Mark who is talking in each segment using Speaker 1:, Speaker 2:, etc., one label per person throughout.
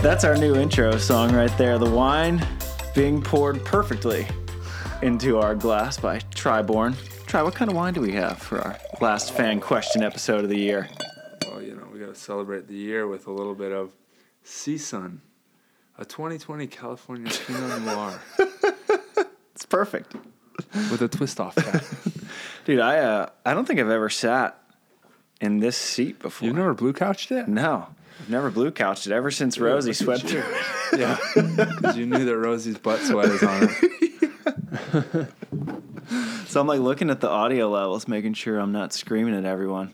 Speaker 1: That's our new intro song right there. The wine being poured perfectly into our glass by Triborn. Try, what kind of wine do we have for our last fan question episode of the year?
Speaker 2: Well, Oh, you know, we got to celebrate the year with a little bit of Sea Sun, a 2020 California Pinot Noir
Speaker 1: It's perfect.
Speaker 2: with a twist off cap.
Speaker 1: Dude, I uh, I don't think I've ever sat in this seat before.
Speaker 2: You've never blue couched it?
Speaker 1: no, I've never blue couched it ever since Rosie swept through.
Speaker 2: Yeah. 'Cause you knew that Rosie's butt sweat is on her.
Speaker 1: So I'm like looking at the audio levels, making sure I'm not screaming at everyone.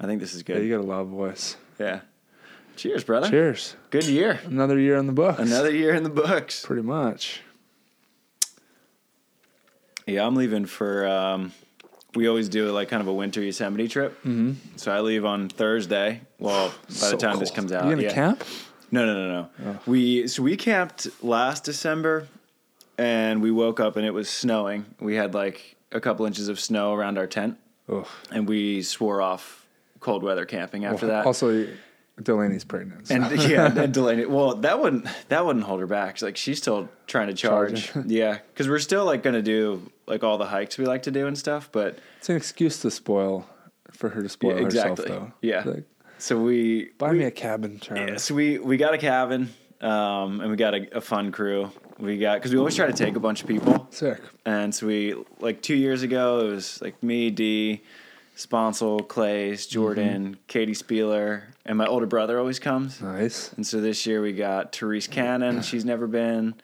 Speaker 1: I think this is
Speaker 2: Yeah,
Speaker 1: good.
Speaker 2: you got a loud voice.
Speaker 1: Yeah. Cheers, brother.
Speaker 2: Cheers.
Speaker 1: Good year.
Speaker 2: Another year on the books.
Speaker 1: Another year in the books.
Speaker 2: Pretty much.
Speaker 1: Yeah, I'm leaving for. Um, we always do like kind of a winter Yosemite trip. Mm-hmm. So I leave on Thursday. Well, by the time this comes out,
Speaker 2: You gonna
Speaker 1: Uh, yeah.
Speaker 2: camp? Oh.
Speaker 1: No, no, no, no. We so we camped last December, and we woke up and it was snowing. We had like a couple inches of snow around our tent,
Speaker 2: Oh.
Speaker 1: and we swore off cold weather camping after that.
Speaker 2: Also, Delaney's pregnant. so-
Speaker 1: and yeah, and Delaney. Well, that wouldn't that wouldn't hold her back. She's like she's still trying to charge. yeah, because we're still like gonna do like all the hikes we like to do and stuff. But
Speaker 2: it's an excuse to spoil, for her to spoil
Speaker 1: exactly.
Speaker 2: herself, though.
Speaker 1: Yeah.
Speaker 2: Like,
Speaker 1: so we
Speaker 2: buy
Speaker 1: we,
Speaker 2: me a cabin, Travis.
Speaker 1: Yeah, so we we got a cabin, um, and we got a, a fun crew. We got because we always try to take a bunch of people,
Speaker 2: Sick.
Speaker 1: and so we like two years ago it was like me, D, Sponsel, Clays,
Speaker 2: Mm-hmm.
Speaker 1: Jordan, Katie Spieler, and my older brother always comes.
Speaker 2: Nice.
Speaker 1: And so this year we got Therese Cannon. She's never been.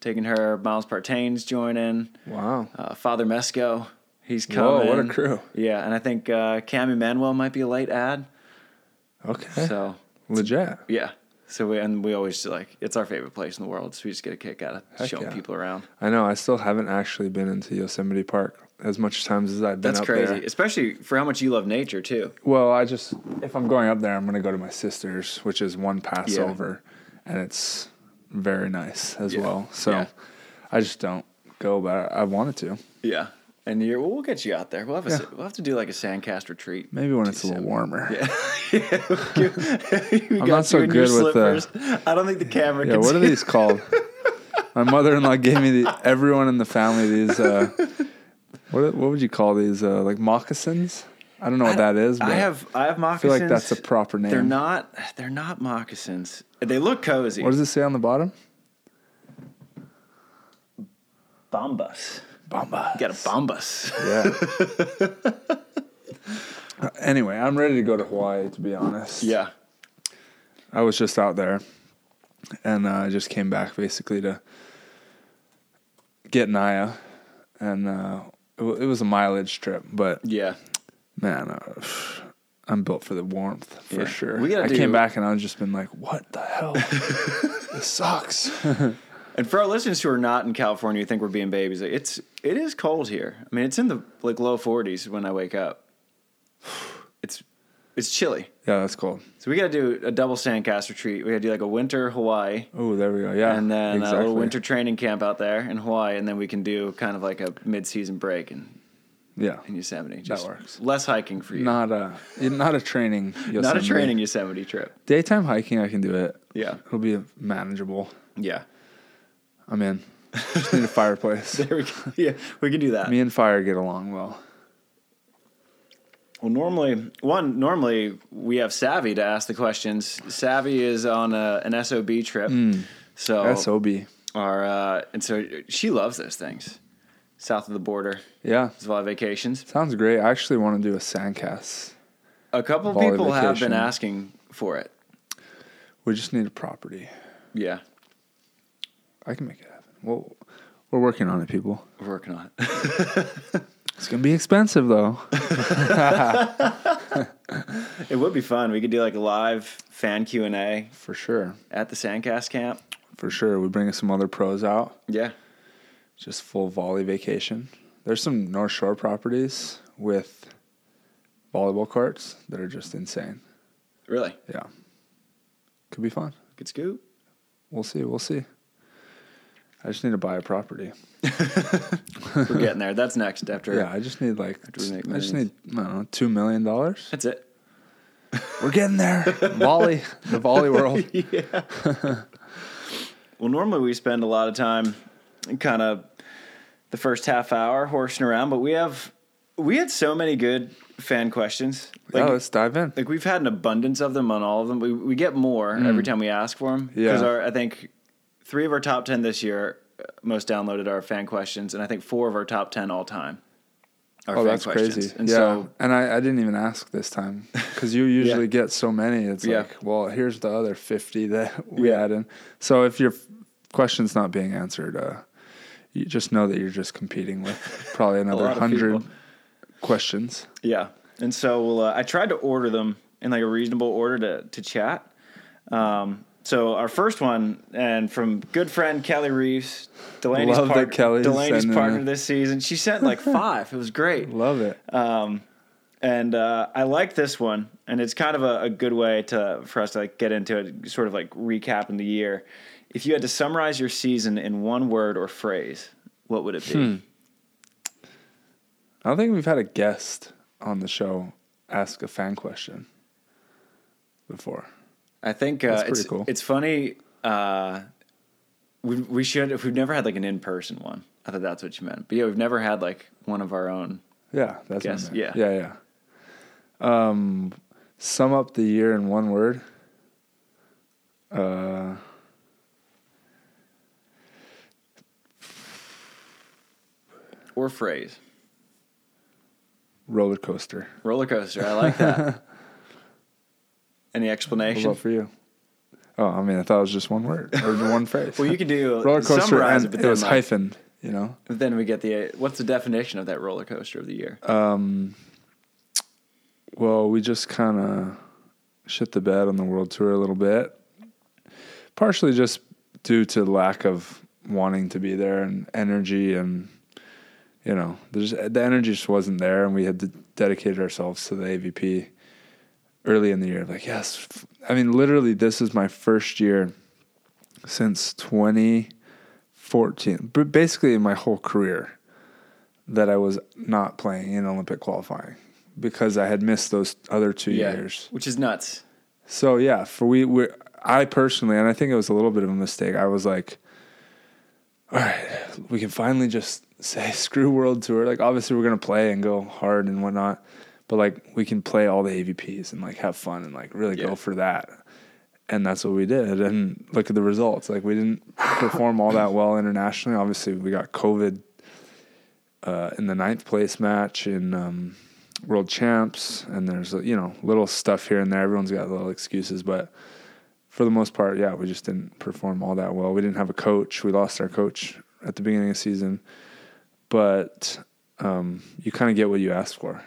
Speaker 1: Taking her. Miles Partain's joining.
Speaker 2: Wow.
Speaker 1: Uh, Father Mesco. He's
Speaker 2: Whoa,
Speaker 1: coming.
Speaker 2: what a crew.
Speaker 1: Yeah, and I think uh, Cami Manuel might be a late ad.
Speaker 2: Okay.
Speaker 1: So
Speaker 2: Legit.
Speaker 1: yeah. So we and we always do, like it's our favorite place in the world. So we just get a kick out of
Speaker 2: Heck
Speaker 1: showing
Speaker 2: yeah.
Speaker 1: people around.
Speaker 2: I know. I still haven't actually been into Yosemite Park as much times as I've been
Speaker 1: That's
Speaker 2: up
Speaker 1: crazy,
Speaker 2: there.
Speaker 1: especially for how much you love nature too.
Speaker 2: Well, I just if I'm going up there, I'm gonna go to my sister's, which is one pass
Speaker 1: Yeah.
Speaker 2: over, and it's very nice as
Speaker 1: Yeah.
Speaker 2: well. So
Speaker 1: Yeah.
Speaker 2: I just don't go, but I wanted to.
Speaker 1: Yeah. And you're, we'll get you out there. We'll have a,
Speaker 2: Yeah.
Speaker 1: s- we'll have to do like a sandcast retreat.
Speaker 2: Maybe when it's a little warmer. Yeah.
Speaker 1: I'm
Speaker 2: not so good with the-
Speaker 1: I don't think the camera.
Speaker 2: Yeah,
Speaker 1: can
Speaker 2: what
Speaker 1: see
Speaker 2: are these called? My mother-in-law gave me the, everyone in the family these. Uh, what what would you call these? Uh, like moccasins? I don't know what that is. But
Speaker 1: I have I have
Speaker 2: I feel
Speaker 1: moccasins.
Speaker 2: like that's a proper name.
Speaker 1: They're not they're not moccasins. They look cozy.
Speaker 2: What does it say on the bottom?
Speaker 1: bombas?
Speaker 2: Bamba.
Speaker 1: You got a bombas.
Speaker 2: Yeah. anyway, I'm ready to go to Hawaii. To be honest.
Speaker 1: yeah.
Speaker 2: I was just out there, and uh, I just came back basically to get Naya, and uh, it, wa- it was a mileage trip, but
Speaker 1: Yeah.
Speaker 2: man, uh, I'm built for the warmth for
Speaker 1: Yeah.
Speaker 2: sure.
Speaker 1: We gotta
Speaker 2: I
Speaker 1: do-
Speaker 2: came back and I've just been like, what the hell? this sucks.
Speaker 1: And for our listeners who are not in California who think we're being babies, like, it's it is cold here. I mean, it's in the like low 40s when I wake up. It's it's chilly.
Speaker 2: yeah, that's cold.
Speaker 1: So we got to do a double sandcast retreat. We got to do like a winter Hawaii
Speaker 2: Oh, there we go. Yeah,
Speaker 1: and then uh, a little
Speaker 2: exactly.
Speaker 1: winter training camp out there in Hawaii and then we can do kind of like a mid-season break in,
Speaker 2: Yeah,
Speaker 1: in Yosemite. Just
Speaker 2: works.
Speaker 1: Less hiking for you.
Speaker 2: not a not a training.
Speaker 1: not a
Speaker 2: Yosemite.
Speaker 1: training Yosemite trip.
Speaker 2: Daytime hiking, I can do it.
Speaker 1: Yeah.
Speaker 2: It'll be manageable.
Speaker 1: Yeah.
Speaker 2: I'm in. Just need a fireplace.
Speaker 1: There we go. Yeah, we can do that.
Speaker 2: Me and fire get along well.
Speaker 1: Well, normally, one normally we have Savvy to ask the questions. Savvy is on a, an SOB trip, so
Speaker 2: SOB.
Speaker 1: our uh, and so she loves those things. South of the border,
Speaker 2: Yeah.
Speaker 1: there's a lot of vacations.
Speaker 2: Sounds great. I actually want to do a sandcast.
Speaker 1: A couple
Speaker 2: Bali
Speaker 1: people have been
Speaker 2: vacation.
Speaker 1: asking for it.
Speaker 2: We just need a property.
Speaker 1: Yeah,
Speaker 2: I can make it happen. Well, we're working on it, people.
Speaker 1: we're working on it.
Speaker 2: It's gonna be expensive though.
Speaker 1: it would be fun. We could do like a live fan Q and A
Speaker 2: For sure.
Speaker 1: at the Sandcast camp.
Speaker 2: For sure. We bring some other pros out.
Speaker 1: Yeah,
Speaker 2: Just full volley vacation. There's some North Shore properties with volleyball courts that are just insane.
Speaker 1: really
Speaker 2: Yeah. Could be fun.
Speaker 1: good scoop.
Speaker 2: We'll see. We'll see. I just need to buy a property.
Speaker 1: We're getting there. That's next after.
Speaker 2: Yeah, I just need like
Speaker 1: we make
Speaker 2: I just need
Speaker 1: millions.
Speaker 2: I don't know two million dollars.
Speaker 1: that's it.
Speaker 2: We're getting there. volley, the volley world.
Speaker 1: yeah. Well, normally we spend a lot of time kind of the first half hour horsing around, but we have we had so many good fan questions. Like,
Speaker 2: oh, let's dive in.
Speaker 1: like we've had an abundance of them on all of them. We we get more every time we ask for them
Speaker 2: Mm. Yeah.
Speaker 1: because I think three of our top ten this year uh, most downloaded are fan questions, and I think four of our top ten all time. Are
Speaker 2: Oh,
Speaker 1: fan
Speaker 2: that's
Speaker 1: questions.
Speaker 2: crazy.
Speaker 1: And
Speaker 2: yeah.
Speaker 1: so
Speaker 2: and I, I didn't even ask this time because you usually get so many. It's
Speaker 1: Yeah.
Speaker 2: like, well, here's the other 50 that we
Speaker 1: Yeah.
Speaker 2: add in. So if your f- question's not being answered, uh, you just know that you're just competing with probably another
Speaker 1: lot of
Speaker 2: 100
Speaker 1: people.
Speaker 2: questions.
Speaker 1: Yeah, and so we'll, uh, I tried to order them in like a reasonable order to to chat. Um, so our first one, and from good friend Kelly Reeves, Delaney's,
Speaker 2: Love that
Speaker 1: part-
Speaker 2: Kelly's
Speaker 1: Delaney's
Speaker 2: sending
Speaker 1: partner
Speaker 2: it.
Speaker 1: this season, she sent like five. It was great,
Speaker 2: Love it.
Speaker 1: and uh, I like this one, and it's kind of a, a good way to for us to like get into it, sort of like recapping the year. If you had to summarize your season in one word or phrase, what would it be?
Speaker 2: Hmm. I don't think we've had a guest on the show ask a fan question before.
Speaker 1: I think uh,
Speaker 2: That's
Speaker 1: it's
Speaker 2: pretty cool.
Speaker 1: it's funny. Uh, we we should if we've never had like an in person one. I thought that's what you meant. But yeah, we've never had like one of our own.
Speaker 2: Yeah, that's what I
Speaker 1: Guess,
Speaker 2: meant.
Speaker 1: yeah.
Speaker 2: yeah, yeah. Um, sum up the year in one word. Uh,
Speaker 1: Or phrase
Speaker 2: roller coaster.
Speaker 1: roller coaster. I like that. Any
Speaker 2: What
Speaker 1: explanation?
Speaker 2: about for you? Oh, I mean, I thought it was just one word or one phrase.
Speaker 1: Well, you can do
Speaker 2: roller coaster,
Speaker 1: summarize it,
Speaker 2: and
Speaker 1: but
Speaker 2: it
Speaker 1: then,
Speaker 2: was
Speaker 1: like,
Speaker 2: hyphened. You know,
Speaker 1: but then we get the uh, what's the definition of that roller coaster of the year?
Speaker 2: well, we just kind of shit the bed on the world tour a little bit, partially just due to lack of wanting to be there and energy and you know, there's the energy just wasn't there, and we had to dedicate ourselves to the AVP early in the year. Like, yes, f- I mean, literally, this is my first year since 2014, but basically my whole career that I was not playing in Olympic qualifying because I had missed those other two
Speaker 1: yeah,
Speaker 2: years.
Speaker 1: which is nuts.
Speaker 2: So yeah, for we we I personally, and I think it was a little bit of a mistake. I was like, all right, we can finally just say screw world tour. Like obviously we're gonna play and go hard and whatnot, but like we can play all the AVPs and like have fun and like really
Speaker 1: Yeah.
Speaker 2: go for that. And that's what we did. And look at the results. Like we didn't perform all that well internationally. Obviously we got COVID uh, in the ninth place match in um, world champs, and there's you know little stuff here and there. Everyone's got little excuses, but for the most part, yeah, we just didn't perform all that well. We didn't have a coach. We lost our coach at the beginning of the season, but um, you kind of get what you ask for,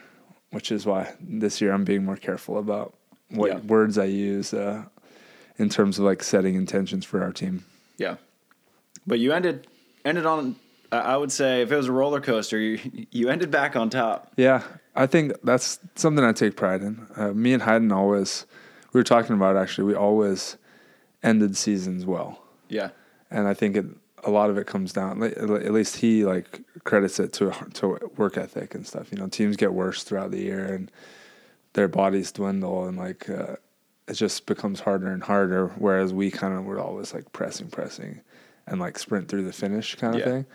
Speaker 2: which is why this year I'm being more careful about what
Speaker 1: Yeah.
Speaker 2: words I use uh, in terms of like setting intentions for our team.
Speaker 1: Yeah, but you ended ended on. I I would say if it was a roller coaster, you you ended back on top.
Speaker 2: Yeah, I think that's something I take pride in. Uh, me and Hayden always, we were talking about it actually, we always ended seasons well.
Speaker 1: Yeah,
Speaker 2: And I think it, a lot of it comes down, li- at least he like credits it to, to work ethic and stuff. You know, teams get worse throughout the year and their bodies dwindle and like uh, it just becomes harder and harder. Whereas we kind of were always like pressing, pressing, and like sprint through the finish kind of
Speaker 1: Yeah.
Speaker 2: thing,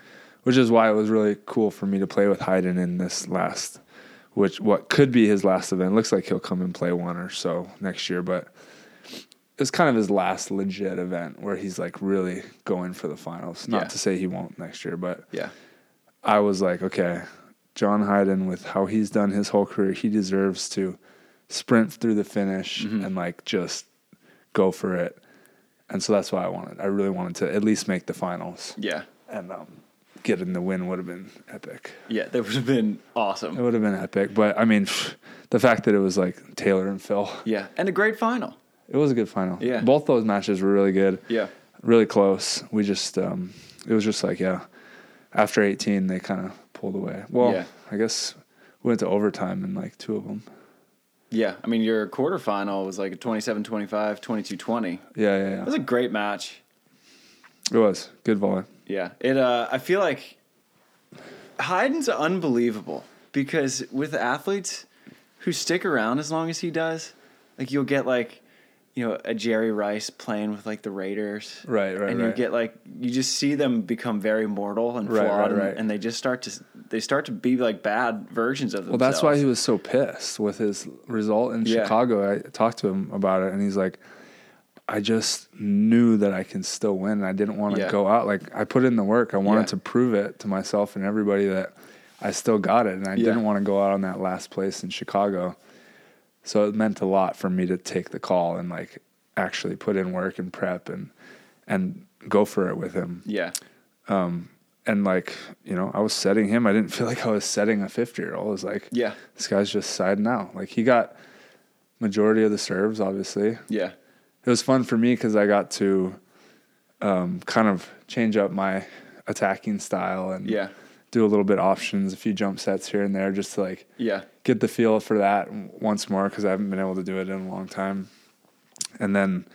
Speaker 2: which is why it was really cool for me to play with Hayden in this last, which what could be his last event. Looks like he'll come and play one or so next year, but it's kind of his last legit event where he's like really going for the finals. Not
Speaker 1: Yeah.
Speaker 2: to say he won't next year, but
Speaker 1: yeah,
Speaker 2: I was like, okay, John Hyden, with how he's done his whole career, he deserves to sprint through the finish and like just go for it. And so that's why I wanted. I really wanted to at least make the finals,
Speaker 1: yeah.
Speaker 2: and um, getting the win would have been epic.
Speaker 1: Yeah, that would have been
Speaker 2: It
Speaker 1: awesome.
Speaker 2: would have been epic, but I mean, the fact that it was like Taylor and Phil,
Speaker 1: Yeah, and a great final.
Speaker 2: it was a good final.
Speaker 1: Yeah.
Speaker 2: both those matches were really good.
Speaker 1: Yeah,
Speaker 2: really close. We just um it was just like yeah. After 18 they kind of pulled away. Well,
Speaker 1: Yeah.
Speaker 2: I guess we went to overtime in like two of them.
Speaker 1: yeah. I mean, your quarterfinal was like a 27-25, 22-20. It
Speaker 2: Yeah, yeah, yeah.
Speaker 1: was a great match.
Speaker 2: It was good volley.
Speaker 1: Yeah, it. Uh, I feel like Hayden's unbelievable because with athletes who stick around as long as he does, like you'll get like. you know a Jerry Rice playing with like the Raiders,
Speaker 2: Right, right,
Speaker 1: and
Speaker 2: right.
Speaker 1: you get like you just see them become very mortal and
Speaker 2: Right, right,
Speaker 1: flawed, and-
Speaker 2: right.
Speaker 1: And, they just start to they start to be like bad versions of
Speaker 2: Well,
Speaker 1: themselves.
Speaker 2: that's why he was so pissed with his result in
Speaker 1: Yeah.
Speaker 2: Chicago. I talked to him about it, and he's like, "I just knew that I can still win. I didn't want to
Speaker 1: Yeah.
Speaker 2: go out like I put in the work. I wanted
Speaker 1: Yeah.
Speaker 2: to prove it to myself and everybody that I still got it, and I
Speaker 1: Yeah.
Speaker 2: didn't want to go out on that last place in Chicago. So it meant a lot for me to take the call and like actually put in work and prep and and go for it with him
Speaker 1: yeah,
Speaker 2: and like you know i was setting him i didn't feel like i was setting a 50 year old i was like
Speaker 1: Yeah.
Speaker 2: this guy's just siding out like he got majority of the serves obviously it
Speaker 1: yeah,
Speaker 2: was fun for me because i got to um, kind of change up my attacking style and
Speaker 1: Yeah.
Speaker 2: do a little bit options a few jump sets here and there just to like
Speaker 1: yeah,
Speaker 2: get the feel for that w- once more because I haven't been able to do it in a long time. And then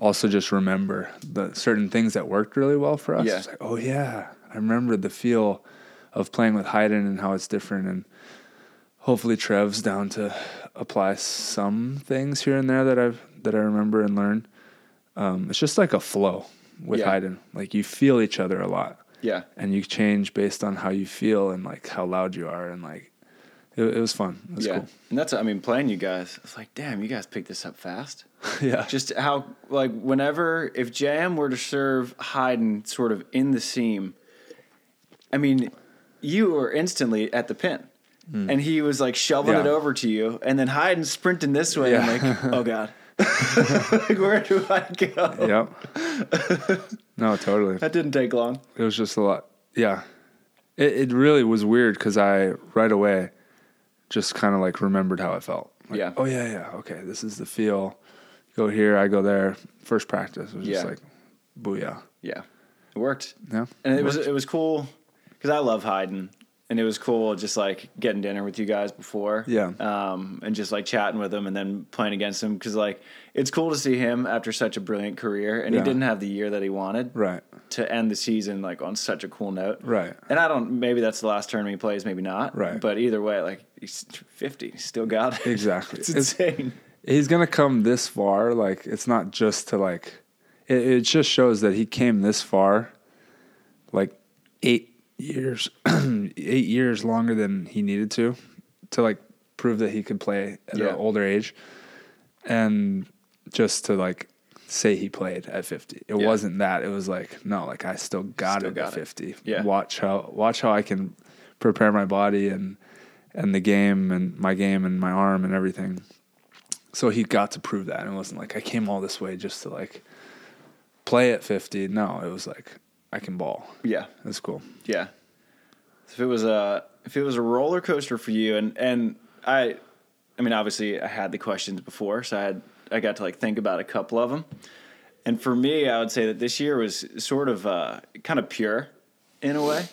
Speaker 2: also just remember the certain things that worked really well for us.
Speaker 1: Yeah.
Speaker 2: It's like, oh yeah, I remember the feel of playing with Haydn and how it's different. And hopefully Trev's down to apply some things here and there that I've that I remember and learn. Um, it's just like a flow with
Speaker 1: Yeah.
Speaker 2: Haydn. Like you feel each other a lot
Speaker 1: yeah.
Speaker 2: and you change based on how you feel and like how loud you are and like it, it was fun. It was
Speaker 1: yeah.
Speaker 2: cool.
Speaker 1: And that's, I mean, playing you guys, it's like, damn, you guys picked this up fast.
Speaker 2: Yeah.
Speaker 1: Just how, like, whenever, if JM were to serve Haydn sort of in the seam, I mean, you were instantly at the pin. And he was like shoveling
Speaker 2: Mm. Yeah.
Speaker 1: it over to you. And then Haydn's sprinting this way.
Speaker 2: Yeah.
Speaker 1: I'm like, oh God. like, where do I go?
Speaker 2: yep. no, totally.
Speaker 1: That didn't take long.
Speaker 2: It was just a lot. Yeah. It it really was weird because I right away just kind of like remembered how it felt. Like,
Speaker 1: Yeah.
Speaker 2: Oh yeah, yeah. Okay, this is the feel. Go here, I go there. First practice it was just
Speaker 1: Yeah.
Speaker 2: like, booyah.
Speaker 1: Yeah. It worked.
Speaker 2: Yeah.
Speaker 1: and it was it was cool because I love Haydn, and it was cool just like getting dinner with you guys before,
Speaker 2: Yeah.
Speaker 1: um, and just like chatting with him and then playing against him because like it's cool to see him after such a brilliant career, and
Speaker 2: Yeah.
Speaker 1: he didn't have the year that he wanted
Speaker 2: right.
Speaker 1: to end the season like on such a cool note,
Speaker 2: Right.
Speaker 1: And I don't maybe that's the last tournament he plays, maybe not,
Speaker 2: Right.
Speaker 1: But either way, like he's fifty, he's still got it.
Speaker 2: Exactly.
Speaker 1: it's
Speaker 2: It's-
Speaker 1: insane.
Speaker 2: he's gonna come this far. Like it's not just to like. It, it just shows that he came this far, like eight years, eight years longer than he needed to, to like prove that he could play at
Speaker 1: Yeah.
Speaker 2: an older age, and just to like say he played at fifty. It
Speaker 1: Yeah.
Speaker 2: wasn't that. It was like no, like I still got
Speaker 1: Still
Speaker 2: it
Speaker 1: got
Speaker 2: at
Speaker 1: it.
Speaker 2: fifty.
Speaker 1: Yeah.
Speaker 2: Watch how watch how I can prepare my body and and the game and my game and my arm and everything so he got to prove that. And it wasn't like I came all this way just to like play at 50. No, it was like I can ball.
Speaker 1: Yeah,
Speaker 2: That's cool.
Speaker 1: Yeah. If it was a if it was a roller coaster for you and and I I mean obviously I had the questions before so I had I got to like think about a couple of them. And for me I would say that this year was sort of uh kind of pure in a way.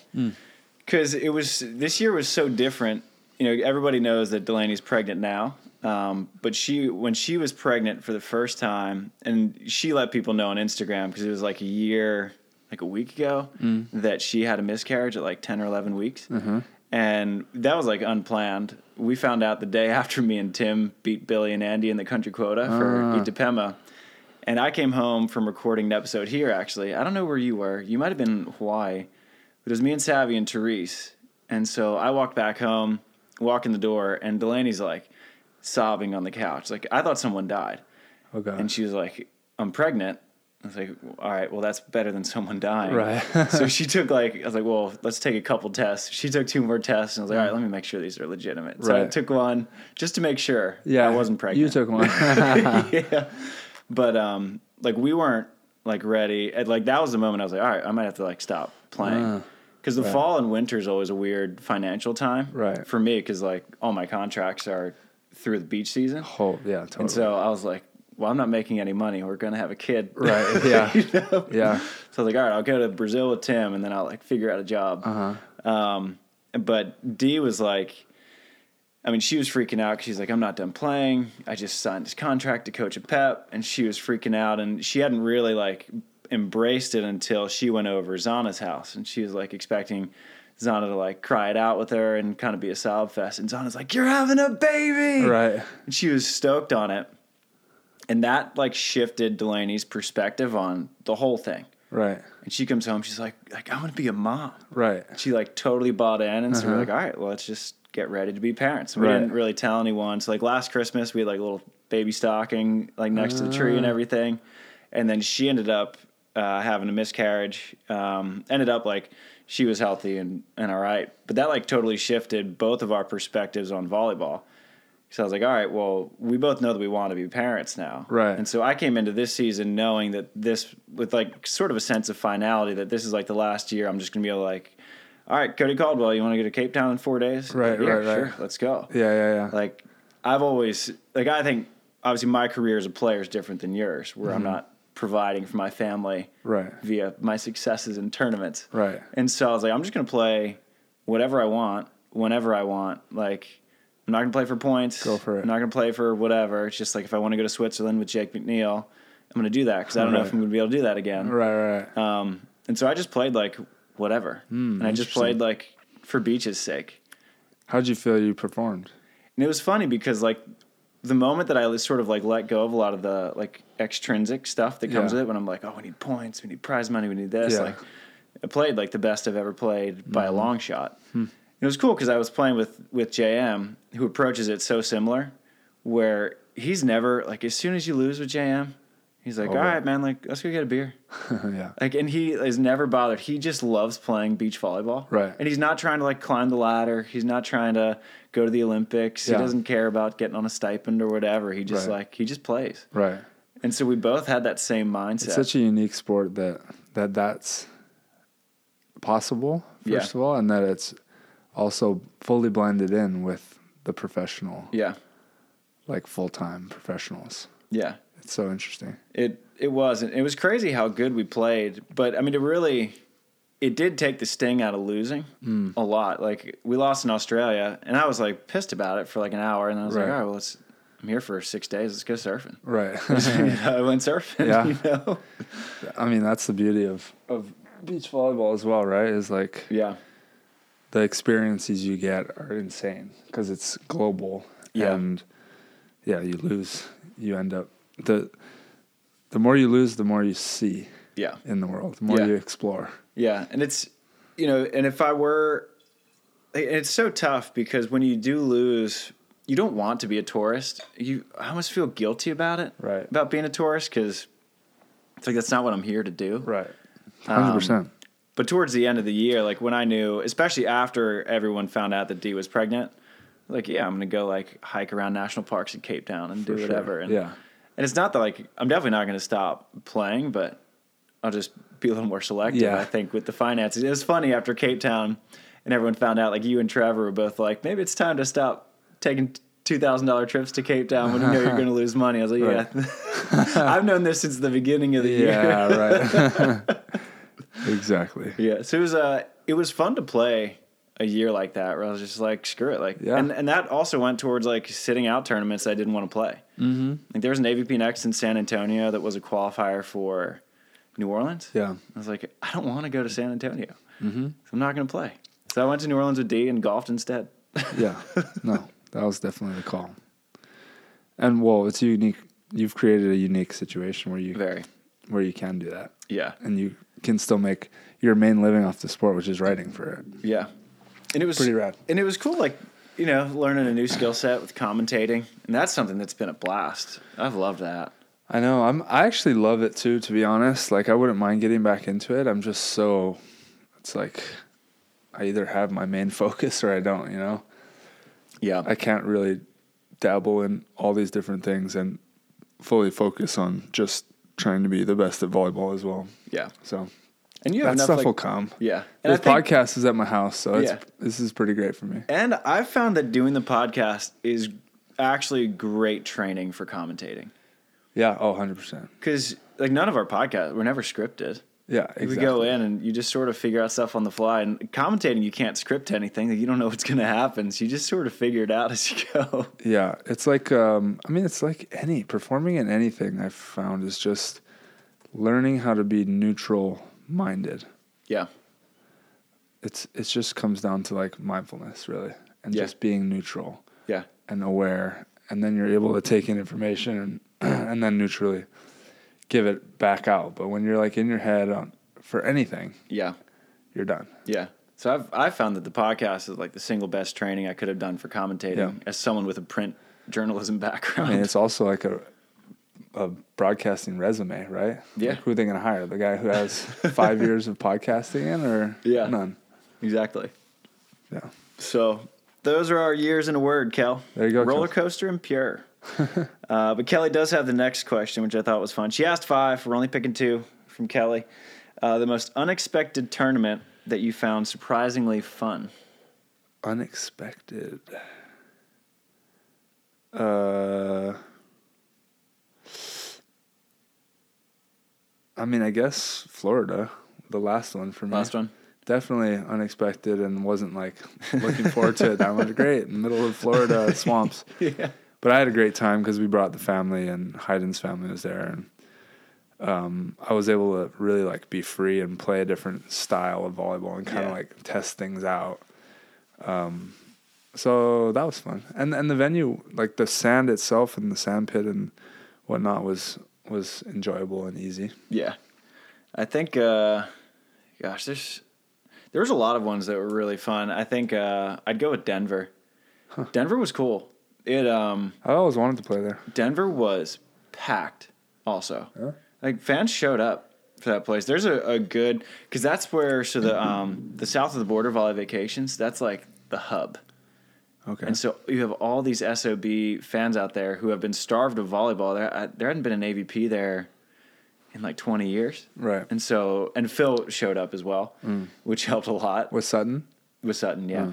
Speaker 1: Cuz it was this year was so different. You know, everybody knows that Delaney's pregnant now. Um, but she when she was pregnant for the first time and she let people know on Instagram cuz it was like a year like a week ago that she had a miscarriage at like 10 or 11 weeks. And that was like unplanned. We found out the day after me and Tim beat Billy and Andy in the country quota for
Speaker 2: Ah.
Speaker 1: Itapema. And I came home from recording an episode here, actually. I don't know where you were. You might have been in Hawaii. But it was me and Savvy and Therese. And so I walked back home, walk in the door, and Delaney's like sobbing on the couch. Like, I thought someone died.
Speaker 2: Oh god.
Speaker 1: And she was like, I'm pregnant. I was like, all right, well, that's better than someone dying.
Speaker 2: Right.
Speaker 1: so she took like, I was like, well, let's take a couple tests. She took two more tests and I was like, all right, let me make sure these are legitimate. So I
Speaker 2: Mm. Right.
Speaker 1: took one just to make sure I wasn't pregnant.
Speaker 2: You took one.
Speaker 1: yeah. But um, like we weren't like ready. And like that was the moment I was like, all right, I might have to like stop playing.
Speaker 2: Ah,
Speaker 1: Because the fall and winter is always a weird financial time,
Speaker 2: Right.
Speaker 1: For me, because like all my contracts are through the beach season,
Speaker 2: oh, yeah, totally.
Speaker 1: and so I was like, well, I'm not making any money. We're gonna have a kid,
Speaker 2: right. Yeah.
Speaker 1: you know?
Speaker 2: Yeah.
Speaker 1: So I was like, all right, I'll go to Brazil with Tim, and then I'll like figure out a job. Um, but Dee was like, I mean, she was freaking out because she's like, I'm not done playing. I just signed this contract to coach at Pep, and she was freaking out, and she hadn't really like embraced it until she went over Zana's house, and she was like expecting. Zana to like cry it out with her and kind of be a sob fest, and Zana's like, "You're having a baby!"
Speaker 2: Right.
Speaker 1: And she was stoked on it. And that like shifted Delaney's perspective on the whole thing.
Speaker 2: Right.
Speaker 1: And she comes home, she's like, like I'm gonna be a mom.
Speaker 2: Right.
Speaker 1: She like totally bought in, and so we're
Speaker 2: Uh-huh.
Speaker 1: like, all right, well, let's just get ready to be parents. And we
Speaker 2: Right.
Speaker 1: didn't really tell anyone. So like last Christmas, we had like a little baby stocking like next to the tree
Speaker 2: Uh.
Speaker 1: and everything, and then she ended up uh, having a miscarriage. Um, ended up like she was healthy and and all right, but that like totally shifted both of our perspectives on volleyball. So I was like, all right, well, we both know that we want to be parents now.
Speaker 2: Right.
Speaker 1: And so I came into this season knowing that this, with like sort of a sense of finality, that this is like the last year I'm just going to be able to like, all right, Cody Caldwell, you want to go to Cape Town in four days?
Speaker 2: Right,
Speaker 1: Yeah,
Speaker 2: right, right.
Speaker 1: Sure, let's go.
Speaker 2: Yeah. Yeah. Yeah.
Speaker 1: Like, I've always, like, I think obviously my career as a player is different than yours, where I'm not providing for my family
Speaker 2: Mm-hmm. right.
Speaker 1: via my successes in tournaments.
Speaker 2: Right.
Speaker 1: And so I was like, I'm just going to play whatever I want, whenever I want. Like, I'm not going to play for points.
Speaker 2: Go for it.
Speaker 1: I'm not going to play for whatever. It's just like if I want to go to Switzerland with Jake McNeil, I'm going to do that because I don't know if
Speaker 2: Right.
Speaker 1: I'm going to be able to do that again.
Speaker 2: Right. Right.
Speaker 1: Um, and so I just played like whatever. and I just
Speaker 2: Hmm, interesting.
Speaker 1: played like for Beach's sake.
Speaker 2: How'd you feel you performed?
Speaker 1: And it was funny because like the moment that I sort of like let go of a lot of the like extrinsic stuff that comes
Speaker 2: Yeah.
Speaker 1: with it, when I'm like, oh, we need points, we need prize money, we need this.
Speaker 2: Yeah. Mm-hmm.
Speaker 1: Like, I played like the best I've ever played by a long shot.
Speaker 2: Hmm.
Speaker 1: And It was cool because I was playing with with JM, who approaches it so similar, where he's never like as soon as you lose with JM, he's like, all
Speaker 2: Over.
Speaker 1: right, man, like let's go get a beer.
Speaker 2: yeah.
Speaker 1: Like, and he is never bothered. He just loves playing beach volleyball.
Speaker 2: Right.
Speaker 1: And he's not trying to like climb the ladder. He's not trying to go to the Olympics.
Speaker 2: Yeah.
Speaker 1: He doesn't care about getting on a stipend or whatever. He just
Speaker 2: Right.
Speaker 1: like he just plays.
Speaker 2: Right.
Speaker 1: And so we both had that same mindset.
Speaker 2: It's such a unique sport that that that's possible
Speaker 1: Yeah.
Speaker 2: first of all, and that it's also fully blended in with the professional,
Speaker 1: yeah.
Speaker 2: like full time professionals.
Speaker 1: Yeah.
Speaker 2: It's so interesting.
Speaker 1: It it was and it was crazy how good we played, but I mean it really it did take the sting out of losing
Speaker 2: Mm.
Speaker 1: a lot. Like we lost in Australia and I was like pissed about it for like an hour and I was like,
Speaker 2: Right.
Speaker 1: all right, well let's I'm here for six days, let's go surfing.
Speaker 2: Right.
Speaker 1: You know, I went surfing,
Speaker 2: Yeah.
Speaker 1: you know?
Speaker 2: I mean, that's the beauty of of beach volleyball as well, right? Is like
Speaker 1: Yeah.
Speaker 2: the experiences you get are insane because it's global.
Speaker 1: Yeah.
Speaker 2: And yeah, you lose. You end up the the more you lose, the more you see
Speaker 1: Yeah.
Speaker 2: in the world. The more
Speaker 1: Yeah.
Speaker 2: you explore.
Speaker 1: Yeah. And it's, you know, and if I were, and it's so tough because when you do lose, you don't want to be a tourist. You, I almost feel guilty about it,
Speaker 2: Right.
Speaker 1: About being a tourist because it's like that's not what I'm here to do.
Speaker 2: Right. Um, Hundred percent.
Speaker 1: But towards the end of the year, like when I knew, especially after everyone found out that Dee was pregnant, like yeah, I'm gonna go like hike around national parks in Cape Town and do
Speaker 2: sure.
Speaker 1: whatever. And
Speaker 2: Yeah.
Speaker 1: and it's not that like I'm definitely not gonna stop playing, but I'll just be a little more selective.
Speaker 2: Yeah.
Speaker 1: I think with the finances, it was funny after Cape Town, and everyone found out. Like you and Trevor were both like, maybe it's time to stop taking. Two thousand dollar trips to Cape Town when you know you're going to lose money. I was like,
Speaker 2: Right.
Speaker 1: yeah, I've known this since the beginning of the year.
Speaker 2: Yeah. Right. exactly.
Speaker 1: Yeah, so it was uh, it was fun to play a year like that where I was just like, screw it, like,
Speaker 2: Yeah.
Speaker 1: and and that also went towards like sitting out tournaments I didn't want to play. Mm-hmm. Like there was an AVP next in San Antonio that was a qualifier for New Orleans.
Speaker 2: Yeah.
Speaker 1: I was like, I don't want to go to San Antonio. Mm-hmm. So I'm not going to play. So I went to New Orleans with D and golfed instead.
Speaker 2: Yeah. No, that was definitely the call. And whoa, it's unique. You've created a unique situation where you
Speaker 1: Very,
Speaker 2: where you can do that.
Speaker 1: yeah,
Speaker 2: and you can still make your main living off the sport, which is writing for it.
Speaker 1: yeah. And it was
Speaker 2: Pretty rad.
Speaker 1: And it was cool, like you know, learning a new skill set with commentating, and that's something that's been a blast. I've loved that.
Speaker 2: I know. I'm. I actually love it too. To be honest, like I wouldn't mind getting back into it. I'm just so. It's like, I either have my main focus or I don't. You know,
Speaker 1: Yeah,
Speaker 2: I can't really dabble in all these different things and fully focus on just trying to be the best at volleyball as well.
Speaker 1: yeah.
Speaker 2: So
Speaker 1: And you have
Speaker 2: that
Speaker 1: enough
Speaker 2: stuff
Speaker 1: like,
Speaker 2: will come.
Speaker 1: Yeah. And I,
Speaker 2: This
Speaker 1: think,
Speaker 2: podcast is at my house, so it's,
Speaker 1: Yeah.
Speaker 2: this is pretty great for me.
Speaker 1: and I found that doing the podcast is actually great training for commentating.
Speaker 2: Yeah. Oh, 100%.
Speaker 1: Because, like, none of our podcasts, we're never scripted.
Speaker 2: Yeah. Exactly.
Speaker 1: We go eh? in and you just sort of figure out stuff on the fly. And commentating, you can't script anything. Like, you don't know what's going to happen. So you just sort of figure it out as you go.
Speaker 2: Yeah, it's like um, I mean, it's like any performing in anything. I've found is just learning how to be neutral minded.
Speaker 1: Yeah.
Speaker 2: It's it just comes down to like mindfulness, really, and
Speaker 1: Yeah.
Speaker 2: just being neutral
Speaker 1: Yeah.
Speaker 2: and aware, and then you're able to take in information and and then neutrally give it back out. But when you're like in your head on, for anything,
Speaker 1: Yeah.
Speaker 2: you're done.
Speaker 1: Yeah. So I've I've found that the podcast is like the single best training I could have done for commentating
Speaker 2: Yeah.
Speaker 1: as someone with a print journalism background.
Speaker 2: I mean, it's also like a a broadcasting resume, right?
Speaker 1: Yeah.
Speaker 2: Like, who are they going to hire? The guy who has five years of podcasting in, or
Speaker 1: Yeah.
Speaker 2: none?
Speaker 1: exactly.
Speaker 2: Yeah.
Speaker 1: So those are our years in a word, Kel.
Speaker 2: There you go,
Speaker 1: Roller
Speaker 2: Kel.
Speaker 1: coaster and pure. uh, but Kelly does have the next question, which I thought was fun. She asked five. We're only picking two from Kelly. Uh, the most unexpected tournament that you found surprisingly fun.
Speaker 2: Unexpected. Uh. I mean, I guess Florida, the last one for me.
Speaker 1: Last one.
Speaker 2: definitely unexpected and wasn't like looking forward to it. I went great in the middle of Florida swamps.
Speaker 1: Yeah.
Speaker 2: But I had a great time because we brought the family and Hayden's family was there, and um, I was able to really like be free and play a different style of volleyball and kind of
Speaker 1: Yeah.
Speaker 2: like test things out. Um, so that was fun, and and the venue, like the sand itself and the sand pit and whatnot, was was enjoyable and easy.
Speaker 1: Yeah. I think uh gosh, there's there was a lot of ones that were really fun. I think uh I'd go with Denver. Denver was cool. It um
Speaker 2: I always wanted to play there.
Speaker 1: Denver was packed also.
Speaker 2: Yeah.
Speaker 1: Like fans showed up for that place. There's a, a good cuz that's where so the um the south of the border volley vacations, that's like the hub.
Speaker 2: Okay,
Speaker 1: And so you have all these SOB fans out there who have been starved of volleyball. There I, there hadn't been an AVP there in like 20 years.
Speaker 2: right.
Speaker 1: And so, and Phil showed up as well, which helped a lot with,
Speaker 2: Was Sutton?
Speaker 1: Sutton. Yeah.
Speaker 2: Hmm.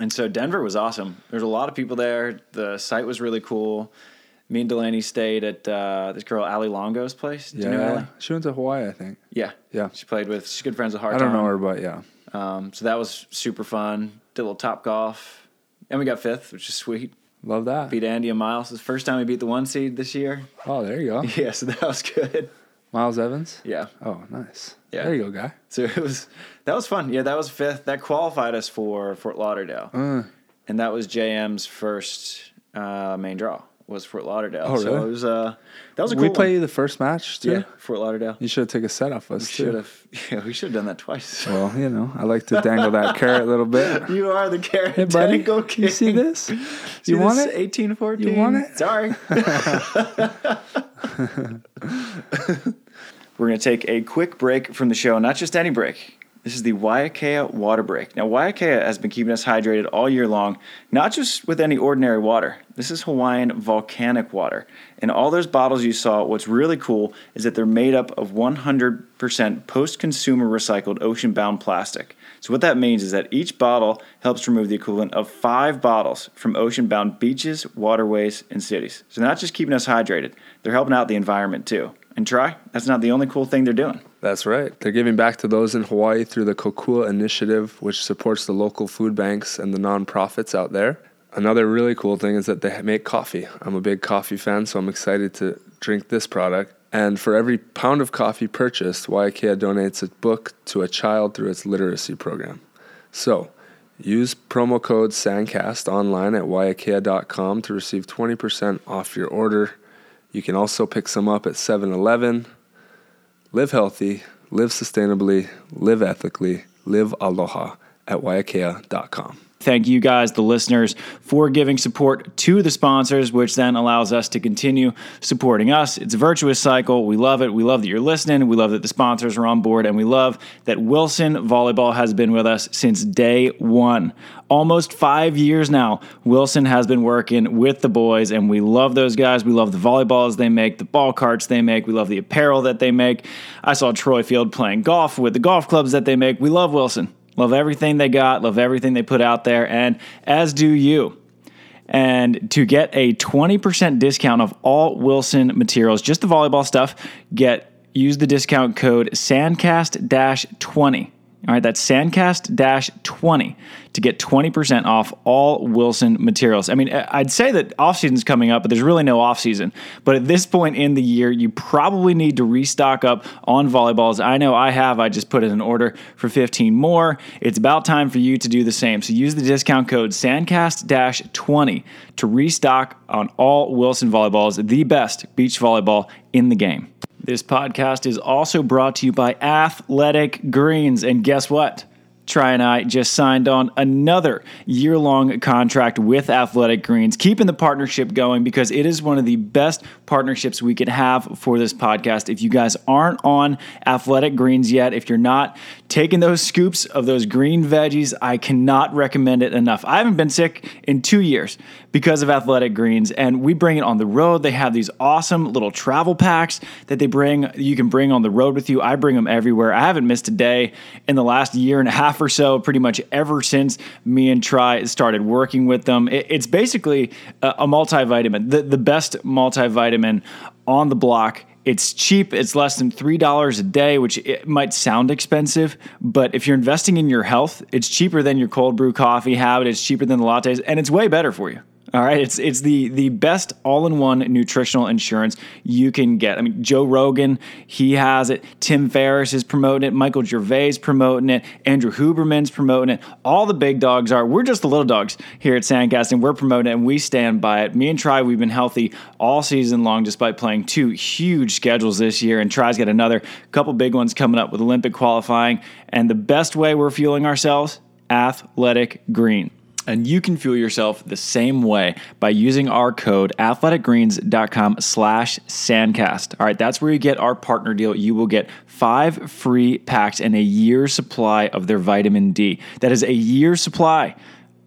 Speaker 1: And so Denver was awesome. There's a lot of people there. The site was really cool. Me and Delaney stayed at uh, this girl Allie Longo's place. Do
Speaker 2: Yeah,
Speaker 1: you know Allie?
Speaker 2: she went to Hawaii, I think.
Speaker 1: Yeah.
Speaker 2: Yeah.
Speaker 1: She played with. She's good friends with Hard.
Speaker 2: I don't know her, but yeah,
Speaker 1: Um, so that was super fun. Did a little top golf, and we got fifth, which is sweet.
Speaker 2: love that.
Speaker 1: Beat Andy and Miles. It was the first time we beat the one seed this year.
Speaker 2: Oh, there you go,
Speaker 1: Yeah. So that was good.
Speaker 2: Miles Evans.
Speaker 1: Yeah.
Speaker 2: Oh, nice.
Speaker 1: Yeah.
Speaker 2: There you go, guy.
Speaker 1: So it was that was fun. Yeah, that was fifth. That qualified us for Fort Lauderdale,
Speaker 2: Uh,
Speaker 1: and that was JM's first uh, main draw was Fort Lauderdale.
Speaker 2: Oh,
Speaker 1: So
Speaker 2: really?
Speaker 1: it was uh, that was a cool
Speaker 2: we play
Speaker 1: one.
Speaker 2: you the first match too.
Speaker 1: yeah Fort Lauderdale.
Speaker 2: You should take a set off us
Speaker 1: Should
Speaker 2: too.
Speaker 1: have yeah we should have done that twice.
Speaker 2: Well, you know, I like to dangle that carrot a little bit.
Speaker 1: You are the carrot.
Speaker 2: Hey, buddy,
Speaker 1: Go
Speaker 2: you see this? you want it?
Speaker 1: Eighteen fourteen.
Speaker 2: You want it?
Speaker 1: Sorry. We're going to take a quick break from the show, not just any break. This is the Waiakea water break. Now, Waiakea has been keeping us hydrated all year long, not just with any ordinary water. This is Hawaiian volcanic water. In all those bottles you saw, what's really cool is that they're made up of 100% post consumer recycled ocean bound plastic. So, what that means is that each bottle helps remove the equivalent of five bottles from ocean bound beaches, waterways, and cities. So, they're not just keeping us hydrated, they're helping out the environment too. And try, that's not the only cool thing they're doing.
Speaker 2: That's right. They're giving back to those in Hawaii through the Kokua Initiative, which supports the local food banks and the nonprofits out there. Another really cool thing is that they make coffee. I'm a big coffee fan, so I'm excited to drink this product. And for every pound of coffee purchased, Waiakea donates a book to a child through its literacy program. So, use promo code SANDCAST online at waiakea.com to receive 20% off your order. You can also pick some up at 7 Eleven. Live healthy, live sustainably, live ethically, live aloha at waiakea.com.
Speaker 1: Thank you guys, the listeners, for giving support to the sponsors, which then allows us to continue supporting us. It's a virtuous cycle. We love it. We love that you're listening. We love that the sponsors are on board. And we love that Wilson Volleyball has been with us since day one. Almost five years now, Wilson has been working with the boys, and we love those guys. We love the volleyballs they make, the ball carts they make, we love the apparel that they make. I saw Troy Field playing golf with the golf clubs that they make. We love Wilson. Love everything they got, love everything they put out there, and as do you. And to get a 20% discount of all Wilson materials, just the volleyball stuff, get use the discount code SANDCAST 20. All right, that's sandcast 20 to get 20% off all Wilson materials. I mean, I- I'd say that off season's coming up, but there's really no off season. But at this point in the year, you probably need to restock up on volleyballs. I know I have. I just put in an order for 15 more. It's about time for you to do the same. So use the discount code sandcast 20 to restock on all Wilson volleyballs, the best beach volleyball in the game. This podcast is also brought to you by Athletic Greens. And guess what? Try and I just signed on another year long contract with Athletic Greens, keeping the partnership going because it is one of the best partnerships we could have for this podcast. If you guys aren't on Athletic Greens yet, if you're not taking those scoops of those green veggies, I cannot recommend it enough. I haven't been sick in two years because of Athletic Greens, and we bring it on the road. They have these awesome little travel packs that they bring you can bring on the road with you. I bring them everywhere. I haven't missed a day in the last year and a half or so, pretty much ever since me and Try started working with them. It- it's basically a, a multivitamin, the, the best multivitamin on the block. It's cheap. It's less than $3 a day, which it might sound expensive, but if you're investing in your health, it's cheaper than your cold brew coffee habit. It's cheaper than the lattes, and it's way better for you. All right, it's it's the the best all-in-one nutritional insurance you can get. I mean, Joe Rogan, he has it. Tim Ferriss is promoting it. Michael Gervais promoting it. Andrew Huberman's promoting it. All the big dogs are. We're just the little dogs here at Sandcast, and we're promoting it, and we stand by it. Me and Try, we've been healthy all season long, despite playing two huge schedules this year, and Try's got another couple big ones coming up with Olympic qualifying. And the best way we're fueling ourselves, Athletic Green. And you can fuel yourself the same way by using our code athleticgreens.com slash sandcast. All right, that's where you get our partner deal. You will get five free packs and a year's supply of their vitamin D. That is a year's supply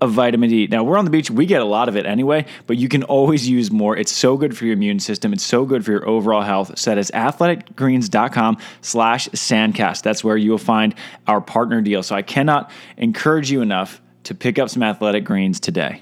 Speaker 1: of vitamin D. Now, we're on the beach, we get a lot of it anyway, but you can always use more. It's so good for your immune system. It's so good for your overall health. So that is athleticgreens.com slash sandcast. That's where you will find our partner deal. So I cannot encourage you enough to pick up some athletic greens today.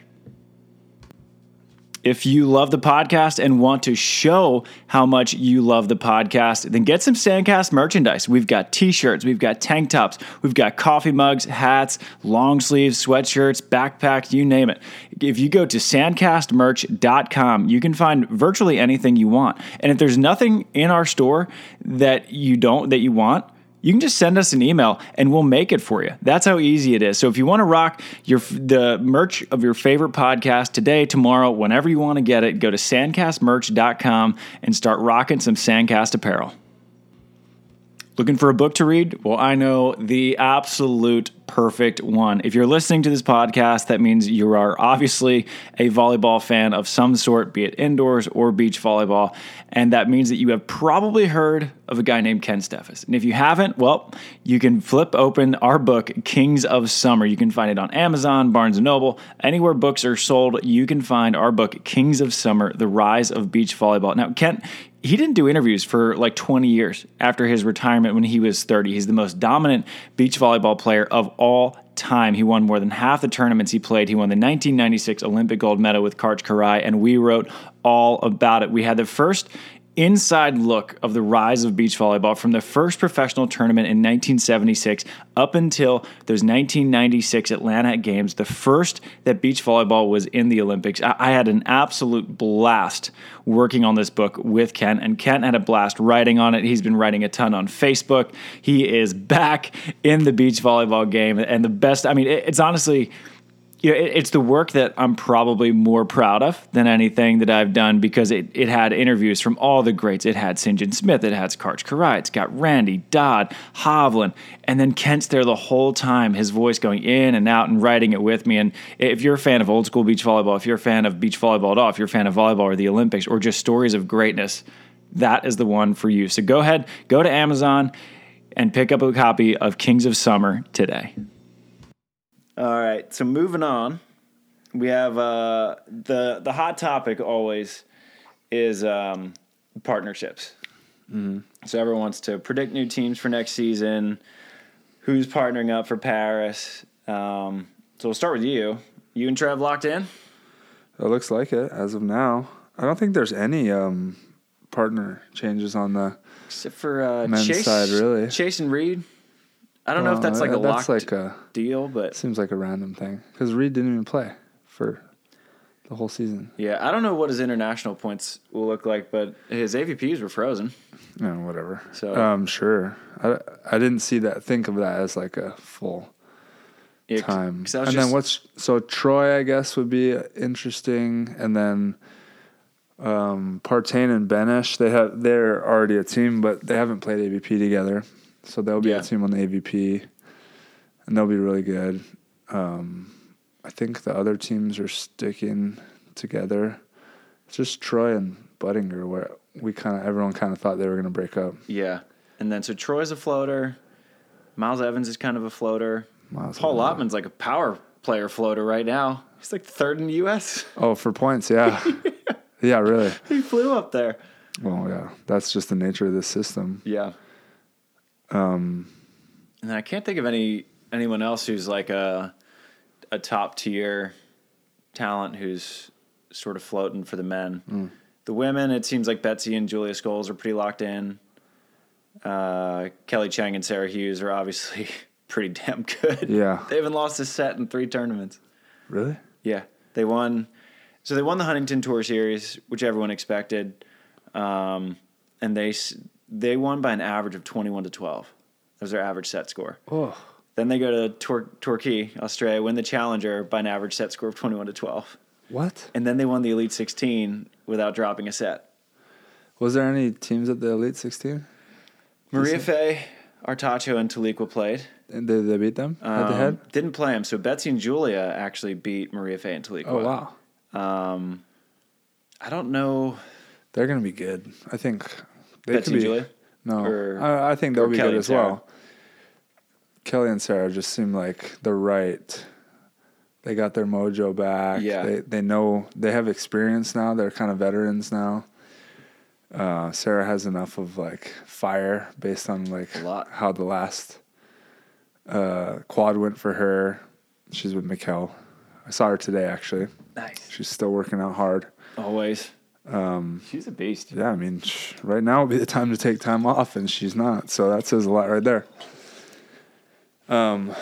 Speaker 1: If you love the podcast and want to show how much you love the podcast, then get some Sandcast merchandise. We've got t shirts, we've got tank tops, we've got coffee mugs, hats, long sleeves, sweatshirts, backpacks, you name it. If you go to sandcastmerch.com, you can find virtually anything you want. And if there's nothing in our store that you don't, that you want, you can just send us an email and we'll make it for you. That's how easy it is. So if you want to rock your the merch of your favorite podcast today, tomorrow, whenever you want to get it, go to sandcastmerch.com and start rocking some Sandcast apparel. Looking for a book to read? Well, I know the absolute perfect one. If you're listening to this podcast, that means you are obviously a volleyball fan of some sort, be it indoors or beach volleyball. And that means that you have probably heard of a guy named Ken Steffes. And if you haven't, well, you can flip open our book, Kings of Summer. You can find it on Amazon, Barnes and Noble, anywhere books are sold. You can find our book, Kings of Summer The Rise of Beach Volleyball. Now, Kent, he didn't do interviews for like 20 years after his retirement when he was 30. He's the most dominant beach volleyball player of all time. He won more than half the tournaments he played. He won the 1996 Olympic gold medal with Karch Karai, and we wrote all about it. We had the first inside look of the rise of beach volleyball from the first professional tournament in 1976 up until those 1996 Atlanta Games, the first that beach volleyball was in the Olympics. I, I had an absolute blast working on this book with Ken, and Ken had a blast writing on it. He's been writing a ton on Facebook. He is back in the beach volleyball game, and the best, I mean, it, it's honestly you know, it, it's the work that I'm probably more proud of than anything that I've done because it, it had interviews from all the greats. It had St. John Smith, it had Karch Karai, it's got Randy, Dodd, Hovland, and then Kent's there the whole time, his voice going in and out and writing it with me. And if you're a fan of old school beach volleyball, if you're a fan of beach volleyball at all, if you're a fan of volleyball or the Olympics or just stories of greatness, that is the one for you. So go ahead, go to Amazon and pick up a copy of Kings of Summer today.
Speaker 3: All right. So moving on, we have uh, the the hot topic always is um, partnerships.
Speaker 2: Mm-hmm.
Speaker 3: So everyone wants to predict new teams for next season. Who's partnering up for Paris? Um, so we'll start with you. You and Trev locked in.
Speaker 2: It looks like it as of now. I don't think there's any um, partner changes on the.
Speaker 3: Except for uh,
Speaker 2: Men's
Speaker 3: Chase,
Speaker 2: side, really.
Speaker 3: Chase and Reed
Speaker 1: I don't know if that's like a
Speaker 2: uh, that's
Speaker 1: locked
Speaker 2: like a
Speaker 1: deal, but
Speaker 2: seems like a random thing because Reed didn't even play for the whole season.
Speaker 1: yeah, I don't know what his international points will look like, but his AVPs were frozen.
Speaker 2: No, Oh, whatever.
Speaker 1: So-
Speaker 2: um, sure. I, I didn't see that. Think of that as like a full
Speaker 1: Yeah, 'cause-
Speaker 2: time.
Speaker 1: 'cause I
Speaker 2: And
Speaker 1: was
Speaker 2: then
Speaker 1: just-
Speaker 2: what's so Troy? I guess would be interesting. And then um, Partain and Benish. They have they're already a team, but they haven't played AVP together, so they'll be
Speaker 1: Yeah.
Speaker 2: a team on the AVP, and they'll be really good. Um, I think the other teams are sticking together. It's just Troy and Buttinger where we kind of everyone kind of thought they were going to break up.
Speaker 1: Yeah. And then so Troy's a floater. Miles Evans is kind of a floater.
Speaker 2: Miles
Speaker 1: Paul
Speaker 2: Evans.
Speaker 1: Lottman's like a power player floater right now. He's like third in the U.S.
Speaker 2: Oh, for points, yeah, yeah, really.
Speaker 1: he flew up there.
Speaker 2: Well, Oh, yeah, that's just the nature of this system.
Speaker 1: Yeah. Um, and then I can't think of any anyone else who's like a a top tier talent who's sort of floating for the men. The women, it seems like Betsy and Julia Scholes are pretty locked in. Uh, Kelly Chang and Sarah Hughes are obviously pretty damn good.
Speaker 2: Yeah.
Speaker 1: they haven't lost a set in three tournaments.
Speaker 2: Really?
Speaker 1: Yeah, they won. So they won the Huntington Tour Series, which everyone expected, um, and they s- they won by an average of twenty one to twelve. That was their average set score.
Speaker 2: Oh,
Speaker 1: Then they go to Tor- Torquay, Australia, win the Challenger by an average set score of twenty one to twelve,
Speaker 2: what?
Speaker 1: and then they won the Elite Sixteen without dropping a set.
Speaker 2: Was there any teams at the Elite 16?
Speaker 1: Maria Fey, Artacho, and Taliqua played.
Speaker 2: And Did they beat them head to
Speaker 1: Um,
Speaker 2: head?
Speaker 1: Didn't play them, so Betsy and Julia actually beat Maria Fey and Taliqua.
Speaker 2: Oh, wow.
Speaker 1: I don't know.
Speaker 2: They're going to be good. I think they
Speaker 1: Betsy and
Speaker 2: could be.
Speaker 1: Julia?
Speaker 2: No,
Speaker 1: Or-
Speaker 2: I, I think
Speaker 1: or
Speaker 2: they'll be
Speaker 1: Kelly
Speaker 2: good
Speaker 1: and
Speaker 2: as well. Kelly and Sarah just seem like the right. They got their mojo back.
Speaker 1: Yeah.
Speaker 2: They, they know they have experience now. They're kind of veterans now. Uh, Sarah has enough of like fire based on like
Speaker 1: A lot.
Speaker 2: how the last uh, quad went for her. She's with Mikkel. I saw her today actually.
Speaker 1: Nice,
Speaker 2: She's still working out hard.
Speaker 1: always. Um, She's a beast.
Speaker 2: Yeah, I mean, sh- right now would be the time to take time off, and she's not. So that says a lot right there. Um,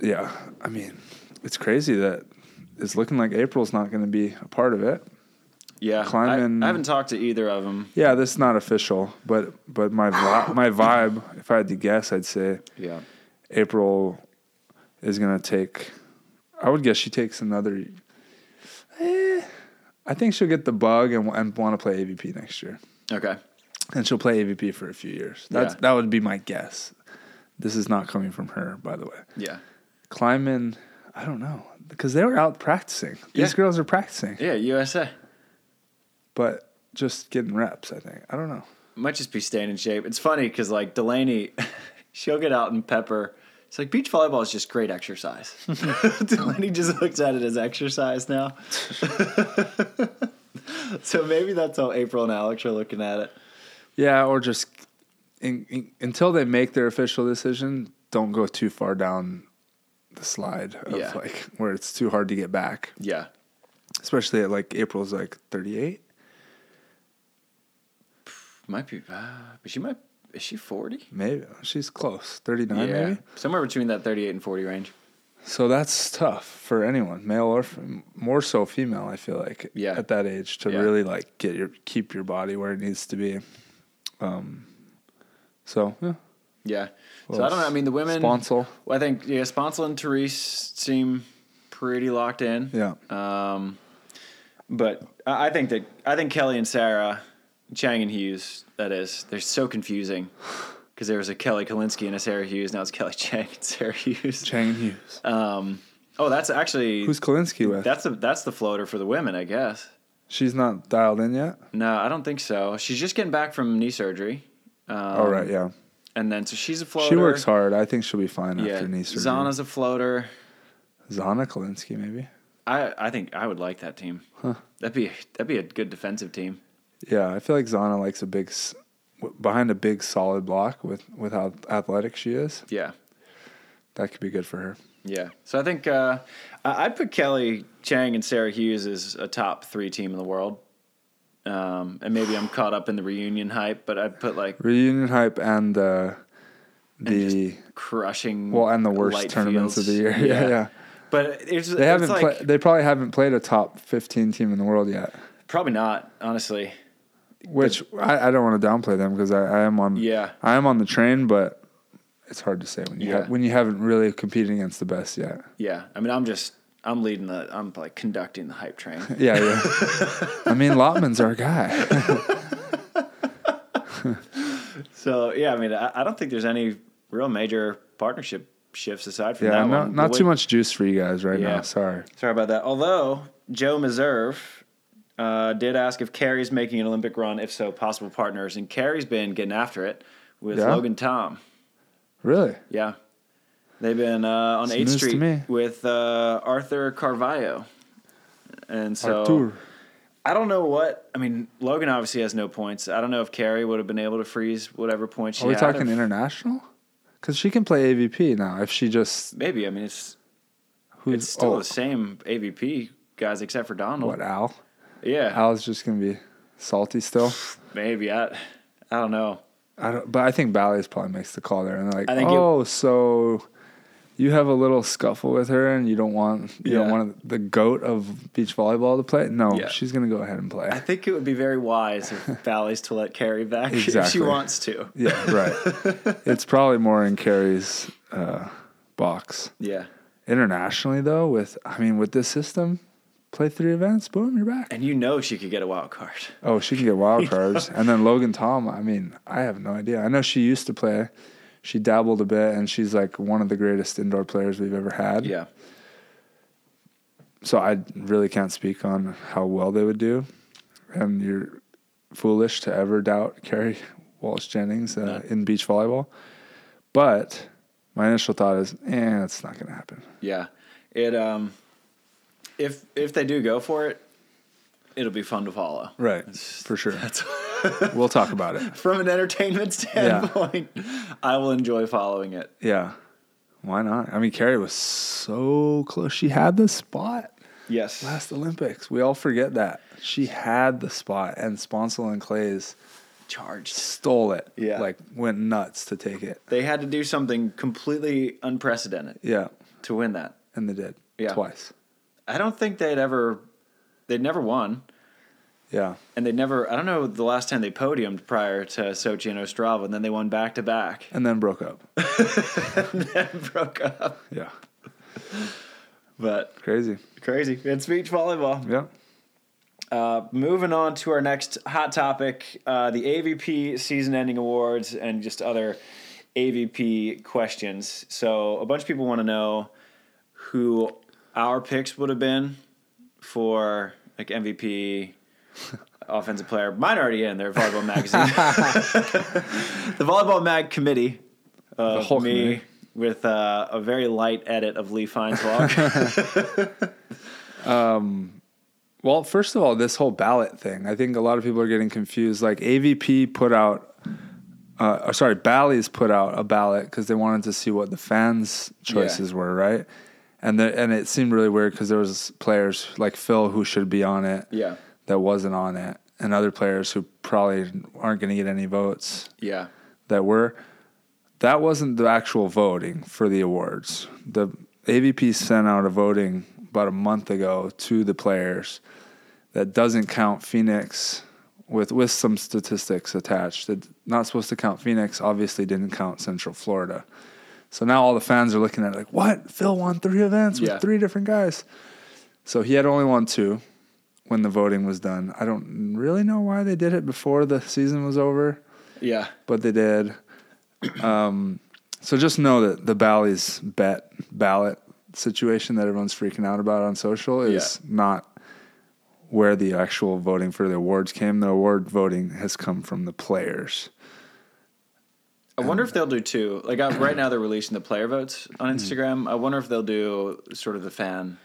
Speaker 2: yeah, I mean, it's crazy that it's looking like April's not going to be a part of it.
Speaker 1: Yeah,
Speaker 2: Kleinman-
Speaker 1: I, I haven't talked to either of them.
Speaker 2: Yeah, this is not official, but but my vi- my vibe, if I had to guess, I'd say
Speaker 1: Yeah,
Speaker 2: April is going to take. I would guess she takes another. eh, I think she'll get the bug and, and want to play AVP next year.
Speaker 1: okay,
Speaker 2: and she'll play AVP for a few years. That's
Speaker 1: Yeah.
Speaker 2: that would be my guess. This is not coming from her, by the way.
Speaker 1: yeah,
Speaker 2: Kleiman, I don't know because they were out practicing. These
Speaker 1: Yeah.
Speaker 2: girls are practicing,
Speaker 1: yeah. USA
Speaker 2: but just getting reps. I think I don't know.
Speaker 1: might just be staying in shape. It's funny because like Delaney, she'll get out and pepper. It's like beach volleyball is just great exercise. Delaney just looks at it as exercise now. so maybe that's how April and Alex are looking at it.
Speaker 2: Yeah, or just in, in, until they make their official decision, don't go too far down the slide of
Speaker 1: Yeah.
Speaker 2: like where it's too hard to get back.
Speaker 1: Yeah,
Speaker 2: Especially at like April's like thirty eight.
Speaker 1: might be, uh, but she might. Is she forty?
Speaker 2: Maybe she's close, thirty nine maybe.
Speaker 1: somewhere between that thirty-eight and forty range.
Speaker 2: So that's tough for anyone, male or f- more so female. I feel like
Speaker 1: Yeah.
Speaker 2: at that age to
Speaker 1: Yeah.
Speaker 2: really like get your keep your body where it needs to be. Um, so yeah,
Speaker 1: Yeah. so
Speaker 2: Well,
Speaker 1: I don't know. I mean, the women.
Speaker 2: Sponsel.
Speaker 1: Well, I think yeah, Sponsel and Therese seem pretty locked in.
Speaker 2: yeah,
Speaker 1: Um, but I I think that I think Kelly and Sarah, Chang and Hughes, that is, they're so confusing because there was a Kelly Kalinsky and a Sarah Hughes. Now it's Kelly Chang and Sarah Hughes.
Speaker 2: Chang and Hughes.
Speaker 1: Um, oh, that's actually
Speaker 2: Who's Kolinsky with?
Speaker 1: that's the that's the floater for the women, I guess.
Speaker 2: She's not dialed in yet.
Speaker 1: No, I don't think so. She's just getting back from knee surgery. Um,
Speaker 2: All right, yeah,
Speaker 1: And then so she's a floater.
Speaker 2: she works hard. I think she'll be fine
Speaker 1: Yeah,
Speaker 2: after knee surgery.
Speaker 1: Zana's a floater.
Speaker 2: Zana Kolinsky, maybe.
Speaker 1: I, I think I would like that team. That'd be that'd be a good defensive team.
Speaker 2: Yeah, I feel like Zana likes a big s- w- behind a big solid block with with how athletic she is.
Speaker 1: Yeah,
Speaker 2: That could be good for her.
Speaker 1: yeah. So I think uh, I- I'd put Kelly Chang and Sarah Hughes as a top three team in the world. Um, and maybe I'm caught up in the reunion hype, but I'd put like
Speaker 2: Reunion hype and uh, the
Speaker 1: crushing.
Speaker 2: well and the worst
Speaker 1: light
Speaker 2: tournaments of the year.
Speaker 1: fields.
Speaker 2: Yeah, yeah.
Speaker 1: But it's,
Speaker 2: They haven't.
Speaker 1: it's like,
Speaker 2: pla- they probably haven't played a top fifteen team in the world yet.
Speaker 1: probably not, honestly.
Speaker 2: Which I, I don't want to downplay them because I, I am on.
Speaker 1: Yeah.
Speaker 2: I am on the train, but it's hard to say when you
Speaker 1: Yeah.
Speaker 2: ha- when you haven't really competed against the best yet.
Speaker 1: Yeah. I mean, I'm just, I'm leading the, I'm like conducting the hype train.
Speaker 2: Yeah, yeah. I mean, Lotman's our guy.
Speaker 1: So yeah, I mean, I, I don't think there's any real major partnership shifts aside from
Speaker 2: Yeah,
Speaker 1: that
Speaker 2: not
Speaker 1: one.
Speaker 2: not
Speaker 1: Wait-
Speaker 2: too much juice for you guys right
Speaker 1: Yeah.
Speaker 2: now. Sorry.
Speaker 1: Sorry about that. Although Joe Meserve uh, did ask if Carrie's making an Olympic run, if so, possible partners, and Carrie's been getting after it with
Speaker 2: Yeah?
Speaker 1: Logan Tom.
Speaker 2: Really?
Speaker 1: Yeah, they've been uh, on
Speaker 2: It's
Speaker 1: Eighth
Speaker 2: news to me.
Speaker 1: Street with uh, Arthur Carvalho, and so
Speaker 2: Artur.
Speaker 1: I don't know what I mean. Logan obviously has no points. I don't know if Carrie would have been able to freeze whatever points she
Speaker 2: Are we
Speaker 1: had.
Speaker 2: talking
Speaker 1: or-
Speaker 2: international? Because she can play AVP now if she just
Speaker 1: Maybe I mean it's
Speaker 2: who's
Speaker 1: It's still
Speaker 2: oh,
Speaker 1: the same AVP guys except for Donald.
Speaker 2: what Al?
Speaker 1: Yeah,
Speaker 2: Al's just gonna be salty still.
Speaker 1: maybe I, I don't know.
Speaker 2: I don't, but I think Bally's probably makes the call there, and they're like,
Speaker 1: I think it-
Speaker 2: "Oh, so you have a little scuffle with her, and you don't want you don't
Speaker 1: Yeah.
Speaker 2: want the goat of beach volleyball to play? No,
Speaker 1: Yeah.
Speaker 2: she's gonna go ahead and play.
Speaker 1: I think it would be very wise of Bally's to let Carrie back if she
Speaker 2: Exactly.
Speaker 1: wants to.
Speaker 2: yeah, right. it's probably more in Carrie's uh, box.
Speaker 1: Yeah,
Speaker 2: Internationally, though, with I mean, with this system, play three events, boom, you're back.
Speaker 1: and you know she could get a wild card.
Speaker 2: Oh, she can get wild cards. and then Logan Tom, I mean, I have no idea. I know she used to play. She dabbled a bit and she's like one of the greatest indoor players we've ever had.
Speaker 1: Yeah,
Speaker 2: So I really can't speak on how well they would do. And you're foolish to ever doubt Carrie Walsh Jennings uh, in beach volleyball. But my initial thought is, eh, that's not going to happen.
Speaker 1: yeah. It um, if if they do go for it, it'll be fun to follow.
Speaker 2: Right. For sure. we'll talk about it.
Speaker 1: From an entertainment standpoint, I will enjoy following it.
Speaker 2: Yeah. Why not? I mean, Carrie was so close. She had the spot.
Speaker 1: Yes.
Speaker 2: Last Olympics. We all forget that. She had the spot and Sponsel and Clays
Speaker 1: Charged.
Speaker 2: stole it.
Speaker 1: Yeah.
Speaker 2: Like went nuts to take it.
Speaker 1: They had to do something completely unprecedented
Speaker 2: Yeah.
Speaker 1: to win that.
Speaker 2: And they did.
Speaker 1: Yeah.
Speaker 2: Twice.
Speaker 1: I don't think they'd ever they'd never won.
Speaker 2: Yeah.
Speaker 1: And they'd never I don't know the last time they podiumed prior to Sochi and Ostrava, and then they won back to back
Speaker 2: And then broke up.
Speaker 1: and broke up.
Speaker 2: yeah.
Speaker 1: But
Speaker 2: Crazy.
Speaker 1: crazy. It's beach volleyball.
Speaker 2: Yeah.
Speaker 1: Uh, moving on to our next hot topic, uh, the AVP season ending awards and just other AVP questions. So a bunch of people want to know who our picks would have been for like MVP, offensive player. Mine are already in their volleyball magazine. the volleyball mag committee
Speaker 2: The
Speaker 1: of
Speaker 2: whole
Speaker 1: me
Speaker 2: committee.
Speaker 1: with uh, a very light edit of Lee Fine's vlog.
Speaker 2: Well, first of all, this whole ballot thing, I think a lot of people are getting confused. Like AVP put out, uh, or sorry, Bally's put out a ballot because they wanted to see what the fans' choices were, right? And the, and it seemed really weird because there was players like Phil who should be on it,
Speaker 1: Yeah.
Speaker 2: that wasn't on it, and other players who probably aren't going to get any votes
Speaker 1: yeah.
Speaker 2: that were that wasn't the actual voting for the awards. The AVP sent out a voting about a month ago to the players that doesn't count Phoenix with with some statistics attached. That not supposed to count Phoenix, obviously didn't count Central Florida. So now all the fans are looking at it like, what? Phil won three events with
Speaker 1: Yeah.
Speaker 2: three different guys. So he had only won two when the voting was done. I don't really know why they did it before the season was over
Speaker 1: Yeah.
Speaker 2: but they did. Um, so just know that the Bally's bet ballot situation that everyone's freaking out about on social is not where the actual voting for the awards came. The award voting has come from the players.
Speaker 1: I wonder if they'll do two. Like I, right now, they're releasing the player votes
Speaker 2: Hmm.
Speaker 1: on Instagram. I wonder if they'll do sort of the fan.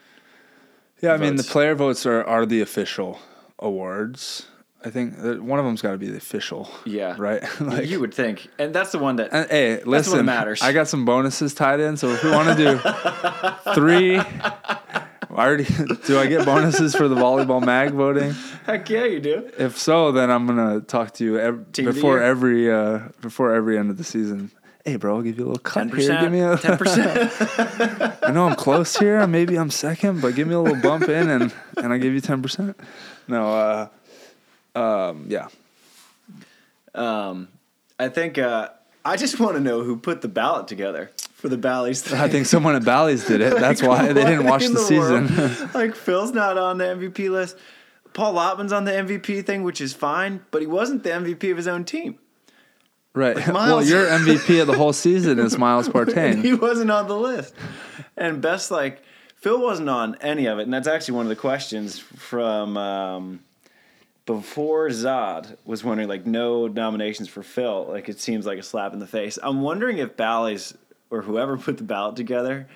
Speaker 2: Yeah, I mean the
Speaker 1: Votes.
Speaker 2: player votes are are the official awards. I think that one of them's got to be the official.
Speaker 1: Yeah,
Speaker 2: Right. like,
Speaker 1: you would think, and that's the one that.
Speaker 2: And, Uh, hey, listen.
Speaker 1: what matters.
Speaker 2: I got some bonuses tied in, so if we want to do three, I already do. I get bonuses for the volleyball mag voting.
Speaker 1: heck yeah, you do.
Speaker 2: If so, then I'm gonna talk to you ev-
Speaker 1: Team of the
Speaker 2: before
Speaker 1: year.
Speaker 2: every uh, before every end of the season. Hey, bro, I'll give you a little cut here. Give me a.
Speaker 1: 10%.
Speaker 2: I know I'm close here. Maybe I'm second, but give me a little bump in, and and I'll give you ten percent. No, uh, um, yeah,
Speaker 1: um, I think uh, I just want to know who put the ballot together for the Bally's thing.
Speaker 2: I think someone at Bally's did it. That's why they didn't
Speaker 1: What
Speaker 2: watch
Speaker 1: in
Speaker 2: the
Speaker 1: world?
Speaker 2: season.
Speaker 1: like Phil's not on the MVP list. Paul Lottman's on the MVP thing, which is fine, but he wasn't the MVP of his own team.
Speaker 2: Right. well,
Speaker 1: Miles-
Speaker 2: your MVP of the whole season is Miles
Speaker 1: And he
Speaker 2: Partain.
Speaker 1: wasn't on the list. And best like Phil wasn't on any of it, and that's actually one of the questions from um, before Zod was wondering like no nominations for Phil. Like it seems like a slap in the face. I'm wondering if Bally's or whoever put the ballot together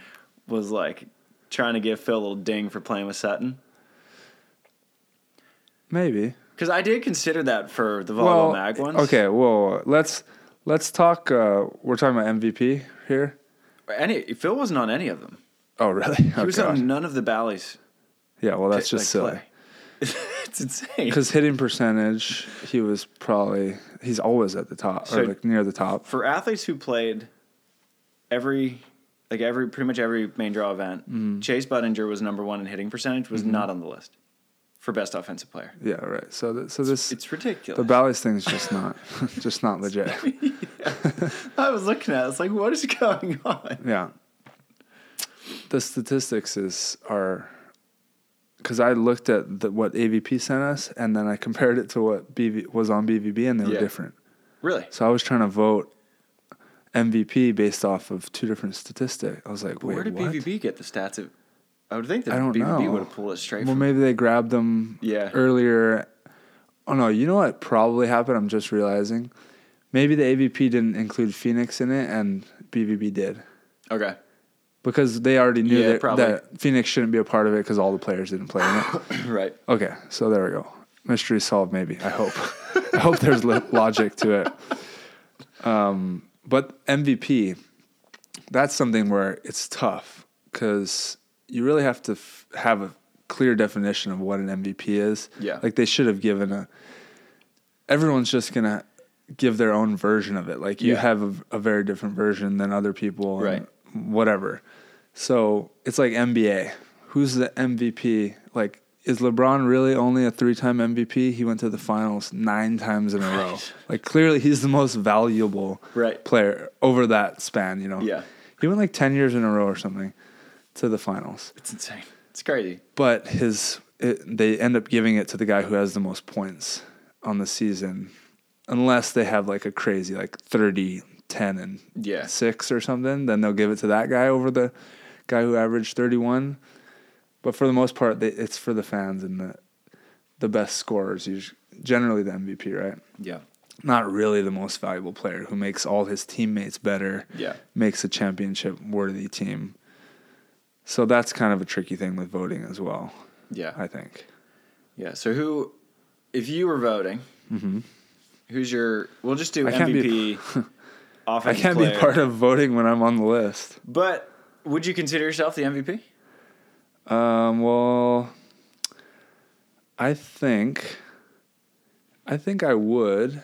Speaker 1: was like trying to give Phil a little ding for playing with Sutton.
Speaker 2: Maybe.
Speaker 1: Because I did consider that for the Volvo
Speaker 2: Well,
Speaker 1: Mag ones.
Speaker 2: okay. Well, let's let's talk. Uh, we're talking about MVP here.
Speaker 1: Any Phil wasn't on any of them.
Speaker 2: Oh, really?
Speaker 1: He
Speaker 2: Oh,
Speaker 1: was
Speaker 2: God.
Speaker 1: on none of the Bally's.
Speaker 2: Yeah. Well, that's just
Speaker 1: like,
Speaker 2: silly.
Speaker 1: play. it's insane.
Speaker 2: Because hitting percentage, he was probably he's always at the top
Speaker 1: So-
Speaker 2: or like near the top.
Speaker 1: for athletes who played every like every pretty much every main draw event,
Speaker 2: Mm.
Speaker 1: Chase Budinger was number one in hitting percentage,
Speaker 2: Mm-hmm.
Speaker 1: was not on the list for best offensive player.
Speaker 2: Yeah. Right. So th- so this
Speaker 1: It's ridiculous.
Speaker 2: the Bally's thing's just not just not legit.
Speaker 1: I was looking at it, it's like, what is going on?
Speaker 2: Yeah. The statistics is are because I looked at the, what AVP sent us, and then I compared it to what BV, was on BVB, and they were
Speaker 1: Yeah.
Speaker 2: different.
Speaker 1: Really?
Speaker 2: So I was trying to vote MVP based off of two different statistics. I was like, wait,
Speaker 1: Where did
Speaker 2: what?
Speaker 1: BVB get the stats? Of, I would think that
Speaker 2: I don't
Speaker 1: BVB
Speaker 2: know.
Speaker 1: would have pulled it straight
Speaker 2: Well,
Speaker 1: from.
Speaker 2: maybe they grabbed them
Speaker 1: Yeah.
Speaker 2: earlier. Oh no, you know what probably happened? I'm just realizing. Maybe the AVP didn't include Phoenix in it, and BVB did.
Speaker 1: Okay.
Speaker 2: because they already knew
Speaker 1: Yeah,
Speaker 2: that,
Speaker 1: probably.
Speaker 2: that Phoenix shouldn't be a part of it because all the players didn't play in it.
Speaker 1: right.
Speaker 2: Okay, so there we go. Mystery solved. Maybe I hope. I hope there's lo- logic to it. Um, but MVP, that's something where it's tough because you really have to f- have a clear definition of what an MVP is.
Speaker 1: Yeah.
Speaker 2: like they should have given a. Everyone's just gonna give their own version of it. Like you
Speaker 1: Yeah.
Speaker 2: have a, a very different version than other people. and
Speaker 1: Right.
Speaker 2: Whatever. So it's like NBA. Who's the MVP? Like, is LeBron really only a three time MVP? He went to the finals nine times in a row. Like, clearly he's the most valuable
Speaker 1: Right.
Speaker 2: player over that span, you know?
Speaker 1: Yeah.
Speaker 2: He went like 10 years in a row or something to the finals.
Speaker 1: It's insane. It's crazy.
Speaker 2: But his, it, they end up giving it to the guy who has the most points on the season, unless they have like a crazy, like 30, 10, and
Speaker 1: Yeah.
Speaker 2: six or something, then they'll give it to that guy over the guy who averaged 31. But for the most part, they, it's for the fans and the the best scorers. Usually, generally, the MVP, right?
Speaker 1: Yeah.
Speaker 2: Not really the most valuable player who makes all his teammates better.
Speaker 1: Yeah.
Speaker 2: makes a championship worthy team. So that's kind of a tricky thing with voting as well.
Speaker 1: Yeah.
Speaker 2: I think
Speaker 1: Yeah. So who, if you were voting, who's your? We'll just do
Speaker 2: Mm-hmm. I can't be-
Speaker 1: MVP.
Speaker 2: I
Speaker 1: offensive
Speaker 2: can't
Speaker 1: player.
Speaker 2: be part of voting when I'm on the list.
Speaker 1: But would you consider yourself the MVP?
Speaker 2: Um, well, I think, I think I would,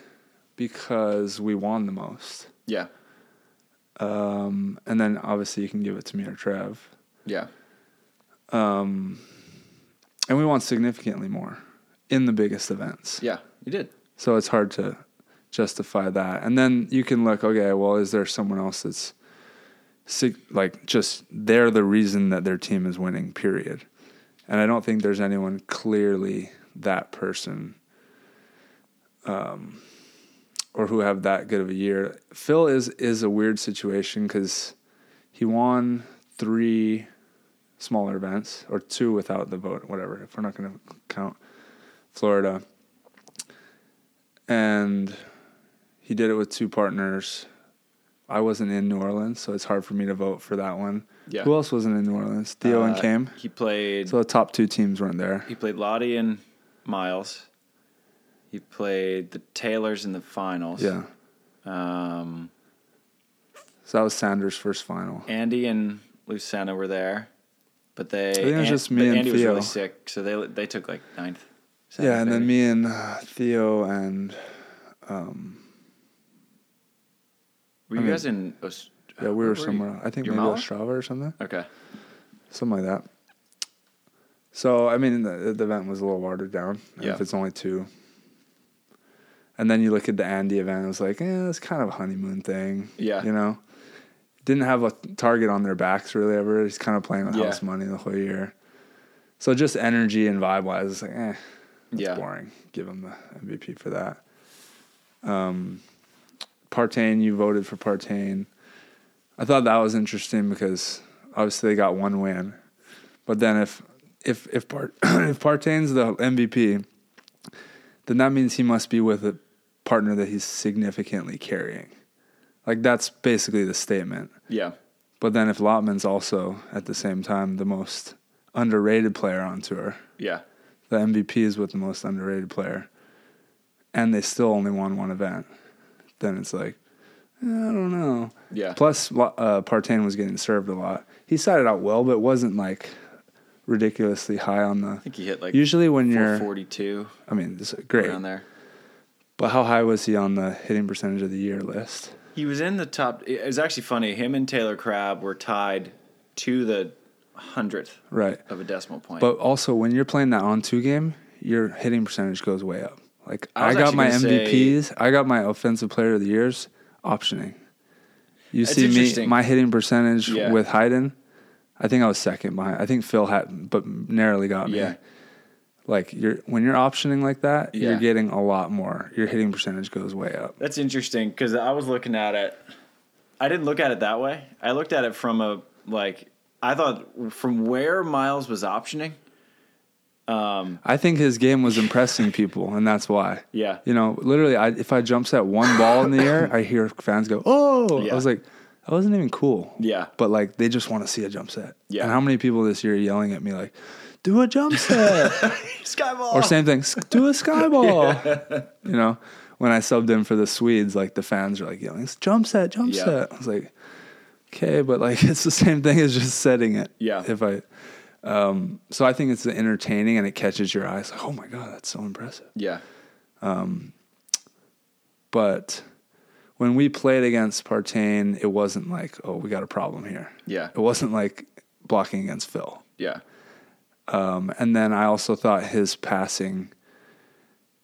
Speaker 2: because we won the most.
Speaker 1: Yeah.
Speaker 2: Um, and then obviously you can give it to me or Trev,
Speaker 1: Yeah.
Speaker 2: and we won significantly more in the biggest events.
Speaker 1: Yeah. You did.
Speaker 2: So it's hard to justify that. And then you can look, okay, well, is there someone else that's sig- like just they're the reason that their team is winning, period. And I don't think there's anyone clearly that person um, or who have that good of a year. Phil is is a weird situation cuz he won 3 smaller events or two without the vote, whatever. If we're not going to count Florida and he did it with two partners. I wasn't in New Orleans, so it's hard for me to vote for that one.
Speaker 1: Yeah.
Speaker 2: Who else wasn't in New Orleans? Theo and
Speaker 1: Uh,
Speaker 2: Cam.
Speaker 1: He played.
Speaker 2: So the top two teams weren't there.
Speaker 1: he played Lottie and Miles. He played the Taylors in the finals.
Speaker 2: Yeah.
Speaker 1: Um,
Speaker 2: So that was Sanders' first final.
Speaker 1: Andy and Lucena were there, but they. I
Speaker 2: think it was just me and
Speaker 1: Andy was
Speaker 2: Theo.
Speaker 1: really sick, so they they took like ninth. seventh,
Speaker 2: yeah, and then
Speaker 1: maybe.
Speaker 2: me and uh, Theo and um,
Speaker 1: Were you guys in? Aus-
Speaker 2: Yeah, we
Speaker 1: where
Speaker 2: were
Speaker 1: you?
Speaker 2: somewhere. I think maybe
Speaker 1: Guatemala?
Speaker 2: Ostrava or something,
Speaker 1: Okay.
Speaker 2: something like that. So I mean, the, the event was a little watered down.
Speaker 1: Yeah.
Speaker 2: If it's only two, and then you look at the Andy event, it was like, eh, it's kind of a honeymoon thing.
Speaker 1: Yeah.
Speaker 2: You know, didn't have a target on their backs really ever. He's kind of playing with
Speaker 1: Yeah.
Speaker 2: house money the whole year. So just energy and vibe wise, it's like, eh, that's
Speaker 1: Yeah.
Speaker 2: boring. Give him the MVP for that. Um, Partain, you voted for Partain. I thought that was interesting because obviously they got one win, but then if if if Part if Partain's the MVP, then that means he must be with a partner that he's significantly carrying. Like that's basically the statement.
Speaker 1: Yeah.
Speaker 2: But then if Lotman's also at the same time the most underrated player on tour,
Speaker 1: Yeah.
Speaker 2: the MVP is with the most underrated player, and they still only won one event, then it's like, eh, I don't know.
Speaker 1: Yeah.
Speaker 2: Plus, Lo- uh, Partain was getting served a lot. He started out well, but wasn't like ridiculously high on the.
Speaker 1: I think he hit like
Speaker 2: Usually, when you're,
Speaker 1: 442
Speaker 2: I mean, this is great.
Speaker 1: around there.
Speaker 2: But how high was he on the hitting percentage of the year list?
Speaker 1: He was in the top. It was actually funny. Him and Taylor Crab were tied to the hundredth
Speaker 2: Right.
Speaker 1: of a decimal point.
Speaker 2: But also, when you're playing that on two game, your hitting percentage goes way up. Like
Speaker 1: I
Speaker 2: I,
Speaker 1: was
Speaker 2: got
Speaker 1: actually
Speaker 2: my
Speaker 1: gonna say-
Speaker 2: MVPs, I got my offensive player of the years optioning. You
Speaker 1: That's
Speaker 2: see me
Speaker 1: interesting.
Speaker 2: my hitting percentage
Speaker 1: Yeah.
Speaker 2: with Hayden. I think I was second behind. I think Phil had, but narrowly got me.
Speaker 1: Yeah.
Speaker 2: Like you're when you're optioning like that,
Speaker 1: Yeah.
Speaker 2: you're getting a lot more. Your hitting percentage goes way up.
Speaker 1: That's interesting because I was looking at it. I didn't look at it that way. I looked at it from a like. I thought from where Miles was optioning.
Speaker 2: I think his game was impressing people, and that's why.
Speaker 1: Yeah.
Speaker 2: You know, literally, I, if I jump set one ball in the air, I hear fans go, "Oh!"
Speaker 1: Yeah.
Speaker 2: I was like, "That wasn't even cool."
Speaker 1: Yeah.
Speaker 2: But like, they just want to see a jump set.
Speaker 1: Yeah.
Speaker 2: And how many people this year are yelling at me like, "Do a jump set,"
Speaker 1: Skyball.
Speaker 2: or same thing, "S- "Do a sky ball." You know, when I subbed in for the Swedes, like the fans are like yelling, "It's "Jump set, jump
Speaker 1: Yeah.
Speaker 2: set!" I was like, "Okay," but like, it's the same thing as just setting it.
Speaker 1: Yeah.
Speaker 2: If I. Um, so I think it's entertaining and it catches your eyes. Like, oh my god, that's so impressive
Speaker 1: yeah.
Speaker 2: but when we played against Partain, it wasn't like, oh, we got a problem here.
Speaker 1: Yeah.
Speaker 2: It wasn't like blocking against Phil.
Speaker 1: Yeah.
Speaker 2: Um, and then I also thought his passing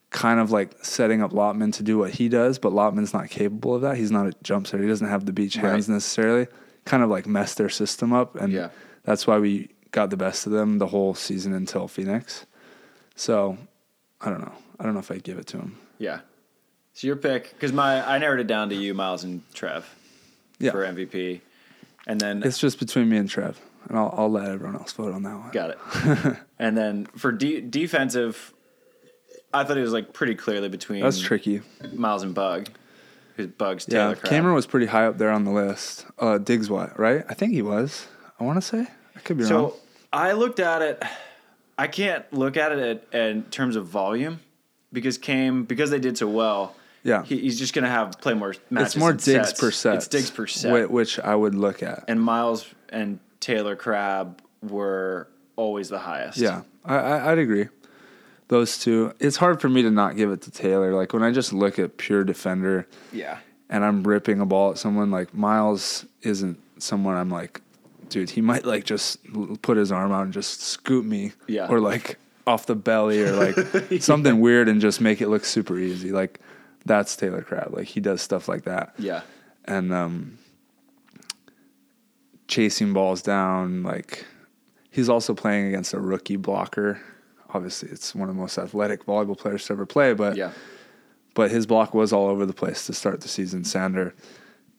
Speaker 2: kind of like setting up Lotman to do what he does, but Lotman's not capable of that. He's not a jump setter. He doesn't have the beach hands
Speaker 1: Right.
Speaker 2: necessarily. Kind of like messed their system up. And
Speaker 1: Yeah.
Speaker 2: that's why we got the best of them the whole season until Phoenix. So I don't know. I don't know if I give it to him.
Speaker 1: Yeah. So your pick because my I narrowed it down to you, Miles and Trev
Speaker 2: Yeah.
Speaker 1: for MVP, and then
Speaker 2: It's just between me and Trev, and I'll, I'll let everyone else vote on that one.
Speaker 1: Got it. and then for de- defensive, I thought it was like pretty clearly between
Speaker 2: That's tricky.
Speaker 1: Miles and Bug, who's Bug's Taylor
Speaker 2: Yeah,
Speaker 1: Crab.
Speaker 2: Cameron was pretty high up there on the list. Uh, Diggs, what? Right? I think he was. I want to say. I could be wrong.
Speaker 1: So I looked at it. I can't look at it at, in terms of volume because Came because they did so well.
Speaker 2: Yeah.
Speaker 1: he, he's just gonna have play more matches.
Speaker 2: It's more
Speaker 1: and
Speaker 2: Diggs
Speaker 1: sets.
Speaker 2: per set.
Speaker 1: It's digs per set.
Speaker 2: whi- which I would look at.
Speaker 1: And Miles and Taylor Crab were always the highest.
Speaker 2: Yeah, I, I, I'd agree. Those two. It's hard for me to not give it to Taylor. Like when I just look at pure defender,
Speaker 1: yeah,
Speaker 2: and I'm ripping a ball at someone, like Miles isn't someone I'm like, dude, he might like just l- put his arm out and just scoop me,
Speaker 1: Yeah.
Speaker 2: or like off the belly or like something weird and just make it look super easy. Like that's Taylor Crab. Like he does stuff like that,
Speaker 1: yeah,
Speaker 2: and um, chasing balls down. Like he's also playing against a rookie blocker. Obviously, it's one of the most athletic volleyball players to ever play, but
Speaker 1: yeah,
Speaker 2: but his block was all over the place to start the season. Sander,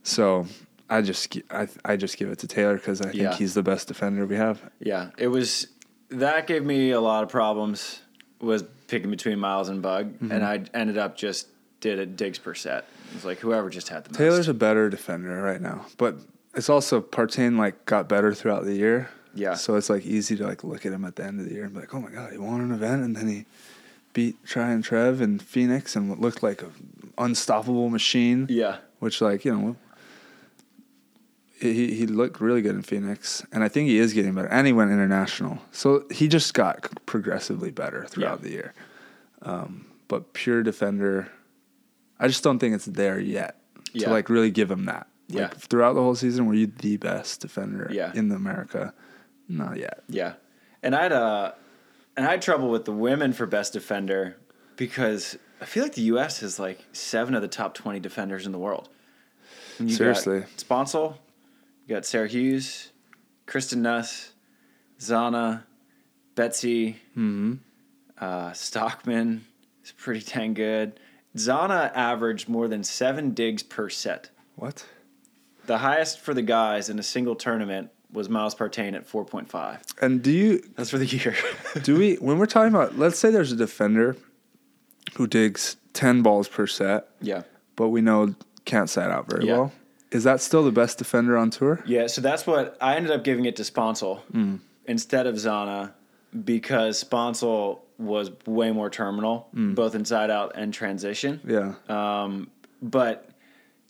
Speaker 2: so I just gi- I I just give it to Taylor because I think
Speaker 1: Yeah.
Speaker 2: he's the best defender we have.
Speaker 1: yeah. It was that gave me a lot of problems. Was picking between Miles and Bug, and I ended up just did it digs per set. It's like whoever just had the most.
Speaker 2: Taylor's a better defender right now, but it's also Partain like got better throughout the year.
Speaker 1: Yeah.
Speaker 2: so it's like easy to like look at him at the end of the year and be like, oh my god, he won an event and then he beat Try and Trev and Phoenix and looked like an unstoppable machine.
Speaker 1: Yeah,
Speaker 2: which like you know he he looked really good in Phoenix, and I think he is getting better. And he went international, so he just got progressively better throughout
Speaker 1: Yeah.
Speaker 2: the year. Um, but pure defender, I just don't think it's there yet
Speaker 1: Yeah.
Speaker 2: to like really give him that.
Speaker 1: Yeah.
Speaker 2: Like throughout the whole season, were you the best defender
Speaker 1: Yeah.
Speaker 2: in America? Not yet.
Speaker 1: Yeah, and I had uh, and I had trouble with the women for best defender because I feel like the U.S. has like seven of the top twenty defenders in the world. And you
Speaker 2: Seriously.
Speaker 1: got Sponsel, you got Sarah Hughes, Kristen Nuss, Zana, Betsy, Mm-hmm. uh, Stockman is pretty dang good. Zana averaged more than seven digs per set.
Speaker 2: What?
Speaker 1: The highest for the guys in a single tournament was Miles Partain at 4.5.
Speaker 2: And do you
Speaker 1: That's for the year.
Speaker 2: do we when we're talking about let's say there's a defender who digs ten balls per set,
Speaker 1: yeah.
Speaker 2: but we know can't set out very
Speaker 1: Yeah.
Speaker 2: well. Is that still the best defender on tour?
Speaker 1: Yeah, so that's what I ended up giving it to Sponsel
Speaker 2: Mm.
Speaker 1: instead of Zana because Sponsel was way more terminal,
Speaker 2: Mm.
Speaker 1: both inside out and transition.
Speaker 2: Yeah.
Speaker 1: But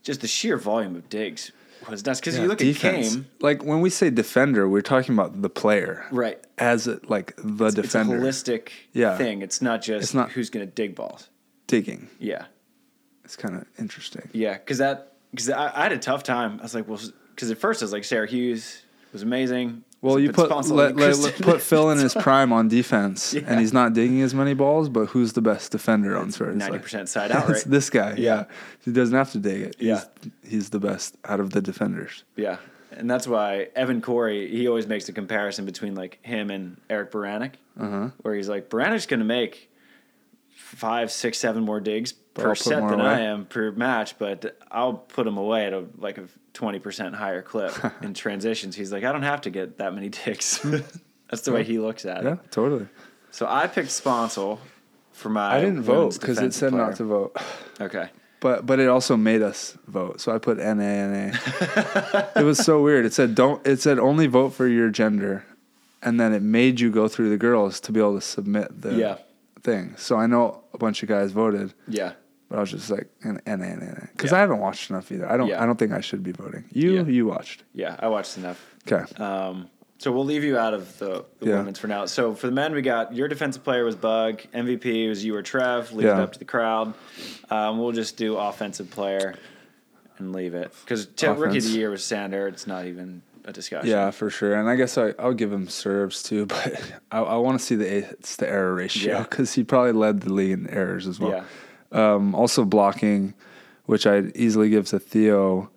Speaker 1: just the sheer volume of digs was nuts. Because
Speaker 2: Yeah,
Speaker 1: you look at Kame,
Speaker 2: Like when we say defender, we're talking about the player.
Speaker 1: right?
Speaker 2: As a, like the
Speaker 1: It's a
Speaker 2: defender
Speaker 1: holistic
Speaker 2: Yeah.
Speaker 1: thing. It's not just
Speaker 2: It's not-
Speaker 1: who's going to dig balls.
Speaker 2: digging.
Speaker 1: Yeah,
Speaker 2: It's kind of interesting.
Speaker 1: yeah. Because that because I, I had a tough time. I was like, well, because at first I was like, Sarah Hughes was amazing.
Speaker 2: Well,
Speaker 1: So
Speaker 2: you put
Speaker 1: Sponsel
Speaker 2: let,
Speaker 1: and
Speaker 2: let-
Speaker 1: Kristen-
Speaker 2: put Phil in his prime on defense,
Speaker 1: Yeah.
Speaker 2: and he's not digging as many balls. But who's the best defender on tour? It's like,
Speaker 1: 90% side out,
Speaker 2: it's
Speaker 1: right?
Speaker 2: this guy.
Speaker 1: Yeah.
Speaker 2: Yeah. he doesn't have to dig it.
Speaker 1: Yeah.
Speaker 2: he's, he's the best out of the defenders.
Speaker 1: Yeah. And that's why Evan Corey, he always makes the comparison between like him and Eric Baranek,
Speaker 2: Uh-huh.
Speaker 1: where he's like, Baranik's going to make five, six, seven more digs
Speaker 2: I'll
Speaker 1: per
Speaker 2: put
Speaker 1: set
Speaker 2: more
Speaker 1: than I
Speaker 2: away.
Speaker 1: am per match, but I'll put him away at a, like a 20% higher clip in transitions. He's like, I don't have to get that many digs. that's the way he looks at
Speaker 2: Hmm. Yeah,
Speaker 1: it.
Speaker 2: totally.
Speaker 1: So I picked Sponsel for my.
Speaker 2: I didn't vote
Speaker 1: women's
Speaker 2: because it
Speaker 1: defensive
Speaker 2: said
Speaker 1: player.
Speaker 2: not to vote,
Speaker 1: Okay.
Speaker 2: but but it also made us vote. So I put na na. it was so weird. It said don't. It said only vote for your gender, and then it made you go through the girls to be able to submit the
Speaker 1: Yeah.
Speaker 2: thing. So I know a bunch of guys voted.
Speaker 1: Yeah.
Speaker 2: But I was just like, and and and and because
Speaker 1: Yeah.
Speaker 2: I haven't watched enough either. I don't.
Speaker 1: Yeah.
Speaker 2: I don't think I should be voting. You
Speaker 1: Yeah.
Speaker 2: you watched.
Speaker 1: Yeah. I watched enough.
Speaker 2: Okay.
Speaker 1: Um, so we'll leave you out of the, the
Speaker 2: Yeah.
Speaker 1: women's for now. So for the men, we got your defensive player was Bug, MVP was you or Trev. Leave it
Speaker 2: Yeah.
Speaker 1: up to the crowd. Um, we'll just do offensive player and leave it because rookie of
Speaker 2: Offense.
Speaker 1: the year was Sander. It's not even a discussion.
Speaker 2: yeah, for sure. And I guess I I'll give him serves too, but I, I want to see the it's the error ratio
Speaker 1: Yeah.
Speaker 2: because he probably led the league in errors as well.
Speaker 1: Yeah.
Speaker 2: Um, also blocking, which I easily give to Theo,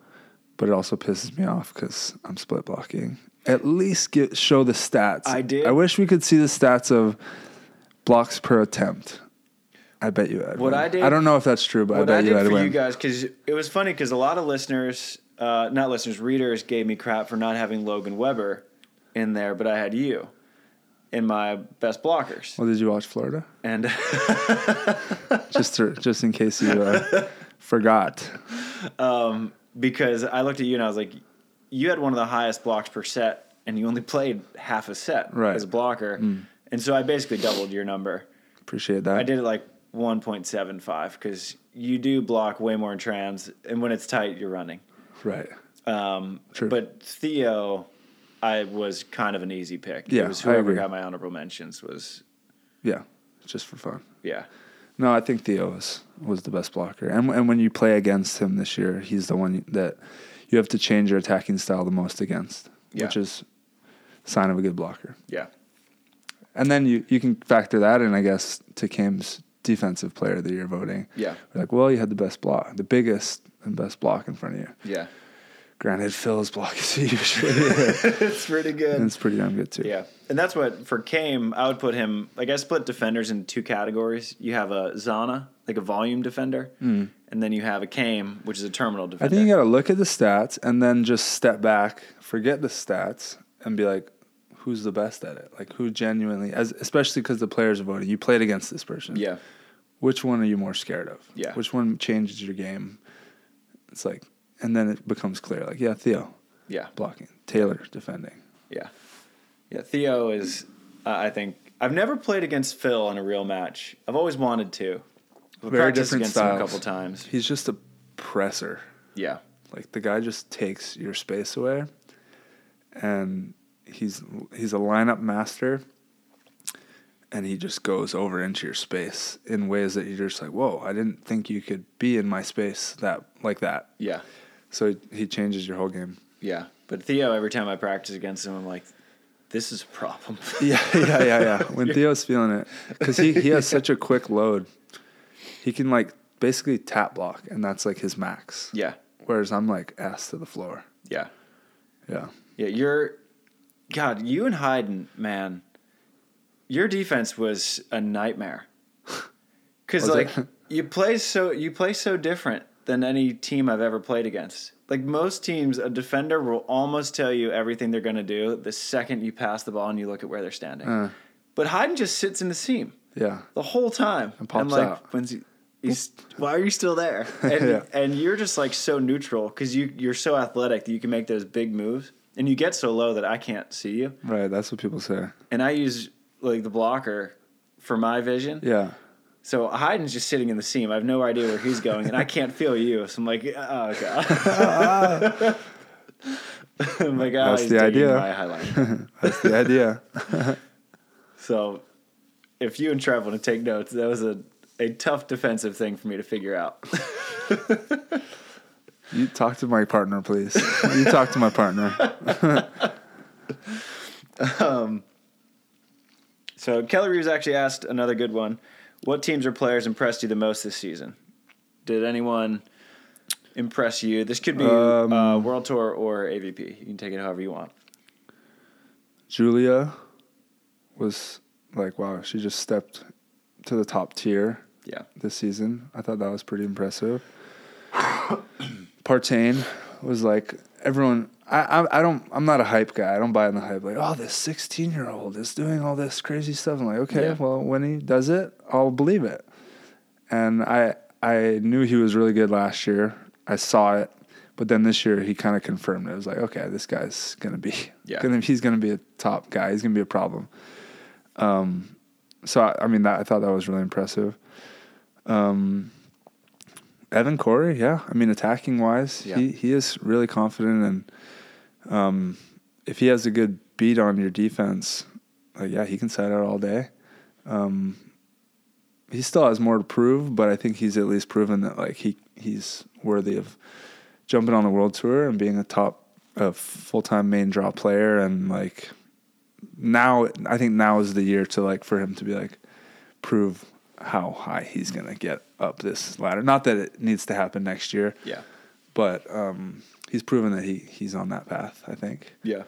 Speaker 2: but it also pisses me off because I'm split blocking. At least get, show the stats.
Speaker 1: I did-
Speaker 2: I wish we could see the stats of blocks per attempt. I bet you. I'd
Speaker 1: What
Speaker 2: win.
Speaker 1: I did-
Speaker 2: I don't know if that's true, but I
Speaker 1: What
Speaker 2: bet
Speaker 1: I did
Speaker 2: you. I'd
Speaker 1: for
Speaker 2: win.
Speaker 1: you guys because it was funny because a lot of listeners, uh, not listeners, readers gave me crap for not having Logan Weber in there, but I had you in my best blockers
Speaker 2: Well, did you watch Florida?
Speaker 1: and.
Speaker 2: Just to, just in case you uh, forgot.
Speaker 1: because I looked at you and I was like, you had one of the highest blocks per set, and you only played half a set
Speaker 2: Right. Mm.
Speaker 1: as a blocker, and so I basically doubled your number.
Speaker 2: Appreciate that.
Speaker 1: I did it like one point seven five because you do block way more in trans, and when it's tight, you're running.
Speaker 2: Right.
Speaker 1: Um,
Speaker 2: True.
Speaker 1: But Theo, I was kind of an easy pick.
Speaker 2: Yeah,
Speaker 1: it was
Speaker 2: I
Speaker 1: whoever
Speaker 2: agree.
Speaker 1: got my honorable mentions was
Speaker 2: Yeah. Just for fun.
Speaker 1: yeah
Speaker 2: No, I think Theo was, was the best blocker. And and when you play against him this year, he's the one that you have to change your attacking style the most against,
Speaker 1: Yeah.
Speaker 2: which is a sign of a good blocker.
Speaker 1: yeah
Speaker 2: And then you, you can factor that in, I guess, to Kim's defensive player of the year voting.
Speaker 1: Yeah.
Speaker 2: Like, well, you had the best block, the biggest and best block in front of you.
Speaker 1: yeah.
Speaker 2: Granted, Phil's block is usually,
Speaker 1: it's pretty good.
Speaker 2: and it's pretty damn good too.
Speaker 1: Yeah, and that's what for Kame, I would put him. Like I split defenders in two categories. You have a Zana, like a volume defender, and then you have a Kame, which is a terminal
Speaker 2: Mm. I
Speaker 1: defender.
Speaker 2: think you got to look at the stats and then just step back, forget the stats, and be like, who's the best at it? Like, who genuinely, as, especially because the players are voting, you played against this person.
Speaker 1: yeah,
Speaker 2: Which one are you more scared of?
Speaker 1: Yeah.
Speaker 2: Which one changes your game? It's like, and then it becomes clear. Like, yeah, Theo
Speaker 1: yeah,
Speaker 2: blocking, Taylor defending.
Speaker 1: yeah, yeah. Theo is, uh, I think, I've never played against Phil in a real match. I've always wanted to. I've
Speaker 2: Very
Speaker 1: practiced
Speaker 2: different
Speaker 1: against him a
Speaker 2: styles.
Speaker 1: couple times.
Speaker 2: He's just a presser.
Speaker 1: Yeah,
Speaker 2: Like the guy just takes your space away, and he's he's a lineup master, and he just goes over into your space in ways that you're just like, whoa, I didn't think you could be in my space that like that.
Speaker 1: yeah,
Speaker 2: So he, he changes your whole game.
Speaker 1: Yeah. But Theo, every time I practice against him, I'm like, this is a problem.
Speaker 2: Yeah, yeah, yeah, yeah. When Theo's feeling it, because he, he has such a quick load, he can like basically tap block, and that's like his max.
Speaker 1: yeah.
Speaker 2: Whereas I'm like ass to the floor.
Speaker 1: Yeah.
Speaker 2: Yeah.
Speaker 1: Yeah. You're, God, you and Hayden, man, your defense was a nightmare. Because,
Speaker 2: Was
Speaker 1: like,
Speaker 2: it?
Speaker 1: you play so, you play so different than any team I've ever played against. Like most teams, a defender will almost tell you everything they're going to do the second you pass the ball and you look at where they're standing.
Speaker 2: Uh,
Speaker 1: But Hayden just sits in the seam.
Speaker 2: yeah.
Speaker 1: the whole time.
Speaker 2: And pops
Speaker 1: I'm like,
Speaker 2: out.
Speaker 1: When's he, he's, why are you still there? And,
Speaker 2: Yeah.
Speaker 1: and you're just like so neutral because you you're so athletic that you can make those big moves, and you get so low that I can't see you.
Speaker 2: Right. That's what people say.
Speaker 1: And I use like the blocker for my vision.
Speaker 2: Yeah.
Speaker 1: So Hayden's just sitting in the seam. I have no idea where he's going, and I can't feel you. So I'm like, oh god. I'm like, oh,
Speaker 2: That's
Speaker 1: he's
Speaker 2: the
Speaker 1: digging
Speaker 2: idea.
Speaker 1: My highlight.
Speaker 2: That's the idea.
Speaker 1: So, if you and Trev want to take notes, that was a a tough defensive thing for me to figure out.
Speaker 2: You talk to my partner, please. You talk to my partner.
Speaker 1: So Kelly Reeves actually asked another good one. What teams or players impressed you the most this season? Did anyone impress you? This could be
Speaker 2: Um,
Speaker 1: uh, World Tour or AVP. You can take it however you want.
Speaker 2: Julia was like, wow, she just stepped to the top tier
Speaker 1: Yeah.
Speaker 2: this season. I thought that was pretty impressive. Partain was like everyone. I, I I don't. I'm not a hype guy. I don't buy in the hype. Like, oh, this 16 year old is doing all this crazy stuff. I'm like, okay,
Speaker 1: Yeah.
Speaker 2: well, when he does it, I'll believe it. And I I knew he was really good last year. I saw it, but then this year he kind of confirmed it. I was like, okay, this guy's gonna be
Speaker 1: Yeah.
Speaker 2: gonna he's gonna be a top guy. He's gonna be a problem. Um, so I, I mean, that, I thought that was really impressive. Um, Evan Corey, yeah. I mean, attacking wise,
Speaker 1: Yeah.
Speaker 2: he, he is really confident, and um, if he has a good beat on your defense, like yeah, he can side out all day. Um, he still has more to prove, but I think he's at least proven that like he he's worthy of jumping on the world tour and being a top, a full time main draw player, and like now I think now is the year to like for him to be like prove how high he's gonna get up this ladder. Not that it needs to happen next year,
Speaker 1: Yeah.
Speaker 2: but um, he's proven that he he's on that path. I think.
Speaker 1: Yeah.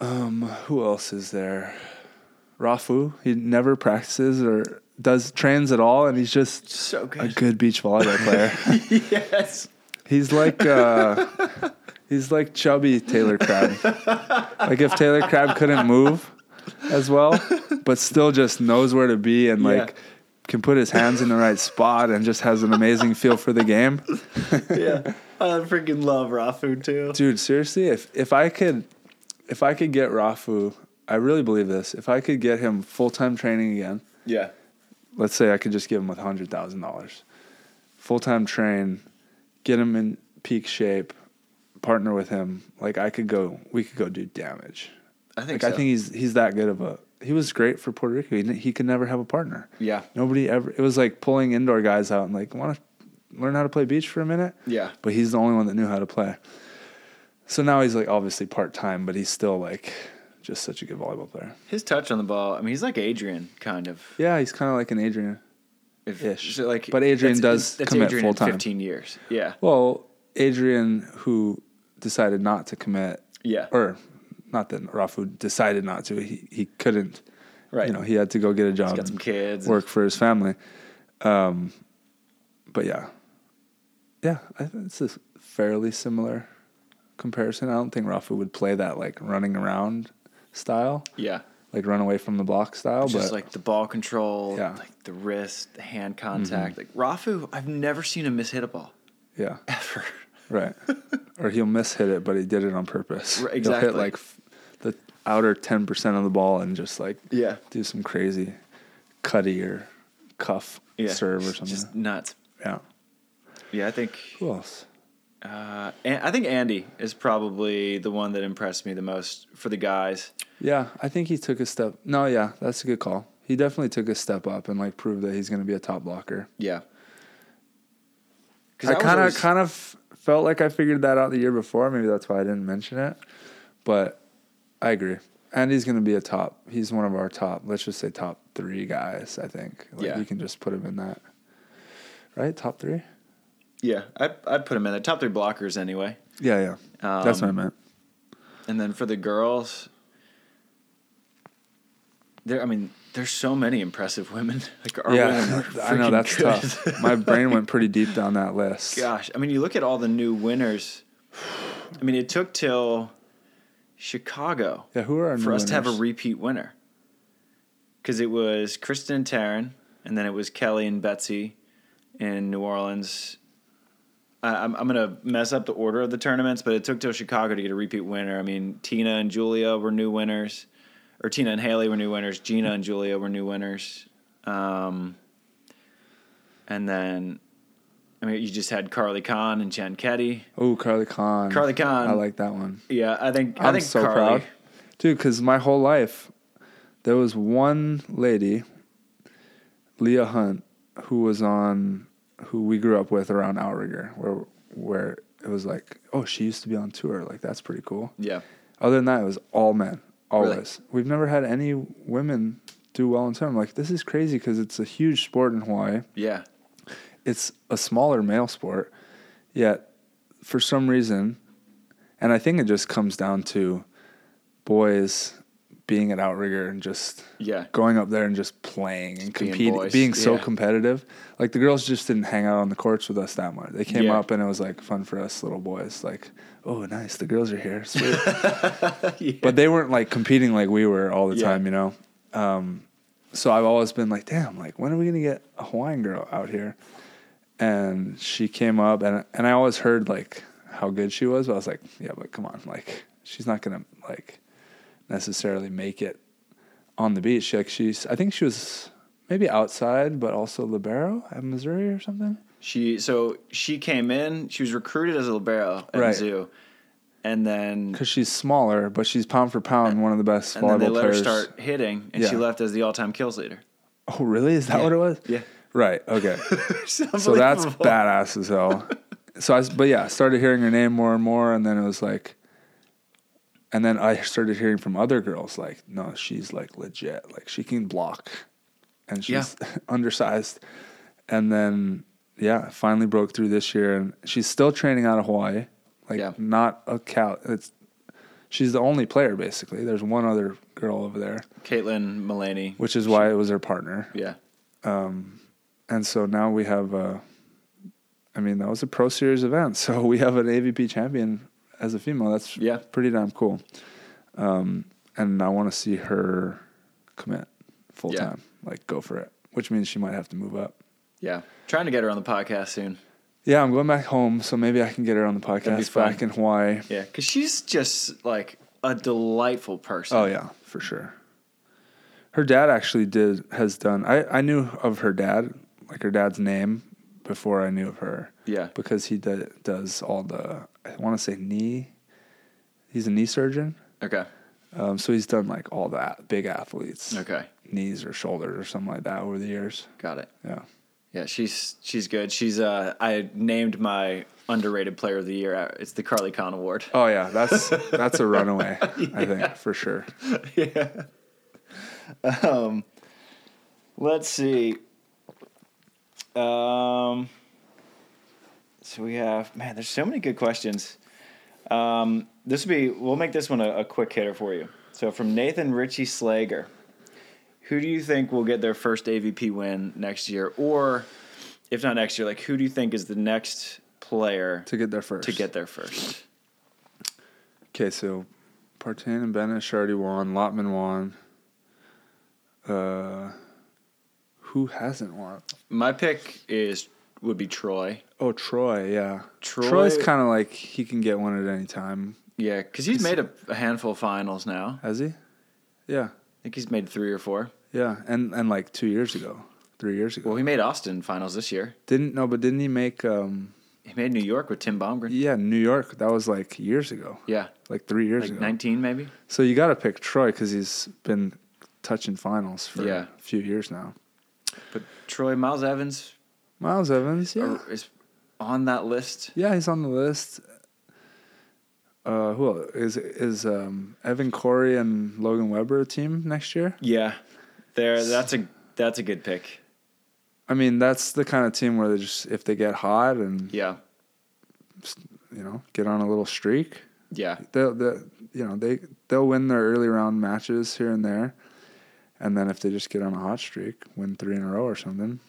Speaker 2: Um, who else is there? Rafu. He never practices or does trains at all, and he's just
Speaker 1: So
Speaker 2: a
Speaker 1: good.
Speaker 2: good beach volleyball player.
Speaker 1: yes.
Speaker 2: He's like uh, he's like chubby Taylor Crab. like if Taylor Crab couldn't move as well, but still just knows where to be and
Speaker 1: Yeah.
Speaker 2: like can put his hands in the right spot and just has an amazing feel for the game.
Speaker 1: Yeah. I freaking love raw food too.
Speaker 2: Dude, seriously, if if I could if I could get Rafu, I really believe this. If I could get him full time training again,
Speaker 1: Yeah.
Speaker 2: let's say I could just give him hundred thousand dollars, full time train, get him in peak shape, partner with him. Like I could go, we could go do damage.
Speaker 1: I think
Speaker 2: like
Speaker 1: so.
Speaker 2: I think he's he's that good of a. He was great for Puerto Rico. He, he could never have a partner.
Speaker 1: Yeah.
Speaker 2: Nobody ever. It was like pulling indoor guys out and like want to learn how to play beach for a minute.
Speaker 1: Yeah.
Speaker 2: But he's the only one that knew how to play. So now he's like obviously part time, but he's still like just such a good volleyball player.
Speaker 1: His touch on the ball, I mean, he's like Adrian, kind of.
Speaker 2: Yeah, he's kind of like an Adrian.
Speaker 1: If,
Speaker 2: Ish.
Speaker 1: so, like,
Speaker 2: But Adrian does
Speaker 1: that's
Speaker 2: commit
Speaker 1: Adrian in
Speaker 2: full-time.
Speaker 1: 15 years. Yeah.
Speaker 2: Well, Adrian, who decided not to commit,
Speaker 1: Yeah.
Speaker 2: or not that Rafu decided not to, he, he couldn't.
Speaker 1: Right.
Speaker 2: You know, he had to go get a job,
Speaker 1: got
Speaker 2: and
Speaker 1: some kids.
Speaker 2: work for his family. Um, but yeah, yeah, I think it's a fairly similar comparison. I don't think Rafu would play that like running around style,
Speaker 1: Yeah.
Speaker 2: like run away from the block style,
Speaker 1: It's
Speaker 2: but
Speaker 1: just like the ball control,
Speaker 2: Yeah.
Speaker 1: like the wrist, the hand contact. Like Rafu, I've never seen him miss hit a ball
Speaker 2: yeah,
Speaker 1: ever.
Speaker 2: Right. or he'll miss hit it, but he did it on purpose.
Speaker 1: Right,
Speaker 2: He'll
Speaker 1: exactly.
Speaker 2: hit like f- the outer 10% of the ball and just like
Speaker 1: Yeah.
Speaker 2: do some crazy cutty or cuff serve or
Speaker 1: It's
Speaker 2: something.
Speaker 1: Just nuts.
Speaker 2: yeah.
Speaker 1: Yeah, I think
Speaker 2: Who else?
Speaker 1: uh, and I think Andy is probably the one that impressed me the most for the guys.
Speaker 2: Yeah, I think he took a step. No, yeah, that's a good call. He definitely took a step up and like proved that he's going to be a top blocker.
Speaker 1: Yeah. 'Cause
Speaker 2: I
Speaker 1: was
Speaker 2: kind of
Speaker 1: always-
Speaker 2: kind of felt like I figured that out the year before. Maybe that's why I didn't mention it. But I agree. Andy's going to be a top. He's one of our top. Let's just say top three guys. I think. Like,
Speaker 1: Yeah.
Speaker 2: You can just put him in that. Right, top three.
Speaker 1: yeah, I I put him in the top three blockers anyway.
Speaker 2: Yeah, yeah. that's
Speaker 1: Um,
Speaker 2: what I meant.
Speaker 1: And then for the girls, there. I mean, there's so many impressive women. Like our women
Speaker 2: Yeah,
Speaker 1: are
Speaker 2: I know
Speaker 1: freaking
Speaker 2: that's
Speaker 1: good.
Speaker 2: tough. My brain went pretty deep down that list.
Speaker 1: Gosh, I mean, you look at all the new winners. I mean, it took till Chicago
Speaker 2: Yeah, who are our
Speaker 1: for
Speaker 2: new
Speaker 1: us to have a
Speaker 2: winners?
Speaker 1: repeat winner. Because it was Kristen and Taryn, and then it was Kelly and Betsy in New Orleans. I, I'm, I'm going to mess up the order of the tournaments, but it took till Chicago to get a repeat winner. I mean, Tina and Julia were new winners, or Tina and Haley were new winners. Gina and Julia were new winners. Um, and then, I mean, you just had Carly Khan and Chan Ketty.
Speaker 2: Oh, Carly Khan.
Speaker 1: Carly Khan.
Speaker 2: I like that one.
Speaker 1: Yeah, I think I
Speaker 2: I'm
Speaker 1: think
Speaker 2: so
Speaker 1: Carly.
Speaker 2: proud, dude. Because my whole life, there was one lady, Leah Hunt, who was on, who we grew up with around Outrigger, where where it was like, oh, she used to be on tour. Like that's pretty cool.
Speaker 1: Yeah,
Speaker 2: Other than that, it was all men. Always. We've never had any women do well in swim. Like this is crazy because it's a huge sport in Hawaii
Speaker 1: yeah.
Speaker 2: it's a smaller male sport, yet for some reason, and I think it just comes down to boys being an outrigger and just
Speaker 1: Yeah.
Speaker 2: going up there and just playing and
Speaker 1: being
Speaker 2: competing, being,
Speaker 1: boys,
Speaker 2: so
Speaker 1: yeah.
Speaker 2: competitive. Like the girls just didn't hang out on the courts with us that much. They came
Speaker 1: Yeah.
Speaker 2: up and it was like fun for us little boys. Like, oh, nice, the girls are here, sweet. But they weren't like competing like we were all the
Speaker 1: Yeah.
Speaker 2: time, you know. Um, so I've always been like, damn, like when are we gonna get a Hawaiian girl out here? and she came up and and I always heard like how good she was, but I was like, yeah, but come on, like she's not gonna like necessarily make it on the beach. She, like she's, I think she was maybe outside, but also libero at Missouri or something.
Speaker 1: She so she came in. She was recruited as a libero at
Speaker 2: Right.
Speaker 1: Mizzou, and then
Speaker 2: Because she's smaller, but she's pound for pound one of the best
Speaker 1: and then they
Speaker 2: volleyball
Speaker 1: let
Speaker 2: players.
Speaker 1: her start hitting, and she
Speaker 2: Yeah.
Speaker 1: left as the all-time kills leader.
Speaker 2: Oh, really? Is that what it was?
Speaker 1: Yeah.
Speaker 2: Right. Okay. so that's badass as hell. so I, s- but yeah, I started hearing her name more and more, and then it was like, and then I started hearing from other girls like, no, she's like legit, like she can block, and she's undersized, and then yeah, finally broke through this year, and she's still training out of Hawaii, like
Speaker 1: Yeah.
Speaker 2: not a cow. It's she's the only player basically. There's one other girl over there,
Speaker 1: Caitlin Mullaney.
Speaker 2: which is why it was her partner
Speaker 1: Yeah,
Speaker 2: and so now we have uh I mean that was a pro series event so we have an avp champion as a female that's
Speaker 1: Yeah.
Speaker 2: pretty damn cool um and i want to see her commit full
Speaker 1: Yeah.
Speaker 2: time like go for it which means she might have to move up
Speaker 1: yeah. Trying to get her on the podcast soon.
Speaker 2: yeah i'm going back home so maybe i can get her on the podcast
Speaker 1: fun.
Speaker 2: back in hawaii
Speaker 1: Yeah, because she's just like a delightful person.
Speaker 2: Oh yeah, for sure. Her dad actually did has done. I I knew of her dad, like her dad's name, before I knew of her.
Speaker 1: Yeah.
Speaker 2: because he do, does all the. I want to say knee. He's a knee surgeon,
Speaker 1: Okay.
Speaker 2: um, so he's done like all that big athletes,
Speaker 1: Okay.
Speaker 2: knees or shoulders or something like that over the years.
Speaker 1: Got it.
Speaker 2: Yeah,
Speaker 1: Yeah, she's she's good. She's uh, I named my underrated player of the year. uh, It's the Carly Khan Award.
Speaker 2: Oh yeah, that's that's a runaway, I think for sure.
Speaker 1: Let's see. Um, so we have man, there's so many good questions. Um, this will be we'll make this one a, a quick hitter for you. So from Nathan Ritchie Slager, who do you think will get their first AVP win next year, or if not next year, like who do you think is the next player
Speaker 2: To get there first.
Speaker 1: to get there first?
Speaker 2: Okay, so Partain and Bennett, Shardy won, Lotman won. Uh, who hasn't won?
Speaker 1: My pick is would be Troy.
Speaker 2: Oh, Troy, yeah.
Speaker 1: Troy-
Speaker 2: Troy's kind of like he can get one at any time.
Speaker 1: Yeah, because he's made a, a handful of finals now. I
Speaker 2: Has he? Yeah,
Speaker 1: think he's made three or four.
Speaker 2: yeah, and and like two years ago, three years ago.
Speaker 1: Well, he made Austin finals this year.
Speaker 2: didn't no, but didn't he make? um
Speaker 1: He made New York with Tim Baumgren.
Speaker 2: Yeah, New York. That was like years ago,
Speaker 1: Yeah.
Speaker 2: like three years
Speaker 1: Like
Speaker 2: ago.
Speaker 1: 19 maybe?
Speaker 2: So you got to pick Troy because he's been touching finals for
Speaker 1: Yeah.
Speaker 2: a few years now.
Speaker 1: But Troy Miles Evans
Speaker 2: Miles Evans, yeah.
Speaker 1: is on that list?
Speaker 2: Yeah, he's on the list. Uh, who else? is is um, Evan Corey and Logan Weber a team next year?
Speaker 1: Yeah, there. That's a that's a good pick.
Speaker 2: I mean, that's the kind of team where they just if they get hot and
Speaker 1: Yeah,
Speaker 2: you know get on a little streak,
Speaker 1: yeah,
Speaker 2: they'll, they you know they they'll win their early round matches here and there, and then if they just get on a hot streak, win three in a row or something,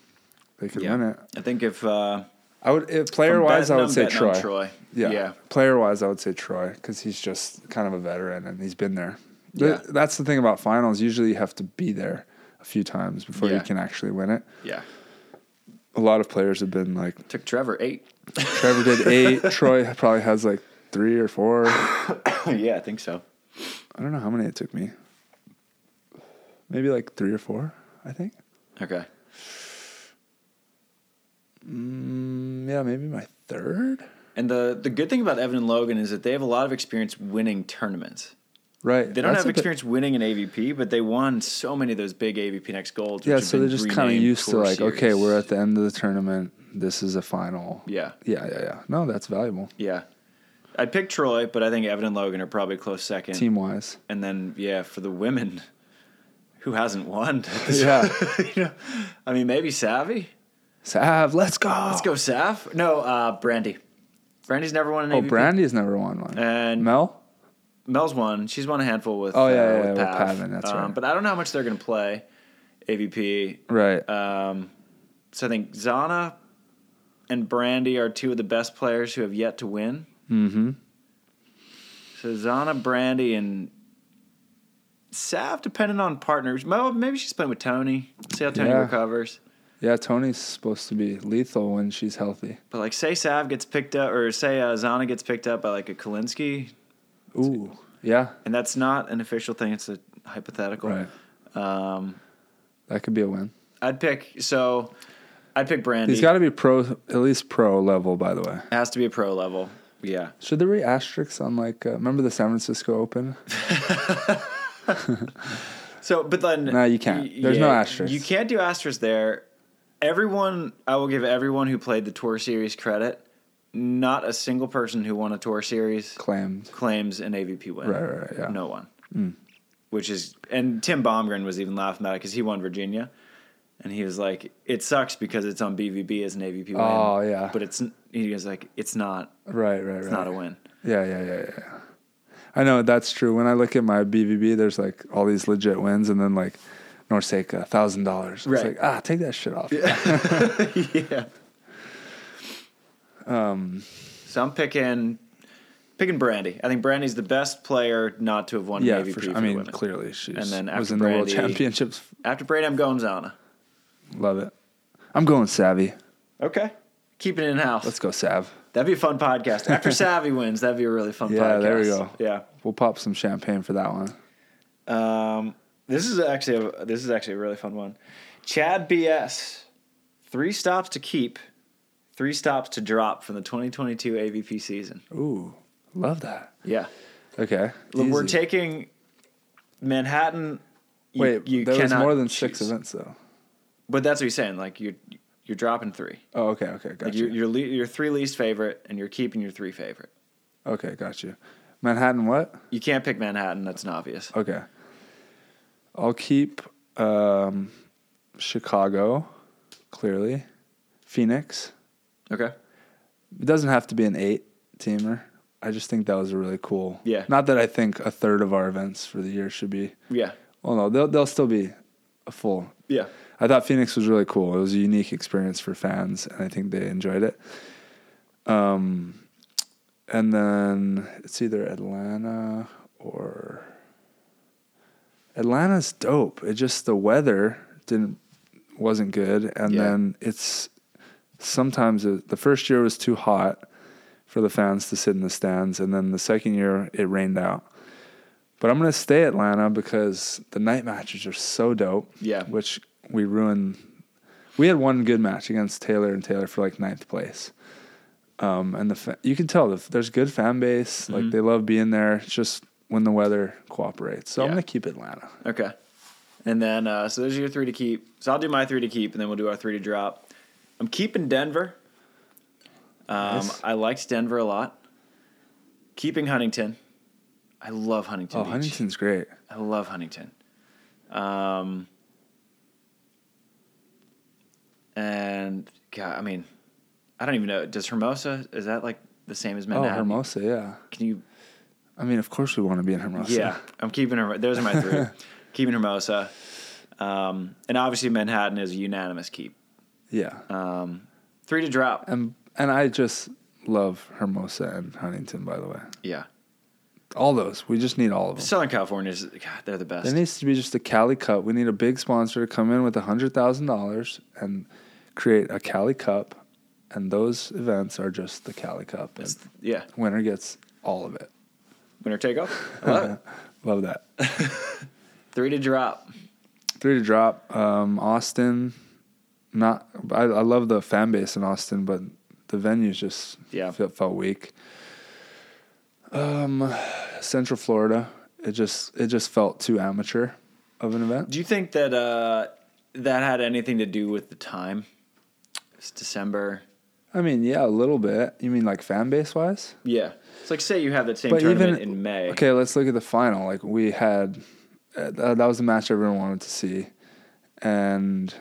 Speaker 2: they could
Speaker 1: yeah.
Speaker 2: win it.
Speaker 1: I think if uh,
Speaker 2: I would if player
Speaker 1: I'm
Speaker 2: wise,
Speaker 1: betting-
Speaker 2: I would
Speaker 1: I'm
Speaker 2: say
Speaker 1: betting on
Speaker 2: Troy.
Speaker 1: Troy.
Speaker 2: Yeah.
Speaker 1: yeah,
Speaker 2: Player wise, I would say Troy because he's just kind of a veteran and he's been there. Th-
Speaker 1: Yeah.
Speaker 2: That's the thing about finals. Usually you have to be there a few times before you
Speaker 1: Yeah.
Speaker 2: can actually win it.
Speaker 1: yeah.
Speaker 2: A lot of players have been like,
Speaker 1: Took Trevor eight.
Speaker 2: Trevor did eight. Troy probably has like three or four. I
Speaker 1: yeah, I think so.
Speaker 2: don't know how many it took me. Maybe like three or four, I think.
Speaker 1: Okay.
Speaker 2: Mm, yeah, maybe my third.
Speaker 1: And the the good thing about Evan and Logan is that they have a lot of experience winning tournaments.
Speaker 2: Right.
Speaker 1: They don't
Speaker 2: That's
Speaker 1: have
Speaker 2: a bit-
Speaker 1: experience winning an AVP, but they won so many of those big AVP Next Golds. which
Speaker 2: Yeah,
Speaker 1: have
Speaker 2: so they're
Speaker 1: been
Speaker 2: just kind of
Speaker 1: renamed
Speaker 2: used to
Speaker 1: Tour
Speaker 2: like, okay,
Speaker 1: Series.
Speaker 2: we're at the end of the tournament. This is a final.
Speaker 1: Yeah.
Speaker 2: Yeah, yeah, yeah. No, that's valuable.
Speaker 1: Yeah. I'd pick Troy, but I think Evan and Logan are probably close second.
Speaker 2: Team wise.
Speaker 1: And then, yeah, for the women, who hasn't won?
Speaker 2: Yeah.
Speaker 1: You know, I mean, maybe Savvy.
Speaker 2: Sav, let's go.
Speaker 1: Let's go, Sav. No, uh, Brandy. Brandy's never won an
Speaker 2: Oh,
Speaker 1: AVP.
Speaker 2: Brandy's never won one.
Speaker 1: And-
Speaker 2: Mel?
Speaker 1: Mel's won. She's won a handful with.
Speaker 2: Oh, yeah,
Speaker 1: uh,
Speaker 2: yeah,
Speaker 1: with
Speaker 2: yeah, with
Speaker 1: Pav.
Speaker 2: Pavin, that's
Speaker 1: um,
Speaker 2: right.
Speaker 1: But I don't know how much they're going to play AVP.
Speaker 2: Right.
Speaker 1: Um, so I think Zana and Brandy are two of the best players who have yet to win.
Speaker 2: mm-hmm.
Speaker 1: So Zana, Brandy, and Sav, depending on partners. Mo- Maybe she's playing with Tony. See how Tony
Speaker 2: Yeah.
Speaker 1: recovers.
Speaker 2: Yeah, Tony's supposed to be lethal when she's healthy.
Speaker 1: But like, say Sav gets picked up, or say uh, Zana gets picked up by like a Kalinsky,
Speaker 2: Ooh. Yeah.
Speaker 1: and that's not an official thing. It's a hypothetical.
Speaker 2: Right.
Speaker 1: Um,
Speaker 2: That could be a win.
Speaker 1: I'd pick so. I'd pick Brandy.
Speaker 2: He's got to be pro, at least pro level, by the way.
Speaker 1: it has to be a pro level. Yeah.
Speaker 2: Should there be asterisks on like, uh, remember the San Francisco Open?
Speaker 1: So, but then
Speaker 2: No, you can't.
Speaker 1: y-
Speaker 2: There's no asterisk.
Speaker 1: You can't do asterisk there. Everyone, I will give everyone who played the tour series credit. Not a single person who won a tour series
Speaker 2: Claimed.
Speaker 1: claims an AVP win.
Speaker 2: Right, right, right, yeah. Mm.
Speaker 1: No one. Which is, and Tim Baumgren was even laughing about it because he won Virginia, and he was like, "It sucks because it's on BVB as an AVP win."
Speaker 2: Oh, yeah.
Speaker 1: But it's he was like, "It's not.
Speaker 2: Right, right, right.
Speaker 1: It's not a win."
Speaker 2: Yeah, yeah, yeah, yeah, yeah. I know that's true. When I look at my BVB, there's like all these legit wins, and then like Norseca, thousand dollars. It's
Speaker 1: Right.
Speaker 2: like ah, take that shit off.
Speaker 1: yeah.
Speaker 2: Um,
Speaker 1: So I'm picking picking Brandy. I think Brandy's the best player not to have won
Speaker 2: yeah,
Speaker 1: AVP
Speaker 2: for
Speaker 1: for,
Speaker 2: sure.
Speaker 1: the
Speaker 2: I mean,
Speaker 1: women.
Speaker 2: clearly she
Speaker 1: And then
Speaker 2: was
Speaker 1: after
Speaker 2: in the world
Speaker 1: Brandy-
Speaker 2: championships.
Speaker 1: After Brandy, I'm going Zana.
Speaker 2: Love it. I'm going savvy.
Speaker 1: Okay. Keeping it in house.
Speaker 2: Let's go Sav.
Speaker 1: that'd be a fun podcast. After Savvy wins, that'd be a really fun
Speaker 2: Yeah,
Speaker 1: podcast.
Speaker 2: there we go.
Speaker 1: Yeah.
Speaker 2: We'll pop some champagne for that one.
Speaker 1: Um, this is actually a, this is actually a really fun one. Chad BS, three stops to keep, three stops to drop from the 2022 AVP season.
Speaker 2: Ooh, love that.
Speaker 1: Yeah,
Speaker 2: Okay,
Speaker 1: Look, we're
Speaker 2: easy.
Speaker 1: taking Manhattan. You,
Speaker 2: Wait, there was
Speaker 1: cannot
Speaker 2: more than six
Speaker 1: choose.
Speaker 2: events though.
Speaker 1: But that's what he's saying. Like you're you're dropping three.
Speaker 2: Oh, okay, okay, gotcha.
Speaker 1: Like you're you're le- your three least favorite, and you're keeping your three favorite.
Speaker 2: okay, got you. Manhattan, what?
Speaker 1: You can't pick Manhattan. That's an obvious.
Speaker 2: Okay. I'll keep um, Chicago, clearly. Phoenix.
Speaker 1: Okay.
Speaker 2: It doesn't have to be an eight teamer. I just think that was a really cool.
Speaker 1: Yeah.
Speaker 2: Not that I think a third of our events for the year should be.
Speaker 1: Yeah.
Speaker 2: Well, no, they'll they'll still be a full.
Speaker 1: Yeah.
Speaker 2: I thought Phoenix was really cool. It was a unique experience for fans, and I think they enjoyed it. Um, and then it's either Atlanta or Atlanta's dope. It just the weather didn't wasn't good, and
Speaker 1: Yeah.
Speaker 2: then it's sometimes it, the first year was too hot for the fans to sit in the stands, and then the second year it rained out. But I'm gonna stay Atlanta because the night matches are so dope.
Speaker 1: Yeah.
Speaker 2: which we ruined. We had one good match against Taylor and Taylor for like ninth place. Um, and the fa- you can tell the, there's good fan base.
Speaker 1: Mm-hmm.
Speaker 2: Like they love being there. It's just when the weather cooperates. So I'm
Speaker 1: Yeah.
Speaker 2: gonna keep Atlanta.
Speaker 1: Okay. And then uh, so those are your three to keep. So I'll do my three to keep, and then we'll do our three to drop. I'm keeping Denver. Um,
Speaker 2: Nice.
Speaker 1: I liked Denver a lot. Keeping Huntington. I love Huntington
Speaker 2: Oh,
Speaker 1: Beach.
Speaker 2: Huntington's great.
Speaker 1: I love Huntington. Um, and God, I mean, I don't even know. Does Hermosa is that like the same as
Speaker 2: Oh,
Speaker 1: Manhattan?
Speaker 2: Hermosa, yeah.
Speaker 1: Can you?
Speaker 2: I mean, of course we want to be in Hermosa.
Speaker 1: Yeah, I'm keeping her. Those are my three. keeping Hermosa, um, and obviously Manhattan is a unanimous keep.
Speaker 2: Yeah.
Speaker 1: Um, three to drop.
Speaker 2: and and I just love Hermosa and Huntington, by the way.
Speaker 1: Yeah,
Speaker 2: All those. We just need all of them.
Speaker 1: Southern California is God. They're the best.
Speaker 2: There needs to be just a Cali Cup. We need a big sponsor to come in with hundred thousand dollars and create a Cali Cup, and those events are just the Cali Cup. And
Speaker 1: It's- yeah,
Speaker 2: winner gets all of it.
Speaker 1: winner take off. I love it.
Speaker 2: Love that.
Speaker 1: Three to drop.
Speaker 2: Three to drop. Um, Austin, not. I, I love the fan base in Austin, but the venues just
Speaker 1: Yeah.
Speaker 2: felt, felt weak. Um, Central Florida. It just it just felt too amateur of an event.
Speaker 1: Do you think that uh, that had anything to do with the time? It's December.
Speaker 2: I mean, yeah, a little bit. You mean like fan base wise?
Speaker 1: Yeah. It's like say you have that same tournament in May.
Speaker 2: Okay, let's look at the final. Like we had, uh, that that was the match everyone wanted to see, and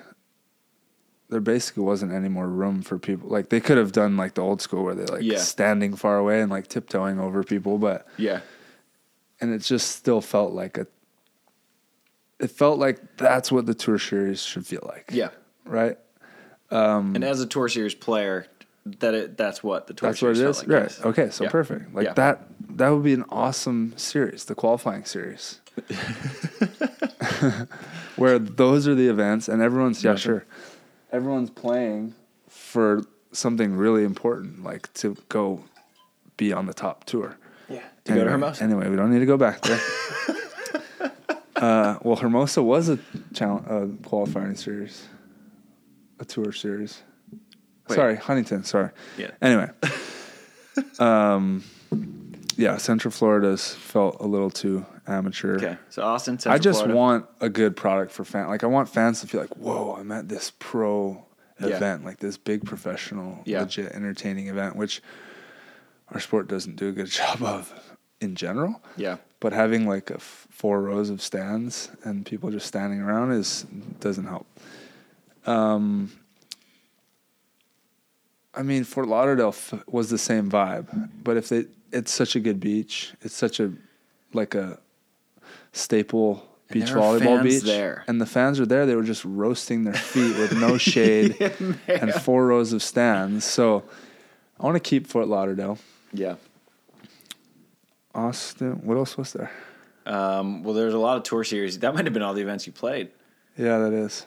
Speaker 2: there basically wasn't any more room for people. Like they could have done like the old school where they like
Speaker 1: Yeah.
Speaker 2: standing far away and like tiptoeing over people, but
Speaker 1: Yeah.
Speaker 2: and it just still felt like a. It felt like that's what the tour series should feel like.
Speaker 1: Yeah.
Speaker 2: Right.
Speaker 1: and as a Tour Series player, that it, that's what the Tour
Speaker 2: That's what
Speaker 1: Series
Speaker 2: it
Speaker 1: felt
Speaker 2: is.
Speaker 1: like,
Speaker 2: right.
Speaker 1: yes.
Speaker 2: Okay. So
Speaker 1: Yeah.
Speaker 2: perfect. Like
Speaker 1: Yeah.
Speaker 2: that. That would be an awesome series, the qualifying series, where those are the events and everyone's yeah sure, everyone's playing for something really important, like to go be on the top tour.
Speaker 1: Yeah. To go to
Speaker 2: Anyway-
Speaker 1: Hermosa.
Speaker 2: Anyway, we don't need to go back there. uh, well, Hermosa was a challenge, uh, qualifying series, a tour series.
Speaker 1: Wait.
Speaker 2: Sorry, Huntington. Sorry.
Speaker 1: Yeah.
Speaker 2: Anyway. um, yeah, Central Florida's felt a little too amateur.
Speaker 1: Okay. So Austin, Central
Speaker 2: I just
Speaker 1: Florida.
Speaker 2: want a good product for fans. Like I want fans to feel like, whoa, I'm at this pro
Speaker 1: Yeah.
Speaker 2: event, like this big professional,
Speaker 1: Yeah.
Speaker 2: legit entertaining event, which our sport doesn't do a good job of in general.
Speaker 1: Yeah.
Speaker 2: But having like a f- four rows of stands and people just standing around is doesn't help. Um, I mean, Fort Lauderdale f- was the same vibe, but if they, it's such a good beach. It's such a like a staple
Speaker 1: And
Speaker 2: beach
Speaker 1: there are
Speaker 2: volleyball
Speaker 1: fans
Speaker 2: beach.
Speaker 1: there.
Speaker 2: And the fans are there. They were just roasting their feet with no shade and four rows of stands. So I want to keep Fort Lauderdale.
Speaker 1: Yeah.
Speaker 2: Austin, what else was there?
Speaker 1: Um, well, there's a lot of Tour Series. That might have been all the events you played
Speaker 2: Yeah, that is.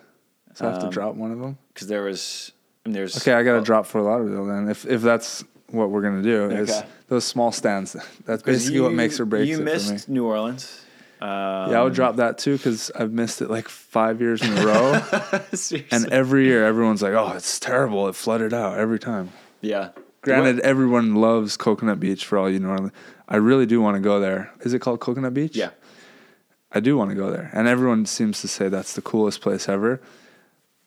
Speaker 2: So I have to
Speaker 1: Um,
Speaker 2: drop one of them.
Speaker 1: because there was. I mean, there's
Speaker 2: Okay, I got to drop Fort Lauderdale then. If if that's what we're gonna do, is
Speaker 1: Okay.
Speaker 2: those small stands. That's
Speaker 1: 'cause
Speaker 2: basically what
Speaker 1: you-
Speaker 2: makes or breaks
Speaker 1: You
Speaker 2: it
Speaker 1: missed
Speaker 2: for me.
Speaker 1: New Orleans. Um,
Speaker 2: Yeah, I would drop that too because I've missed it like five years in a row,
Speaker 1: seriously.
Speaker 2: and every year everyone's like, "Oh, it's terrible! It flooded out every time."
Speaker 1: yeah.
Speaker 2: Granted, everyone loves Coconut Beach for all you New Orleans. I really do want to go there. Is it called Coconut Beach?
Speaker 1: Yeah.
Speaker 2: I do want to go there, and everyone seems to say that's the coolest place ever.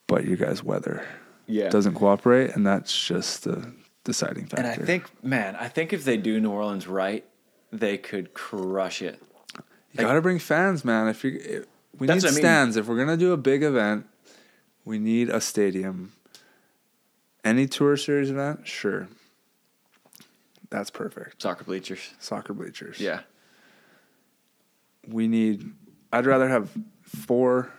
Speaker 2: But you guys' weather
Speaker 1: Yeah.
Speaker 2: doesn't cooperate, and that's just the deciding factor.
Speaker 1: And I think, man, I think if they do New Orleans right, they could crush it.
Speaker 2: you gotta bring fans, man. If you if- we need
Speaker 1: That's what I mean.
Speaker 2: stands, if we're gonna do a big event, we need a stadium. Any tour series event, sure. That's perfect.
Speaker 1: Soccer bleachers.
Speaker 2: Soccer bleachers.
Speaker 1: Yeah.
Speaker 2: we need i'd rather have four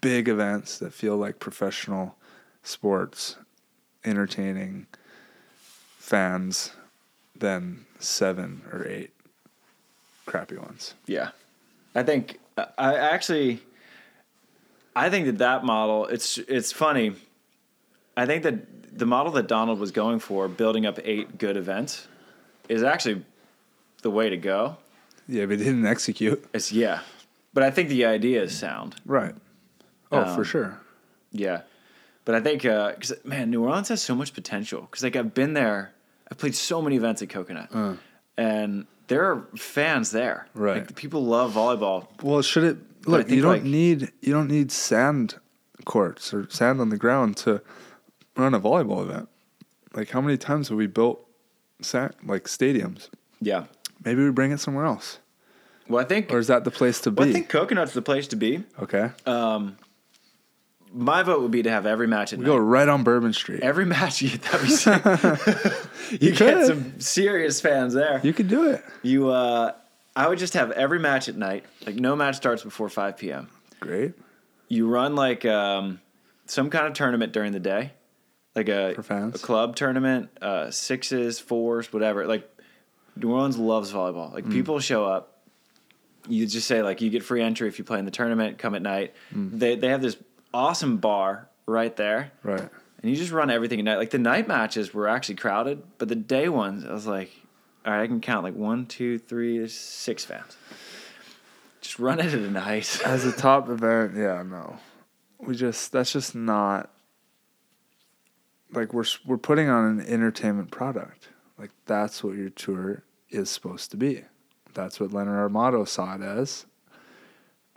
Speaker 2: big events that feel like professional sports entertaining fans than seven or eight crappy ones
Speaker 1: Yeah. I think I I actually I think that that model it's it's funny. I think that the model that Donald was going for building up 8 good events is actually the way to go.
Speaker 2: yeah but didn't execute
Speaker 1: It's yeah. But I think the idea is sound.
Speaker 2: right oh
Speaker 1: Um,
Speaker 2: for sure
Speaker 1: Yeah. But I think because man, New Orleans has so much potential. Because like I've been there, I've played so many events at Coconut, and there are fans there.
Speaker 2: Right.
Speaker 1: like, people love volleyball.
Speaker 2: well should it
Speaker 1: I
Speaker 2: look
Speaker 1: think,
Speaker 2: you don't
Speaker 1: like-
Speaker 2: need you don't need sand courts or sand on the ground to run a volleyball event Like, how many times have we built sat, like stadiums?
Speaker 1: Yeah.
Speaker 2: Maybe we bring it somewhere else,
Speaker 1: Well, I think
Speaker 2: or is that the place to be?
Speaker 1: well, I think Uh, Coconut's the place to be.
Speaker 2: okay,
Speaker 1: My vote would be to have every match at
Speaker 2: we
Speaker 1: night.
Speaker 2: go right on Bourbon Street.
Speaker 1: Every match you that we see, you
Speaker 2: could.
Speaker 1: get some serious fans there.
Speaker 2: you could do it.
Speaker 1: You, uh, I would just have every match at night. Like no match starts before five p.m.
Speaker 2: Great
Speaker 1: You run like um, some kind of tournament during the day, like a,
Speaker 2: For fans?
Speaker 1: a club tournament, uh, sixes, fours, whatever. Like New Orleans loves volleyball.
Speaker 2: Mm.
Speaker 1: Like people show up. You just say like you get free entry if you play in the tournament. Come at night.
Speaker 2: Mm.
Speaker 1: They they have this awesome bar right there
Speaker 2: right?
Speaker 1: and you just run everything at night. Like the night matches were actually crowded, but the day ones, I was like, all right, I can count like one, two, three, there's six fans. Just run it at a night.
Speaker 2: As a top event, yeah, no. We just that's just not like we're s- we're putting on an entertainment product. Like that's what your tour is supposed to be. That's what Leonard Armato saw it as.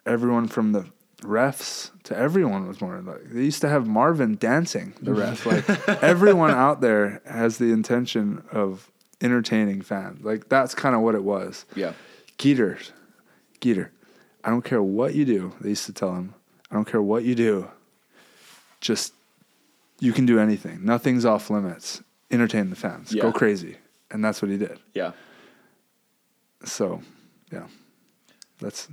Speaker 2: Everyone from the refs to everyone was more like they used to have Marvin dancing the ref. Like everyone out there has the intention of entertaining fans. Like that's kind of what it was.
Speaker 1: Yeah.
Speaker 2: Geeter, Geeter, I don't care what you do. They used to tell him, I don't care what you do. Just, you can do anything. Nothing's off limits. Entertain the fans.
Speaker 1: Yeah.
Speaker 2: Go crazy. And that's what he did.
Speaker 1: Yeah.
Speaker 2: So, yeah, that's,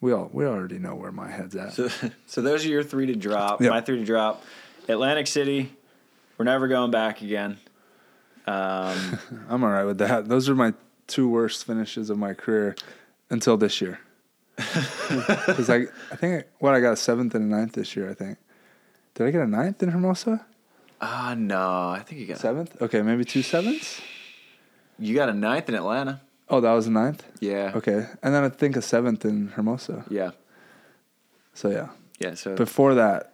Speaker 2: we all, we already know where my head's at.
Speaker 1: So, so those are your three to drop.
Speaker 2: Yeah.
Speaker 1: My three to drop Atlantic City, we're never going back again. Um,
Speaker 2: I'm all right with that. Those are my two worst finishes of my career until this year. Because I, I think, I, what, I got a seventh and a ninth this year, I think. Did I get a ninth in Hermosa?
Speaker 1: ah, no, I think you got
Speaker 2: Seventh? Okay, maybe two sevenths.
Speaker 1: you got a ninth in Atlanta.
Speaker 2: Oh, that was the ninth.
Speaker 1: Yeah.
Speaker 2: Okay, and then I think a seventh in Hermosa.
Speaker 1: Yeah.
Speaker 2: So yeah,
Speaker 1: Yeah. So
Speaker 2: before that,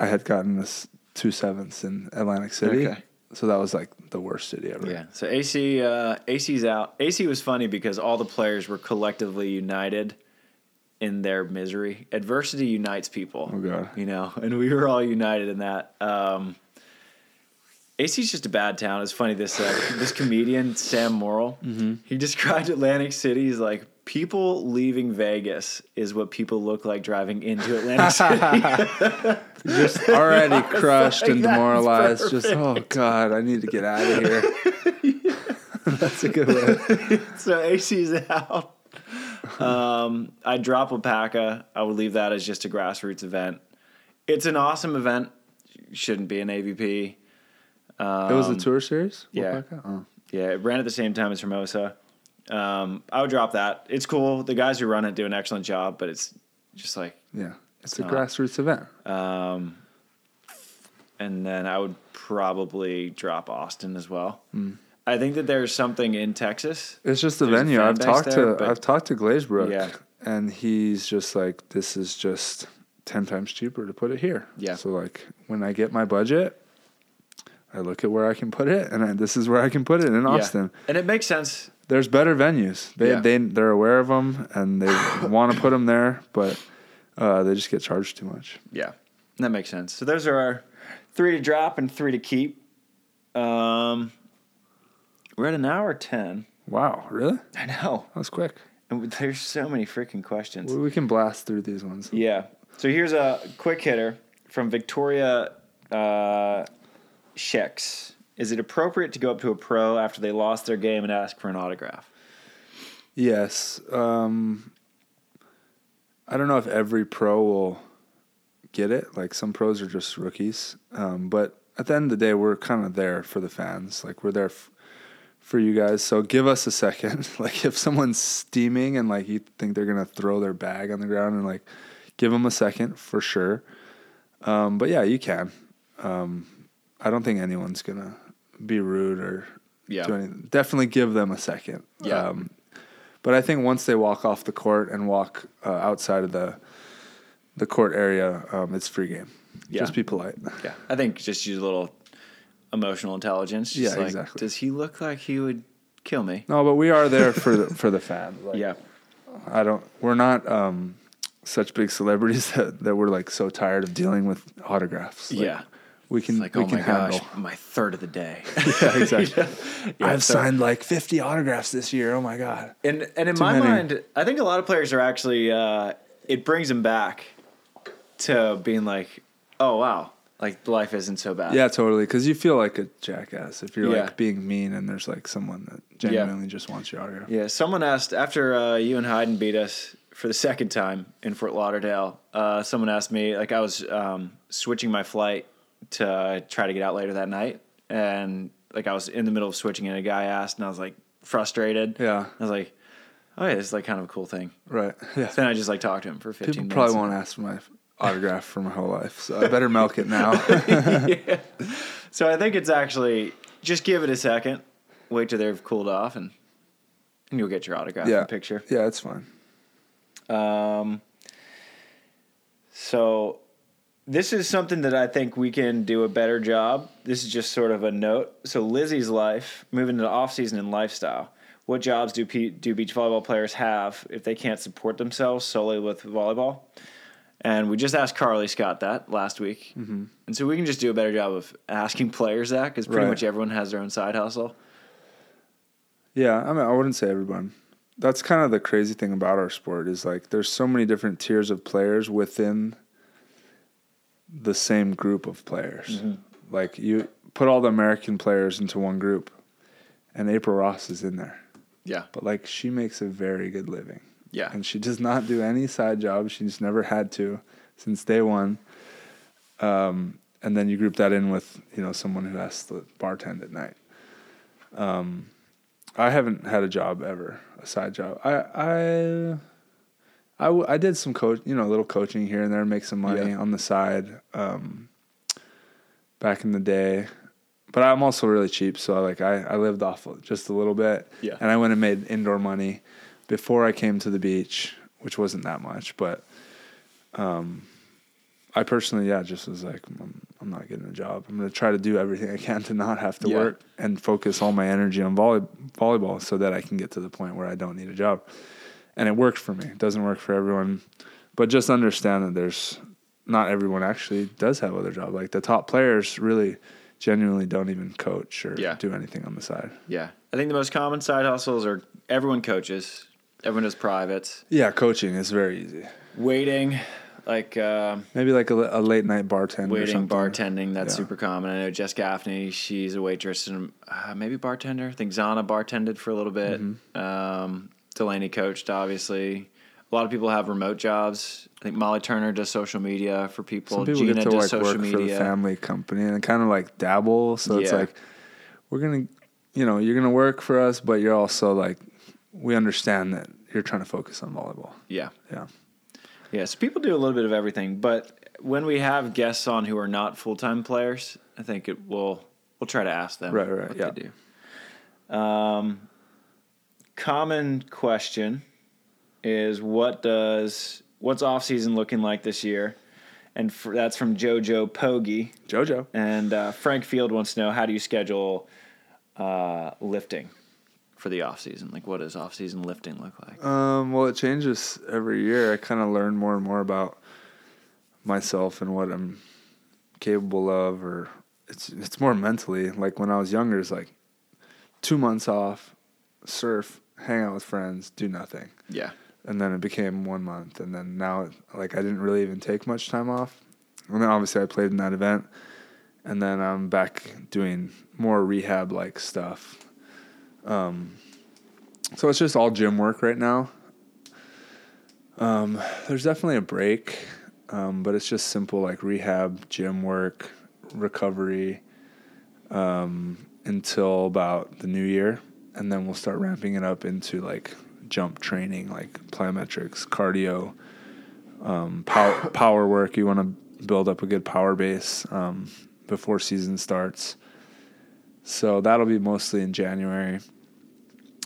Speaker 2: I had gotten this two sevenths in Atlantic City.
Speaker 1: Okay.
Speaker 2: So that was like the worst city ever.
Speaker 1: Yeah. So AC uh, AC's out. AC was funny because all the players were collectively united in their misery. Adversity unites people.
Speaker 2: Oh, God.
Speaker 1: You know, and we were all united in that. Um, AC's just a bad town. It's funny this uh, this comedian Sam Morrill.
Speaker 2: Mm-hmm.
Speaker 1: He described Atlantic City as like people leaving Vegas is what people look like driving into Atlantic City.
Speaker 2: Just already crushed and
Speaker 1: That's
Speaker 2: demoralized. Just oh god, I need to get out of here. That's a good way.
Speaker 1: so AC's out. Um, I drop Wapaka. I would leave that as just a grassroots event. It's an awesome event. Shouldn't be an AVP.
Speaker 2: it was a tour series.
Speaker 1: Um, yeah. Uh-huh.
Speaker 2: Wapaka? Oh.
Speaker 1: Yeah, it ran at the same time as Hermosa. Um, I would drop that. It's cool. The guys who run it do an excellent job, but it's just like,
Speaker 2: Yeah. It's, a
Speaker 1: not.
Speaker 2: grassroots event.
Speaker 1: and then I would probably drop Austin as well. I think that there's something in Texas.
Speaker 2: It's just the
Speaker 1: There's a
Speaker 2: venue.
Speaker 1: fan
Speaker 2: I've
Speaker 1: base
Speaker 2: talked
Speaker 1: there,
Speaker 2: to
Speaker 1: but-
Speaker 2: I've talked to Glazebrook,
Speaker 1: Yeah.
Speaker 2: and he's just like, this is just ten times cheaper to put it here.
Speaker 1: Yeah.
Speaker 2: So like, when I get my budget, I look at where I can put it, and I, this is where I can put it in
Speaker 1: Yeah.
Speaker 2: Austin.
Speaker 1: And it makes sense.
Speaker 2: There's better venues. They
Speaker 1: Yeah.
Speaker 2: they they're aware of them, and they want to put them there, but uh, they just get charged too much.
Speaker 1: Yeah, that makes sense. So those are our three to drop and three to keep. Um, we're at an hour ten.
Speaker 2: Wow, really?
Speaker 1: I know,
Speaker 2: That was quick.
Speaker 1: and there's so many freaking questions.
Speaker 2: We we can blast through these ones.
Speaker 1: Yeah. So here's a quick hitter from Victoria uh, Shex. Is it appropriate to go up to a pro after they lost their game and ask for an autograph?
Speaker 2: Yes. Um, I don't know if every pro will get it. Like some pros are just rookies. Um, but at the end of the day, we're kind of there for the fans. Like we're there f- for you guys. So give us a second. like if someone's steaming and like you think they're going to throw their bag on the ground and like give them a second for sure. Um, but yeah, you can. Um, I don't think anyone's going to be rude or
Speaker 1: Yeah.
Speaker 2: do anything. Definitely give them a second.
Speaker 1: Yeah.
Speaker 2: Um, but I think once they walk off the court and walk uh, outside of the the court area, um, it's free game.
Speaker 1: Yeah.
Speaker 2: Just be polite.
Speaker 1: Yeah. I think just use a little emotional intelligence. Just
Speaker 2: Yeah,
Speaker 1: like,
Speaker 2: exactly.
Speaker 1: Does he look like he would kill me?
Speaker 2: No, but we are there for the, for the fans. Like,
Speaker 1: Yeah.
Speaker 2: I don't. We're not um, such big celebrities that, that we're like so tired of dealing with autographs. Like,
Speaker 1: yeah.
Speaker 2: we can
Speaker 4: Like,
Speaker 2: we
Speaker 4: oh
Speaker 2: can
Speaker 4: my
Speaker 2: handle.
Speaker 4: gosh, my third of the day.
Speaker 2: Yeah, exactly. I've
Speaker 1: so-
Speaker 2: signed like 50 autographs this year. Oh my god.
Speaker 1: And and in my
Speaker 2: many.
Speaker 1: mind, I think a lot of players are actually uh, it brings them back to being like, oh wow, like life isn't so bad.
Speaker 2: Yeah, totally. Because you feel like a jackass if you're
Speaker 1: Yeah.
Speaker 2: like being mean and there's like someone that genuinely just wants your autograph.
Speaker 1: Yeah. Someone asked after uh, you and Hyden beat us for the second time in Fort Lauderdale. Uh, someone asked me like I was um, switching my flight to try to get out later that night, and like I was in the middle of switching, and a guy asked, and I was like frustrated.
Speaker 2: Yeah.
Speaker 1: I was like, oh yeah, this is like kind of a cool thing.
Speaker 2: Right. Yeah.
Speaker 1: Then I just like talked to him for fifteen
Speaker 2: People
Speaker 1: minutes.
Speaker 2: probably won't ask for my autograph for my whole life, so I better milk it now.
Speaker 1: So I think it's actually just give it a second, wait till they've cooled off, and and you'll get your autograph
Speaker 2: yeah.
Speaker 1: and picture.
Speaker 2: Yeah, it's fine.
Speaker 1: Um, so this is something that I think we can do a better job. This is just sort of a note. So Lizzie's life, moving into off season and lifestyle. What jobs do pe do beach volleyball players have if they can't support themselves solely with volleyball? And we just asked Carly Scott that last week, mm-hmm. and so we can just do a better job of asking players that because pretty
Speaker 2: Right.
Speaker 1: much everyone has their own side hustle.
Speaker 2: Yeah, I mean, I wouldn't say everyone. That's kind of the crazy thing about our sport is like there's so many different tiers of players within the same group of players.
Speaker 1: Mm-hmm.
Speaker 2: Like you put all the American players into one group, and April Ross is in there,
Speaker 1: Yeah,
Speaker 2: but like she makes a very good living,
Speaker 1: yeah,
Speaker 2: and she does not do any side jobs. She's never had to since day one. Um, and then you group that in with you know someone who has to bartend at night. Um, I haven't had a job ever, a side job. I I I, w- I did some coach, you know, a little coaching here and there, make some money
Speaker 1: Yeah.
Speaker 2: on the side. Um, back in the day, but I'm also really cheap, so I, like I I lived off of just a little bit.
Speaker 1: Yeah.
Speaker 2: and I went and made indoor money before I came to the beach, which wasn't that much, but um, I personally, yeah, just was like, I'm, I'm not getting a job. I'm gonna try to do everything I can to not have to
Speaker 1: Yeah.
Speaker 2: work and focus all my energy on volley, volleyball so that I can get to the point where I don't need a job. And it worked for me. It doesn't work for everyone. But just understand that there's not everyone actually does have other job. Like the top players really genuinely don't even coach or
Speaker 1: Yeah.
Speaker 2: do anything on the side.
Speaker 1: yeah. I think the most common side hustles are everyone coaches, everyone does privates.
Speaker 2: Yeah, coaching is very easy.
Speaker 1: waiting, like um
Speaker 2: Maybe like a, a late night bartender. or
Speaker 1: waiting
Speaker 2: something.
Speaker 1: bartending. That's
Speaker 2: Yeah.
Speaker 1: super common. I know Jess Gaffney. She's a waitress and uh, maybe bartender. I think Zana bartended for a little bit.
Speaker 2: Mm-hmm.
Speaker 1: Um, Delaney coached, obviously. A lot of people have remote jobs. I think Molly Turner does social media for people.
Speaker 2: Some people
Speaker 1: Gina
Speaker 2: get to
Speaker 1: does
Speaker 2: like
Speaker 1: social
Speaker 2: work for the
Speaker 1: media.
Speaker 2: family company and kind of like dabble. So it's
Speaker 1: Yeah.
Speaker 2: like we're gonna, you know, you're gonna work for us, but you're also like we understand that you're trying to focus on volleyball.
Speaker 1: yeah,
Speaker 2: Yeah,
Speaker 1: yeah. So people do a little bit of everything, but when we have guests on who are not full time players, I think it will. We'll try to ask them
Speaker 2: Right, right,
Speaker 1: what
Speaker 2: yeah.
Speaker 1: they do. Um, common question is what does what's off season looking like this year? And fr that's from JoJo Pogi,
Speaker 2: JoJo.
Speaker 1: and uh, Frank Field wants to know how do you schedule uh, lifting for the off season? Like, what does off season lifting look like?
Speaker 2: Um, well, it changes every year. I kind of learn more and more about myself and what I'm capable of, or it's it's more mentally. Like when I was younger, it's like two months off, surf, hang out with friends, do nothing.
Speaker 1: yeah,
Speaker 2: and then it became one month and then now it, like i didn't really even take much time off and then obviously i played in that event and then i'm back doing more rehab like stuff um, so it's just all gym work right now um, there's definitely a break um, but it's just simple like rehab gym work recovery until about the new year and then we'll start ramping it up into like jump training like plyometrics cardio um, power, power work you want to build up a good power base um, before season starts so that'll be mostly in january um,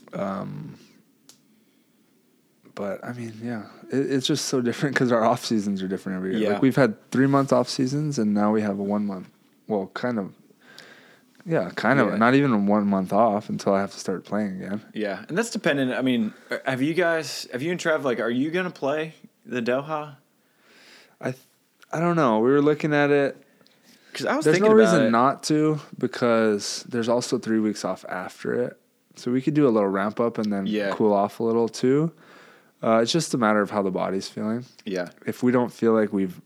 Speaker 2: but i mean yeah it, it's just so different because our off seasons are different every year
Speaker 1: Yeah.
Speaker 2: like we've had three month off seasons and now we have a one month well kind of yeah, kind of.
Speaker 1: Yeah.
Speaker 2: Not even one month off until I have to start playing again.
Speaker 1: yeah, and that's dependent. I mean, are- have you guys, have you and Trev, like, are you gonna play the Doha?
Speaker 2: I, th- I don't know. We were looking at it.
Speaker 1: Because I was
Speaker 2: There's
Speaker 1: thinking
Speaker 2: no
Speaker 1: about
Speaker 2: reason
Speaker 1: it.
Speaker 2: not to because there's also three weeks off after it, so we could do a little ramp up and then
Speaker 1: Yeah.
Speaker 2: cool off a little too. Uh, it's just a matter of how the body's feeling.
Speaker 1: Yeah.
Speaker 2: If we don't feel like we've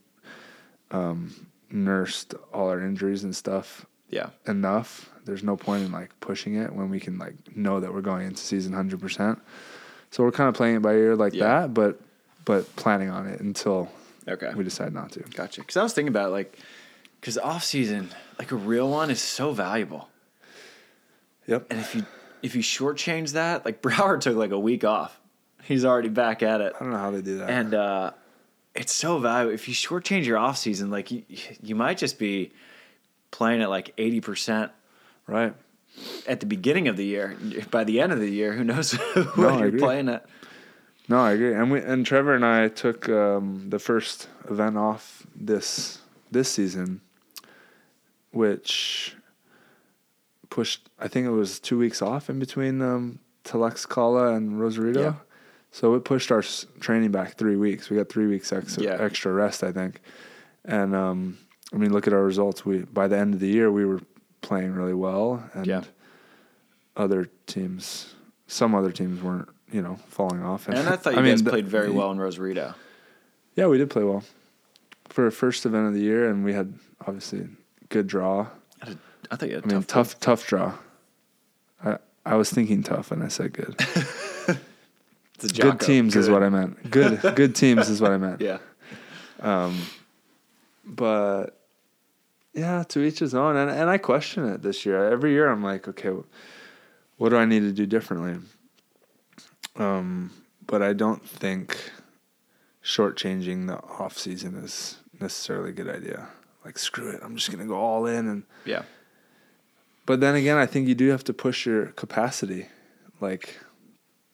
Speaker 2: um, nursed all our injuries and stuff
Speaker 1: Yeah.
Speaker 2: enough, there's no point in like pushing it when we can like know that we're going into season 100. percent So we're kind of playing it by ear like
Speaker 1: Yeah.
Speaker 2: that, but but planning on it until
Speaker 1: Okay.
Speaker 2: we decide not to.
Speaker 1: Gotcha. Because I was thinking about it, like, because off season, like a real one, is so valuable.
Speaker 2: Yep.
Speaker 1: And if you if you shortchange that, like Broward took like a week off, he's already back at it,
Speaker 2: I don't know how they do that.
Speaker 1: and uh, it's so valuable. If you shortchange your off season, like you you might just be playing at like eighty percent
Speaker 2: right.
Speaker 1: at the beginning of the year. By the end of the year, who knows what
Speaker 2: I
Speaker 1: you're
Speaker 2: agree.
Speaker 1: playing at?
Speaker 2: No, I agree. And we and Trevor and I took um, the first event off this this season, which pushed. I think it was two weeks off in between um, Tlaxcala and Rosarito,
Speaker 1: Yeah.
Speaker 2: so it pushed our s- training back three weeks. We got three weeks ex-
Speaker 1: Yeah.
Speaker 2: extra rest, I think. And um, I mean, look at our results. We by the end of the year we were playing really well, and
Speaker 1: Yeah.
Speaker 2: other teams, some other teams weren't, you know, falling off.
Speaker 1: And I thought you guys
Speaker 2: the-
Speaker 1: played very well in Rosarito.
Speaker 2: Yeah, we did play well for our first event of the year, and we had obviously good draw.
Speaker 1: I did- I thought you had
Speaker 2: I mean, tough, tough draw. I I was thinking tough, and I said good. good teams is what I meant. Good, good teams is what I meant.
Speaker 1: Yeah.
Speaker 2: but yeah, to each his own. And and I question it this year. Every year I'm like, okay, what do I need to do differently? Um, but I don't think shortchanging the off season is necessarily a good idea. Like, screw it, I'm just gonna go all in. And
Speaker 1: Yeah.
Speaker 2: but then again, I think you do have to push your capacity. Like,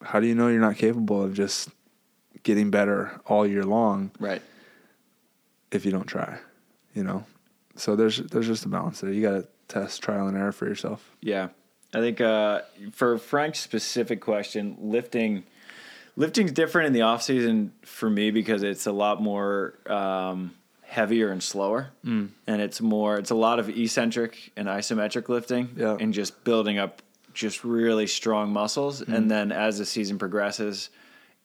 Speaker 2: how do you know you're not capable of just getting better all year long?
Speaker 1: Right.
Speaker 2: if you don't try, you know. So there's there's just a balance there. You got to test trial and error for yourself.
Speaker 1: Yeah, I think uh, for Frank's specific question, lifting lifting's different in the off season for me because it's a lot more um, heavier and slower, mm. and it's more it's a lot of eccentric and isometric lifting,
Speaker 2: Yeah.
Speaker 1: and just building up just really strong muscles, and then as the season progresses.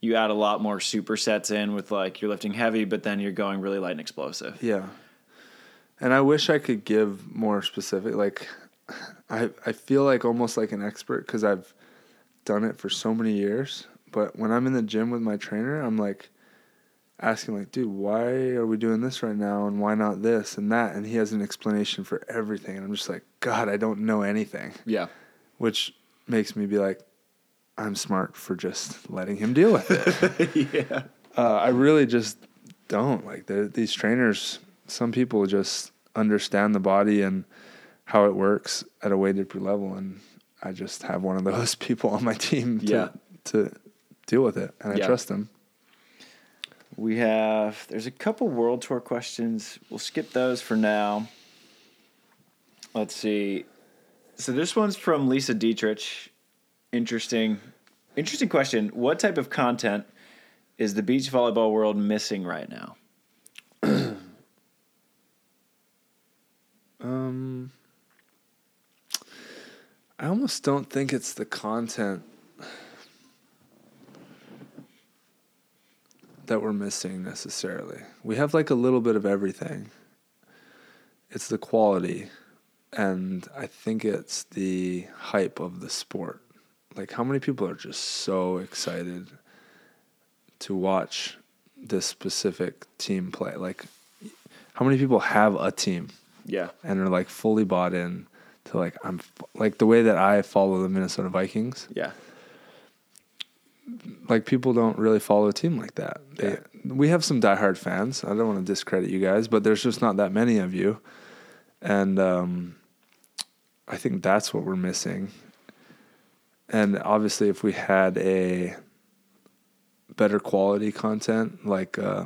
Speaker 1: You add a lot more supersets in with like you're lifting heavy, but then you're going really light and explosive.
Speaker 2: Yeah. And I wish I could give more specific. Like, I I feel like almost like an expert because I've done it for so many years. But when I'm in the gym with my trainer, I'm like asking like, dude, why are we doing this right now, and why not this and that? And he has an explanation for everything, and I'm just like, God, I don't know anything.
Speaker 1: Yeah,
Speaker 2: which makes me be like, I'm smart for just letting him deal with it. yeah. Uh, I really just don't like the, these trainers. Some people just understand the body and how it works at a way deeper level, and I just have one of those people on my team to
Speaker 1: Yeah.
Speaker 2: to deal with it, and I
Speaker 1: Yeah.
Speaker 2: trust them.
Speaker 1: We have there's a couple world tour questions. We'll skip those for now. Let's see. So this one's from Lisa Dietrich. Interesting interesting question. What type of content is the beach volleyball world missing right now?
Speaker 2: Um, I almost don't think it's the content that we're missing necessarily. We have like a little bit of everything. It's the quality, and I think it's the hype of the sport. Like, how many people are just so excited to watch this specific team play? Like, how many people have a team?
Speaker 1: Yeah.
Speaker 2: and are like fully bought in to like I'm like the way that I follow the Minnesota Vikings.
Speaker 1: Yeah.
Speaker 2: Like people don't really follow a team like that. They,
Speaker 1: Yeah.
Speaker 2: We have some diehard fans. I don't want to discredit you guys, but there's just not that many of you, and um, I think that's what we're missing. And obviously, if we had a better quality content, like uh,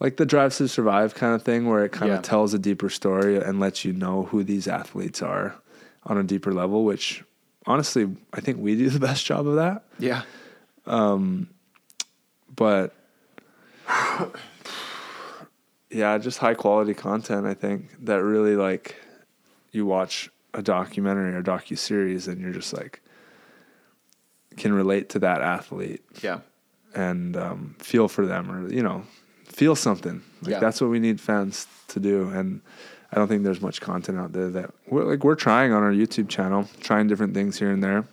Speaker 2: like the Drives to Survive kind of thing, where it kind
Speaker 1: Yeah.
Speaker 2: of tells a deeper story and lets you know who these athletes are on a deeper level. Which honestly, I think we do the best job of that.
Speaker 1: Yeah.
Speaker 2: But yeah, just high quality content. I think that really like you watch a documentary or docu series and you're just like can relate to that athlete
Speaker 1: Yeah.
Speaker 2: and um, feel for them or you know feel something like
Speaker 1: Yeah.
Speaker 2: that's what we need fans to do and i don't think there's much content out there that we're like we're trying on our youtube channel trying different things here and there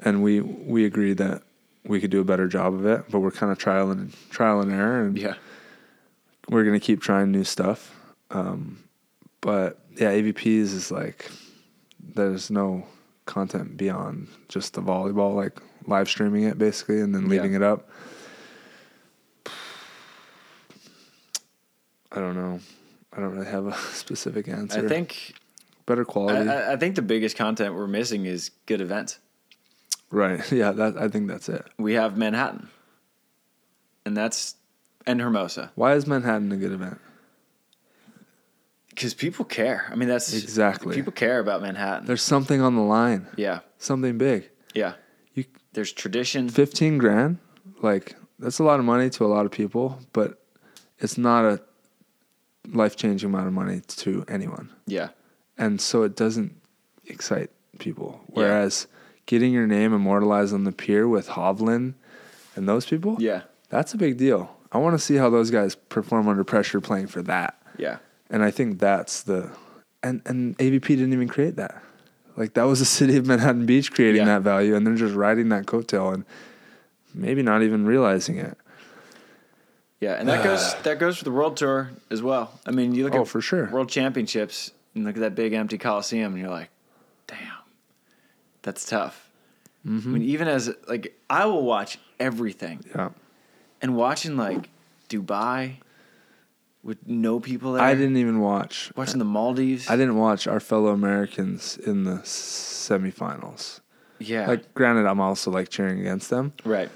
Speaker 2: and we we agree that we could do a better job of it but we're kind of trial and trial and error and
Speaker 1: Yeah.
Speaker 2: we're gonna keep trying new stuff um but yeah avps is like there's no content beyond just the volleyball like live streaming it basically and then
Speaker 1: Yeah.
Speaker 2: leaving it up I don't know. I don't really have a specific answer.
Speaker 1: I think
Speaker 2: better
Speaker 1: I,
Speaker 2: quality,
Speaker 1: I I think the biggest content we're missing is good events.
Speaker 2: right? Yeah, that I think that's it.
Speaker 1: We have Manhattan, and that's and Hermosa
Speaker 2: Why is Manhattan a good event?
Speaker 1: because people care. I mean, that's
Speaker 2: Exactly.
Speaker 1: people care about Manhattan.
Speaker 2: There's something on the line,
Speaker 1: yeah,
Speaker 2: something big.
Speaker 1: yeah.
Speaker 2: You
Speaker 1: There's tradition.
Speaker 2: 15 grand like that's a lot of money to a lot of people but it's not a life-changing amount of money to anyone
Speaker 1: Yeah,
Speaker 2: and so it doesn't excite people whereas getting your name immortalized on the pier with hovland and those people
Speaker 1: yeah,
Speaker 2: that's a big deal i want to see how those guys perform under pressure playing for that
Speaker 1: yeah,
Speaker 2: and i think that's the and and avp didn't even create that like that was the city of manhattan beach creating
Speaker 1: Yeah.
Speaker 2: that value and they're just riding that coattail and maybe not even realizing it
Speaker 1: yeah. And that goes that goes for the world tour as well. I mean, you look
Speaker 2: Oh,
Speaker 1: at
Speaker 2: for sure.
Speaker 1: world championships and look at that big empty coliseum, and you're like, damn, that's tough.
Speaker 2: Mm-hmm.
Speaker 1: I mean, even as like I will watch everything,
Speaker 2: yeah
Speaker 1: and watching like Dubai with no people there.
Speaker 2: i didn't even watch
Speaker 1: watching the Maldives.
Speaker 2: i didn't watch our fellow americans in the semifinals
Speaker 1: yeah,
Speaker 2: like granted i'm also like cheering against them
Speaker 1: right.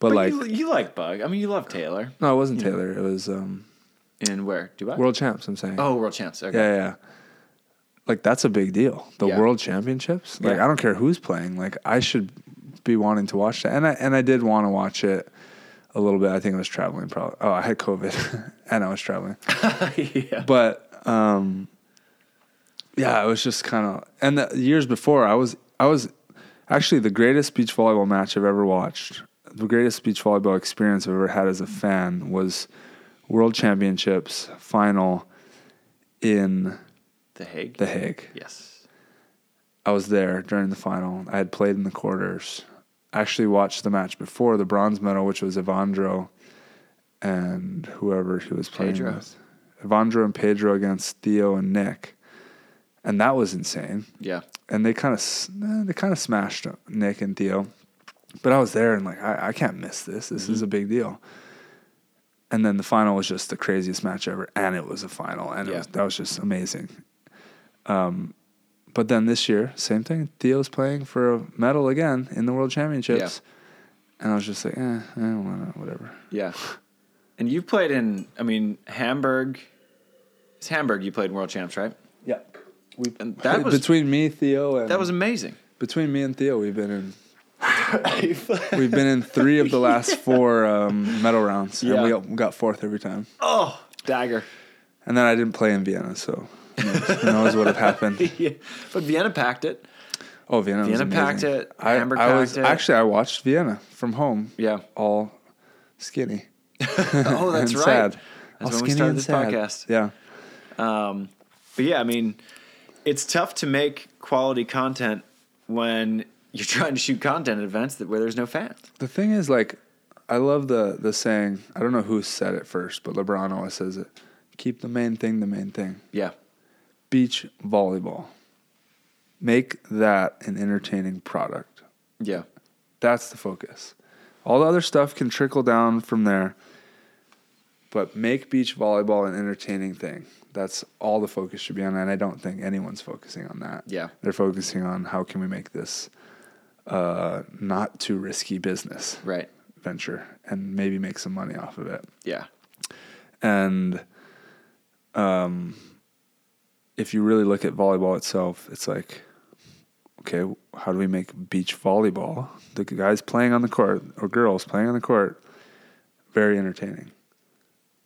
Speaker 2: but, like
Speaker 1: you, you like Bug. I mean, you love Taylor.
Speaker 2: no it wasn't taylor it was um
Speaker 1: And where Dubai?
Speaker 2: world champs i'm saying
Speaker 1: oh, world champs. Okay.
Speaker 2: yeah yeah like that's a big deal the
Speaker 1: Yeah.
Speaker 2: world championships like
Speaker 1: Yeah.
Speaker 2: i don't care who's playing like i should be wanting to watch that and i and i did want to watch it a little bit i think i was traveling probably oh i had covid and i was traveling
Speaker 1: yeah.
Speaker 2: but um yeah it was just kind of and the years before i was i was actually the greatest beach volleyball match i've ever watched the greatest beach volleyball experience i've ever had as a fan was world championships final in
Speaker 1: The Hague.
Speaker 2: the hague
Speaker 1: yes.
Speaker 2: I was there during the final. I had played in the quarters. I actually watched the match before the bronze medal, which was Evandro and whoever he was playing
Speaker 1: Pedro.
Speaker 2: with. Evandro and Pedro against Theo and Nick, and that was insane.
Speaker 1: Yeah.
Speaker 2: And they kind of they kind of smashed Nick and Theo, but I was there and like I, I can't miss this. This
Speaker 1: Mm-hmm.
Speaker 2: is a big deal. And then the final was just the craziest match ever, and it was a final, and it
Speaker 1: Yeah.
Speaker 2: was, that was just amazing. Um, But then this year, same thing. Theo's playing for a medal again in the World Championships. And I was just like, eh, I don't want to, whatever.
Speaker 1: Yeah. And you played in, I mean, Hamburg. It's Hamburg you played in world champs, right?
Speaker 2: Yeah. We,
Speaker 1: And that was-
Speaker 2: between me, Theo, and
Speaker 1: That was amazing.
Speaker 2: between me and Theo, we've been in we've been in three of the last four um, medal rounds, and we
Speaker 1: Yeah.
Speaker 2: got, we got fourth every time.
Speaker 1: Oh, dagger.
Speaker 2: And then I didn't play in Vienna, so who knows, who knows what would have happened.
Speaker 1: yeah. But Vienna packed it.
Speaker 2: Oh, Vienna, was
Speaker 1: Vienna packed
Speaker 2: amazing.
Speaker 1: it,
Speaker 2: I,
Speaker 1: Hamburg
Speaker 2: I was
Speaker 1: packed it.
Speaker 2: actually I watched Vienna from home.
Speaker 1: Yeah.
Speaker 2: all skinny.
Speaker 1: Oh, that's
Speaker 2: and
Speaker 1: right.
Speaker 2: Sad.
Speaker 1: That's
Speaker 2: All
Speaker 1: when we
Speaker 2: skinny
Speaker 1: started
Speaker 2: and
Speaker 1: this
Speaker 2: sad.
Speaker 1: podcast.
Speaker 2: Yeah.
Speaker 1: But yeah, I mean, it's tough to make quality content when you're trying to shoot content at events that where there's no fans.
Speaker 2: The thing is, like, I love the the saying. I don't know who said it first, but LeBron always says it. Keep the main thing the main thing.
Speaker 1: Yeah.
Speaker 2: Beach volleyball. Make that an entertaining product.
Speaker 1: Yeah.
Speaker 2: That's the focus. All the other stuff can trickle down from there. But make beach volleyball an entertaining thing. That's all the focus should be on, and I don't think anyone's focusing on that.
Speaker 1: Yeah.
Speaker 2: they're focusing on how can we make this uh, not too risky business
Speaker 1: Right.
Speaker 2: venture and maybe make some money off of it.
Speaker 1: Yeah.
Speaker 2: And um, if you really look at volleyball itself, it's like, okay, how do we make beach volleyball, the guys playing on the court or girls playing on the court, very entertaining?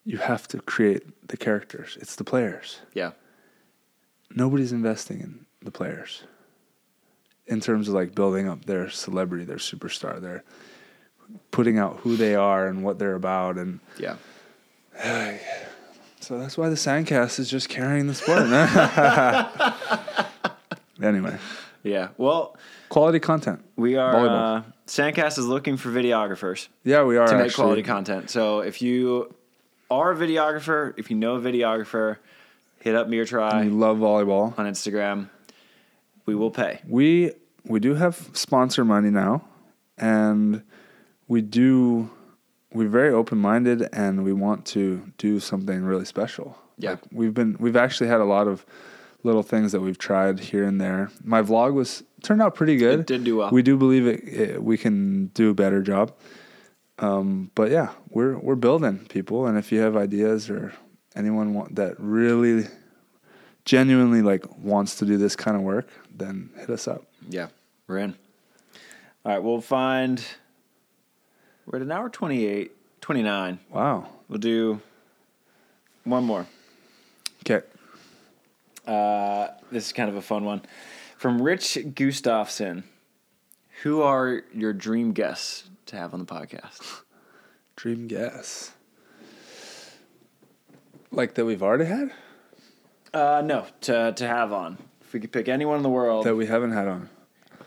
Speaker 2: you have to create the characters. It's the players.
Speaker 4: Yeah.
Speaker 2: Nobody's investing in the players in terms of like building up their celebrity, their superstar, their putting out who they are and what they're about and
Speaker 4: Yeah.
Speaker 2: so that's why the sandcast is just carrying the sport. anyway,
Speaker 1: Yeah. Well,
Speaker 2: quality content.
Speaker 1: we are.
Speaker 2: Volleyball.
Speaker 1: Uh, Sandcast is looking for videographers
Speaker 2: Yeah, we are
Speaker 1: to make
Speaker 2: actually.
Speaker 1: quality content. So if you are a videographer, if you know a videographer, hit up me or try
Speaker 2: We love volleyball.
Speaker 1: on Instagram. We will pay.
Speaker 2: We we do have sponsor money now, and we do we're very open minded, and we want to do something really special.
Speaker 4: Yeah.
Speaker 2: Like, we've been we've actually had a lot of little things that we've tried here and there. My vlog was turned out pretty good.
Speaker 1: It did do well.
Speaker 2: We do believe it, it we can do a better job. Um, but yeah, we're we're building people, and if you have ideas or anyone want, that really genuinely like wants to do this kind of work, then hit us up.
Speaker 4: Yeah.
Speaker 1: We're in. All right, we'll find. We're at an hour 28, 29.
Speaker 2: Wow.
Speaker 1: We'll do one more.
Speaker 2: Okay.
Speaker 1: Uh, this is kind of a fun one. From Rich Gustafson Who are your dream guests to have on the podcast?
Speaker 2: Dream guess. Like that we've already had?
Speaker 1: Uh, no, to, to have on. If we could pick anyone in the world
Speaker 2: That we haven't had on.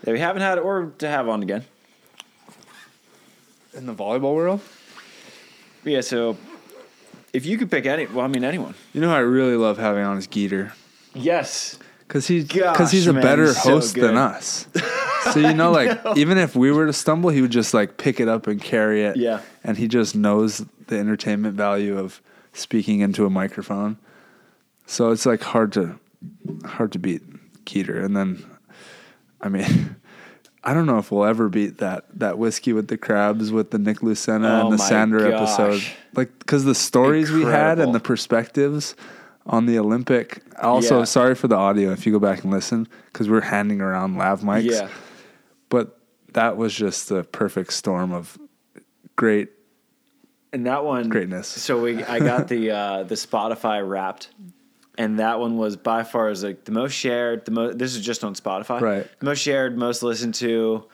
Speaker 1: that we haven't had or to have on again.
Speaker 2: In the volleyball world?
Speaker 1: Yeah, so if you could pick any, well, I mean, anyone.
Speaker 2: You know who I really love having on is Geeter.
Speaker 1: Yes.
Speaker 2: Cause he,
Speaker 1: Gosh,
Speaker 2: cause he's a
Speaker 1: man,
Speaker 2: better
Speaker 1: he's so
Speaker 2: host
Speaker 1: good.
Speaker 2: than us. So you know, like even if we were to stumble, he would just like pick it up and carry it.
Speaker 1: Yeah.
Speaker 2: And he just knows the entertainment value of speaking into a microphone. So it's like hard to hard to beat Keter. And then I mean I don't know if we'll ever beat that that whiskey with the crabs with the Nick Lucena
Speaker 1: Oh
Speaker 2: and the
Speaker 1: my
Speaker 2: Sander
Speaker 1: gosh.
Speaker 2: episode. Like because the stories we had
Speaker 1: Incredible.
Speaker 2: and the perspectives on the Olympic. Also,
Speaker 1: Yeah.
Speaker 2: sorry for the audio if you go back and listen because we're handing around lav mics.
Speaker 1: Yeah.
Speaker 2: But that was just the perfect storm of great.
Speaker 1: And that one
Speaker 2: Greatness.
Speaker 1: So we I got the uh, the Spotify Wrapped, and that one was by far is like the most shared. The most this is just on Spotify,
Speaker 2: Right.
Speaker 1: The most shared, most listened to.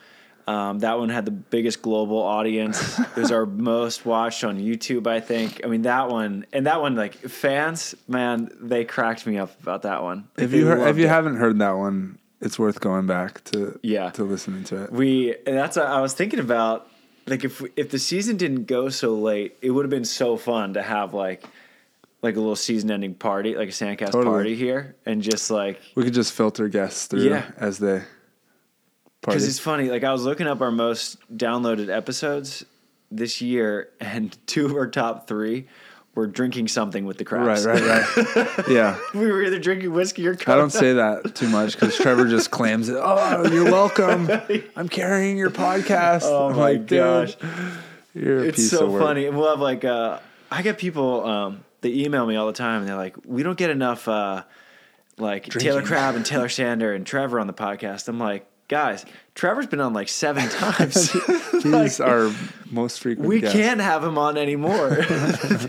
Speaker 1: Um, that one had the biggest global audience. it was our most watched on YouTube, I think. I mean that one and that one like fans, man, they cracked me up about that one.
Speaker 2: If
Speaker 1: They
Speaker 2: you heard, if
Speaker 1: loved
Speaker 2: you
Speaker 1: it.
Speaker 2: haven't heard that one, it's worth going back to
Speaker 1: Yeah.
Speaker 2: to listening to it.
Speaker 1: we and that's what I was thinking about. Like if if the season didn't go so late, it would have been so fun to have like like a little season ending party, like a sandcast
Speaker 2: Totally.
Speaker 1: party here, and just like
Speaker 2: We could just filter guests through
Speaker 1: Yeah.
Speaker 2: as they party.
Speaker 1: because it's funny. Like I was looking up our most downloaded episodes this year, and two of our top three were drinking something with the
Speaker 2: Right,
Speaker 1: crabs.
Speaker 2: right, Oh right. yeah.
Speaker 1: we were either drinking whiskey or
Speaker 2: I
Speaker 1: coke.
Speaker 2: don't say that too much because Trevor just claims it. Oh, you're welcome. I'm carrying your podcast.
Speaker 1: Oh
Speaker 2: I'm
Speaker 1: my
Speaker 2: like, dude,
Speaker 1: gosh.
Speaker 2: you're a
Speaker 1: it's
Speaker 2: piece
Speaker 1: so
Speaker 2: of work.
Speaker 1: funny. We'll have like uh, I get people um, they email me all the time, and they're like, "We don't get enough uh, like Taylor Crab and Taylor Sander and Trevor on the podcast." I'm like, guys, Trevor's been on like seven times.
Speaker 2: These are most frequent.
Speaker 1: we
Speaker 2: guests.
Speaker 1: can't have him on anymore.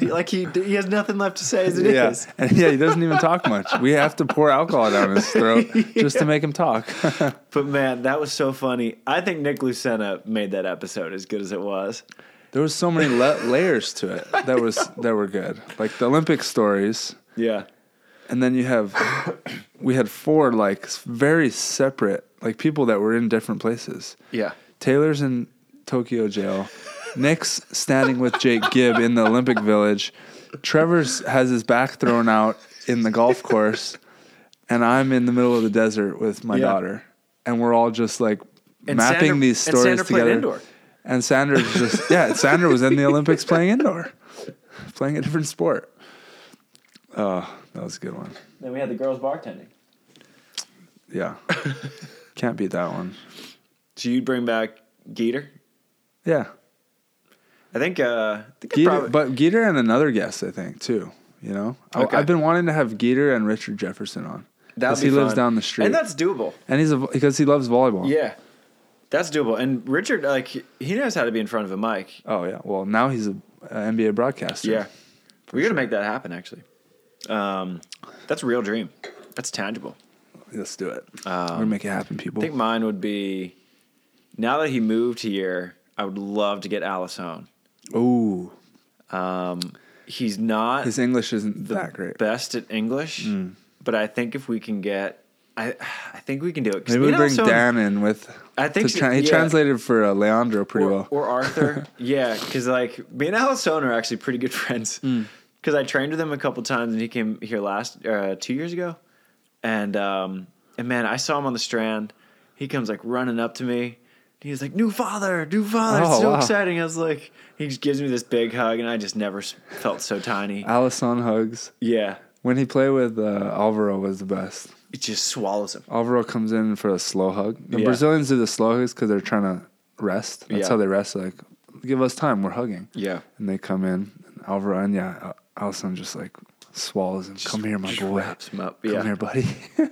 Speaker 1: like he he has nothing left to say as it is.
Speaker 2: Yeah, and yeah, he doesn't even talk much. We have to pour alcohol down his throat just to make him talk.
Speaker 1: But man, that was so funny. I think Nick Lucena made that episode as good as it was.
Speaker 2: there was so many la- layers to it that was that were good, like the Olympic stories,
Speaker 1: Yeah.
Speaker 2: and then you have we had four like s- very separate like people that were in different places.
Speaker 4: Yeah.
Speaker 2: Taylor's in Tokyo jail. Nick's standing with Jake Gibb in the Olympic Village. Trevor's has his back thrown out in the golf course, and I'm in the middle of the desert with my
Speaker 1: Yeah.
Speaker 2: daughter, and we're all just like
Speaker 1: And
Speaker 2: mapping
Speaker 1: Sander-
Speaker 2: these
Speaker 1: and
Speaker 2: stories
Speaker 1: Sander played
Speaker 2: together.
Speaker 1: indoor.
Speaker 2: And Sandra's just yeah, Sandra was in the Olympics playing indoor, playing a different sport. Oh, that was a good one.
Speaker 1: Then we had the girls bartending.
Speaker 2: Yeah, can't beat that one.
Speaker 1: So you'd bring back Geeter?
Speaker 2: Yeah,
Speaker 1: I think uh I think I'd
Speaker 2: Geeter,
Speaker 1: probably,
Speaker 2: but Geeter and another guest, I think, too. You know, I,
Speaker 1: Okay.
Speaker 2: I've been wanting to have Geeter and Richard Jefferson on
Speaker 1: That'd
Speaker 2: because
Speaker 1: be
Speaker 2: he lives
Speaker 1: fun.
Speaker 2: down the street,
Speaker 1: And
Speaker 2: and,
Speaker 1: that's doable.
Speaker 2: he's a, because he loves volleyball.
Speaker 1: Yeah. That's doable. And Richard, like, he knows how to be in front of a mic.
Speaker 2: Oh yeah. Well, now he's a, a NBA broadcaster.
Speaker 1: Yeah. We got to make that happen, actually. Um, that's a real dream. That's tangible.
Speaker 2: Let's do it. We're gonna make it happen, people.
Speaker 1: I Um, think mine would be now that he moved here, I would love to get Alice home.
Speaker 2: Ooh,
Speaker 1: He's not
Speaker 2: his English isn't that great. Mm.
Speaker 1: best at English, but I think if we can get, I, I think we can do it. 'Cause
Speaker 2: Maybe we
Speaker 1: it
Speaker 2: bring
Speaker 1: also-
Speaker 2: Dan in with.
Speaker 1: I think
Speaker 2: to
Speaker 1: so,
Speaker 2: tra- he
Speaker 1: yeah.
Speaker 2: translated for uh, Leandro pretty
Speaker 1: or,
Speaker 2: well.
Speaker 1: or Arthur. yeah, because like me and Alison are actually pretty good friends.
Speaker 2: Hmm.
Speaker 1: Because I trained with him a couple times, and he came here last uh, two years ago, and um, and man, I saw him on the Strand. He comes like running up to me. He was like, "New father, new father! it's
Speaker 2: Oh,
Speaker 1: so
Speaker 2: wow.
Speaker 1: exciting!" I was like, he just gives me this big hug, and I just never s- felt so tiny.
Speaker 2: Alisson hugs.
Speaker 1: Yeah,
Speaker 2: When he played with uh, Alvaro was the best.
Speaker 1: it just swallows him.
Speaker 2: Alvaro comes in for a slow hug. The
Speaker 1: Yeah.
Speaker 2: Brazilians do the slow hugs because they're trying to rest. That's
Speaker 1: Yeah.
Speaker 2: how they rest. Like, give us time. We're hugging.
Speaker 1: Yeah.
Speaker 2: And they come in. And Alvaro and yeah, Al- Alisson just like swallows him. come here, my
Speaker 1: Just
Speaker 2: boy.
Speaker 1: wraps him up.
Speaker 2: Come
Speaker 1: yeah.
Speaker 2: here, buddy.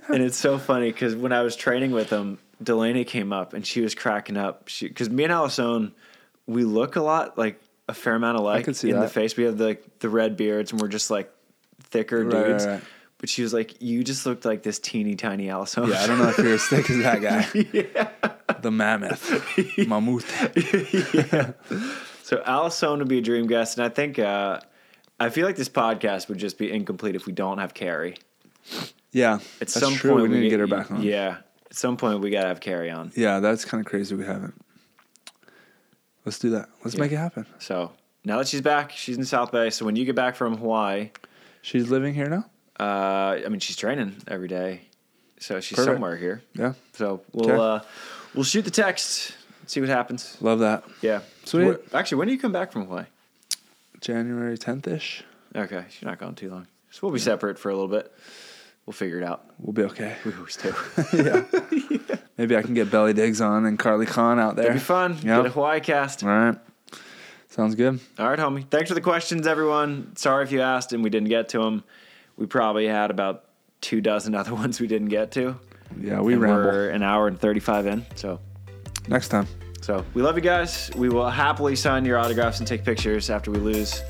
Speaker 1: and it's so funny because when I was training with him, Delaney came up and she was cracking up. She because me and Alison, we look a lot like a fair amount alike
Speaker 2: can see
Speaker 1: in the
Speaker 2: that.
Speaker 1: face. We have the the red beards and we're just like thicker
Speaker 2: Right, right,
Speaker 1: dudes.
Speaker 2: right.
Speaker 1: But she was like, "You just looked like this teeny tiny Alison."
Speaker 2: yeah, I don't know if you're as thick as that guy. The mammoth, mammoth.
Speaker 1: so Alison would be a dream guest, and I think uh, I feel like this podcast would just be incomplete if we don't have Carrie.
Speaker 2: Yeah,
Speaker 1: At
Speaker 2: that's
Speaker 1: some
Speaker 2: true.
Speaker 1: point,
Speaker 2: we need to get her back on.
Speaker 1: Yeah, at some point we gotta have Carrie on.
Speaker 2: Yeah, that's kind of crazy. We haven't. Let's do that. Let's make it happen.
Speaker 1: So now that she's back, she's in South Bay. So when you get back from Hawaii,
Speaker 2: She's living here now.
Speaker 1: uh, I mean she's training every day, so she's
Speaker 2: Perfect.
Speaker 1: somewhere here.
Speaker 2: Yeah,
Speaker 1: So we'll
Speaker 2: Okay.
Speaker 1: uh, we'll shoot the text, see what happens.
Speaker 2: love that.
Speaker 1: Yeah.
Speaker 2: Sweet.
Speaker 1: Wh- actually, when do you come back from Hawaii?
Speaker 2: January tenth ish.
Speaker 1: Okay, you're not gone too long. So we'll be separate for a little bit. We'll figure it out.
Speaker 2: We'll be okay.
Speaker 1: We always do.
Speaker 2: Maybe I can get Belly Diggs on and Carly Khan out there.
Speaker 1: It'll be fun. Get a
Speaker 2: Yeah. All
Speaker 1: Hawaii cast.
Speaker 2: right. Sounds good.
Speaker 1: All right, homie. Thanks for the questions, everyone. Sorry if you asked and we didn't get to them. We probably had about two dozen other ones we didn't get to.
Speaker 2: Yeah, we
Speaker 1: And
Speaker 2: ramble.
Speaker 1: We're an hour and 35 in. So,
Speaker 2: Next time.
Speaker 1: so we love you guys. We will happily sign your autographs and take pictures after we lose.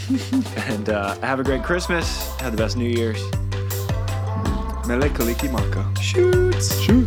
Speaker 1: and uh, have a great Christmas. Have the best New Year's.
Speaker 2: Mele Kalikimaka.
Speaker 1: Shoots.
Speaker 2: Shoot.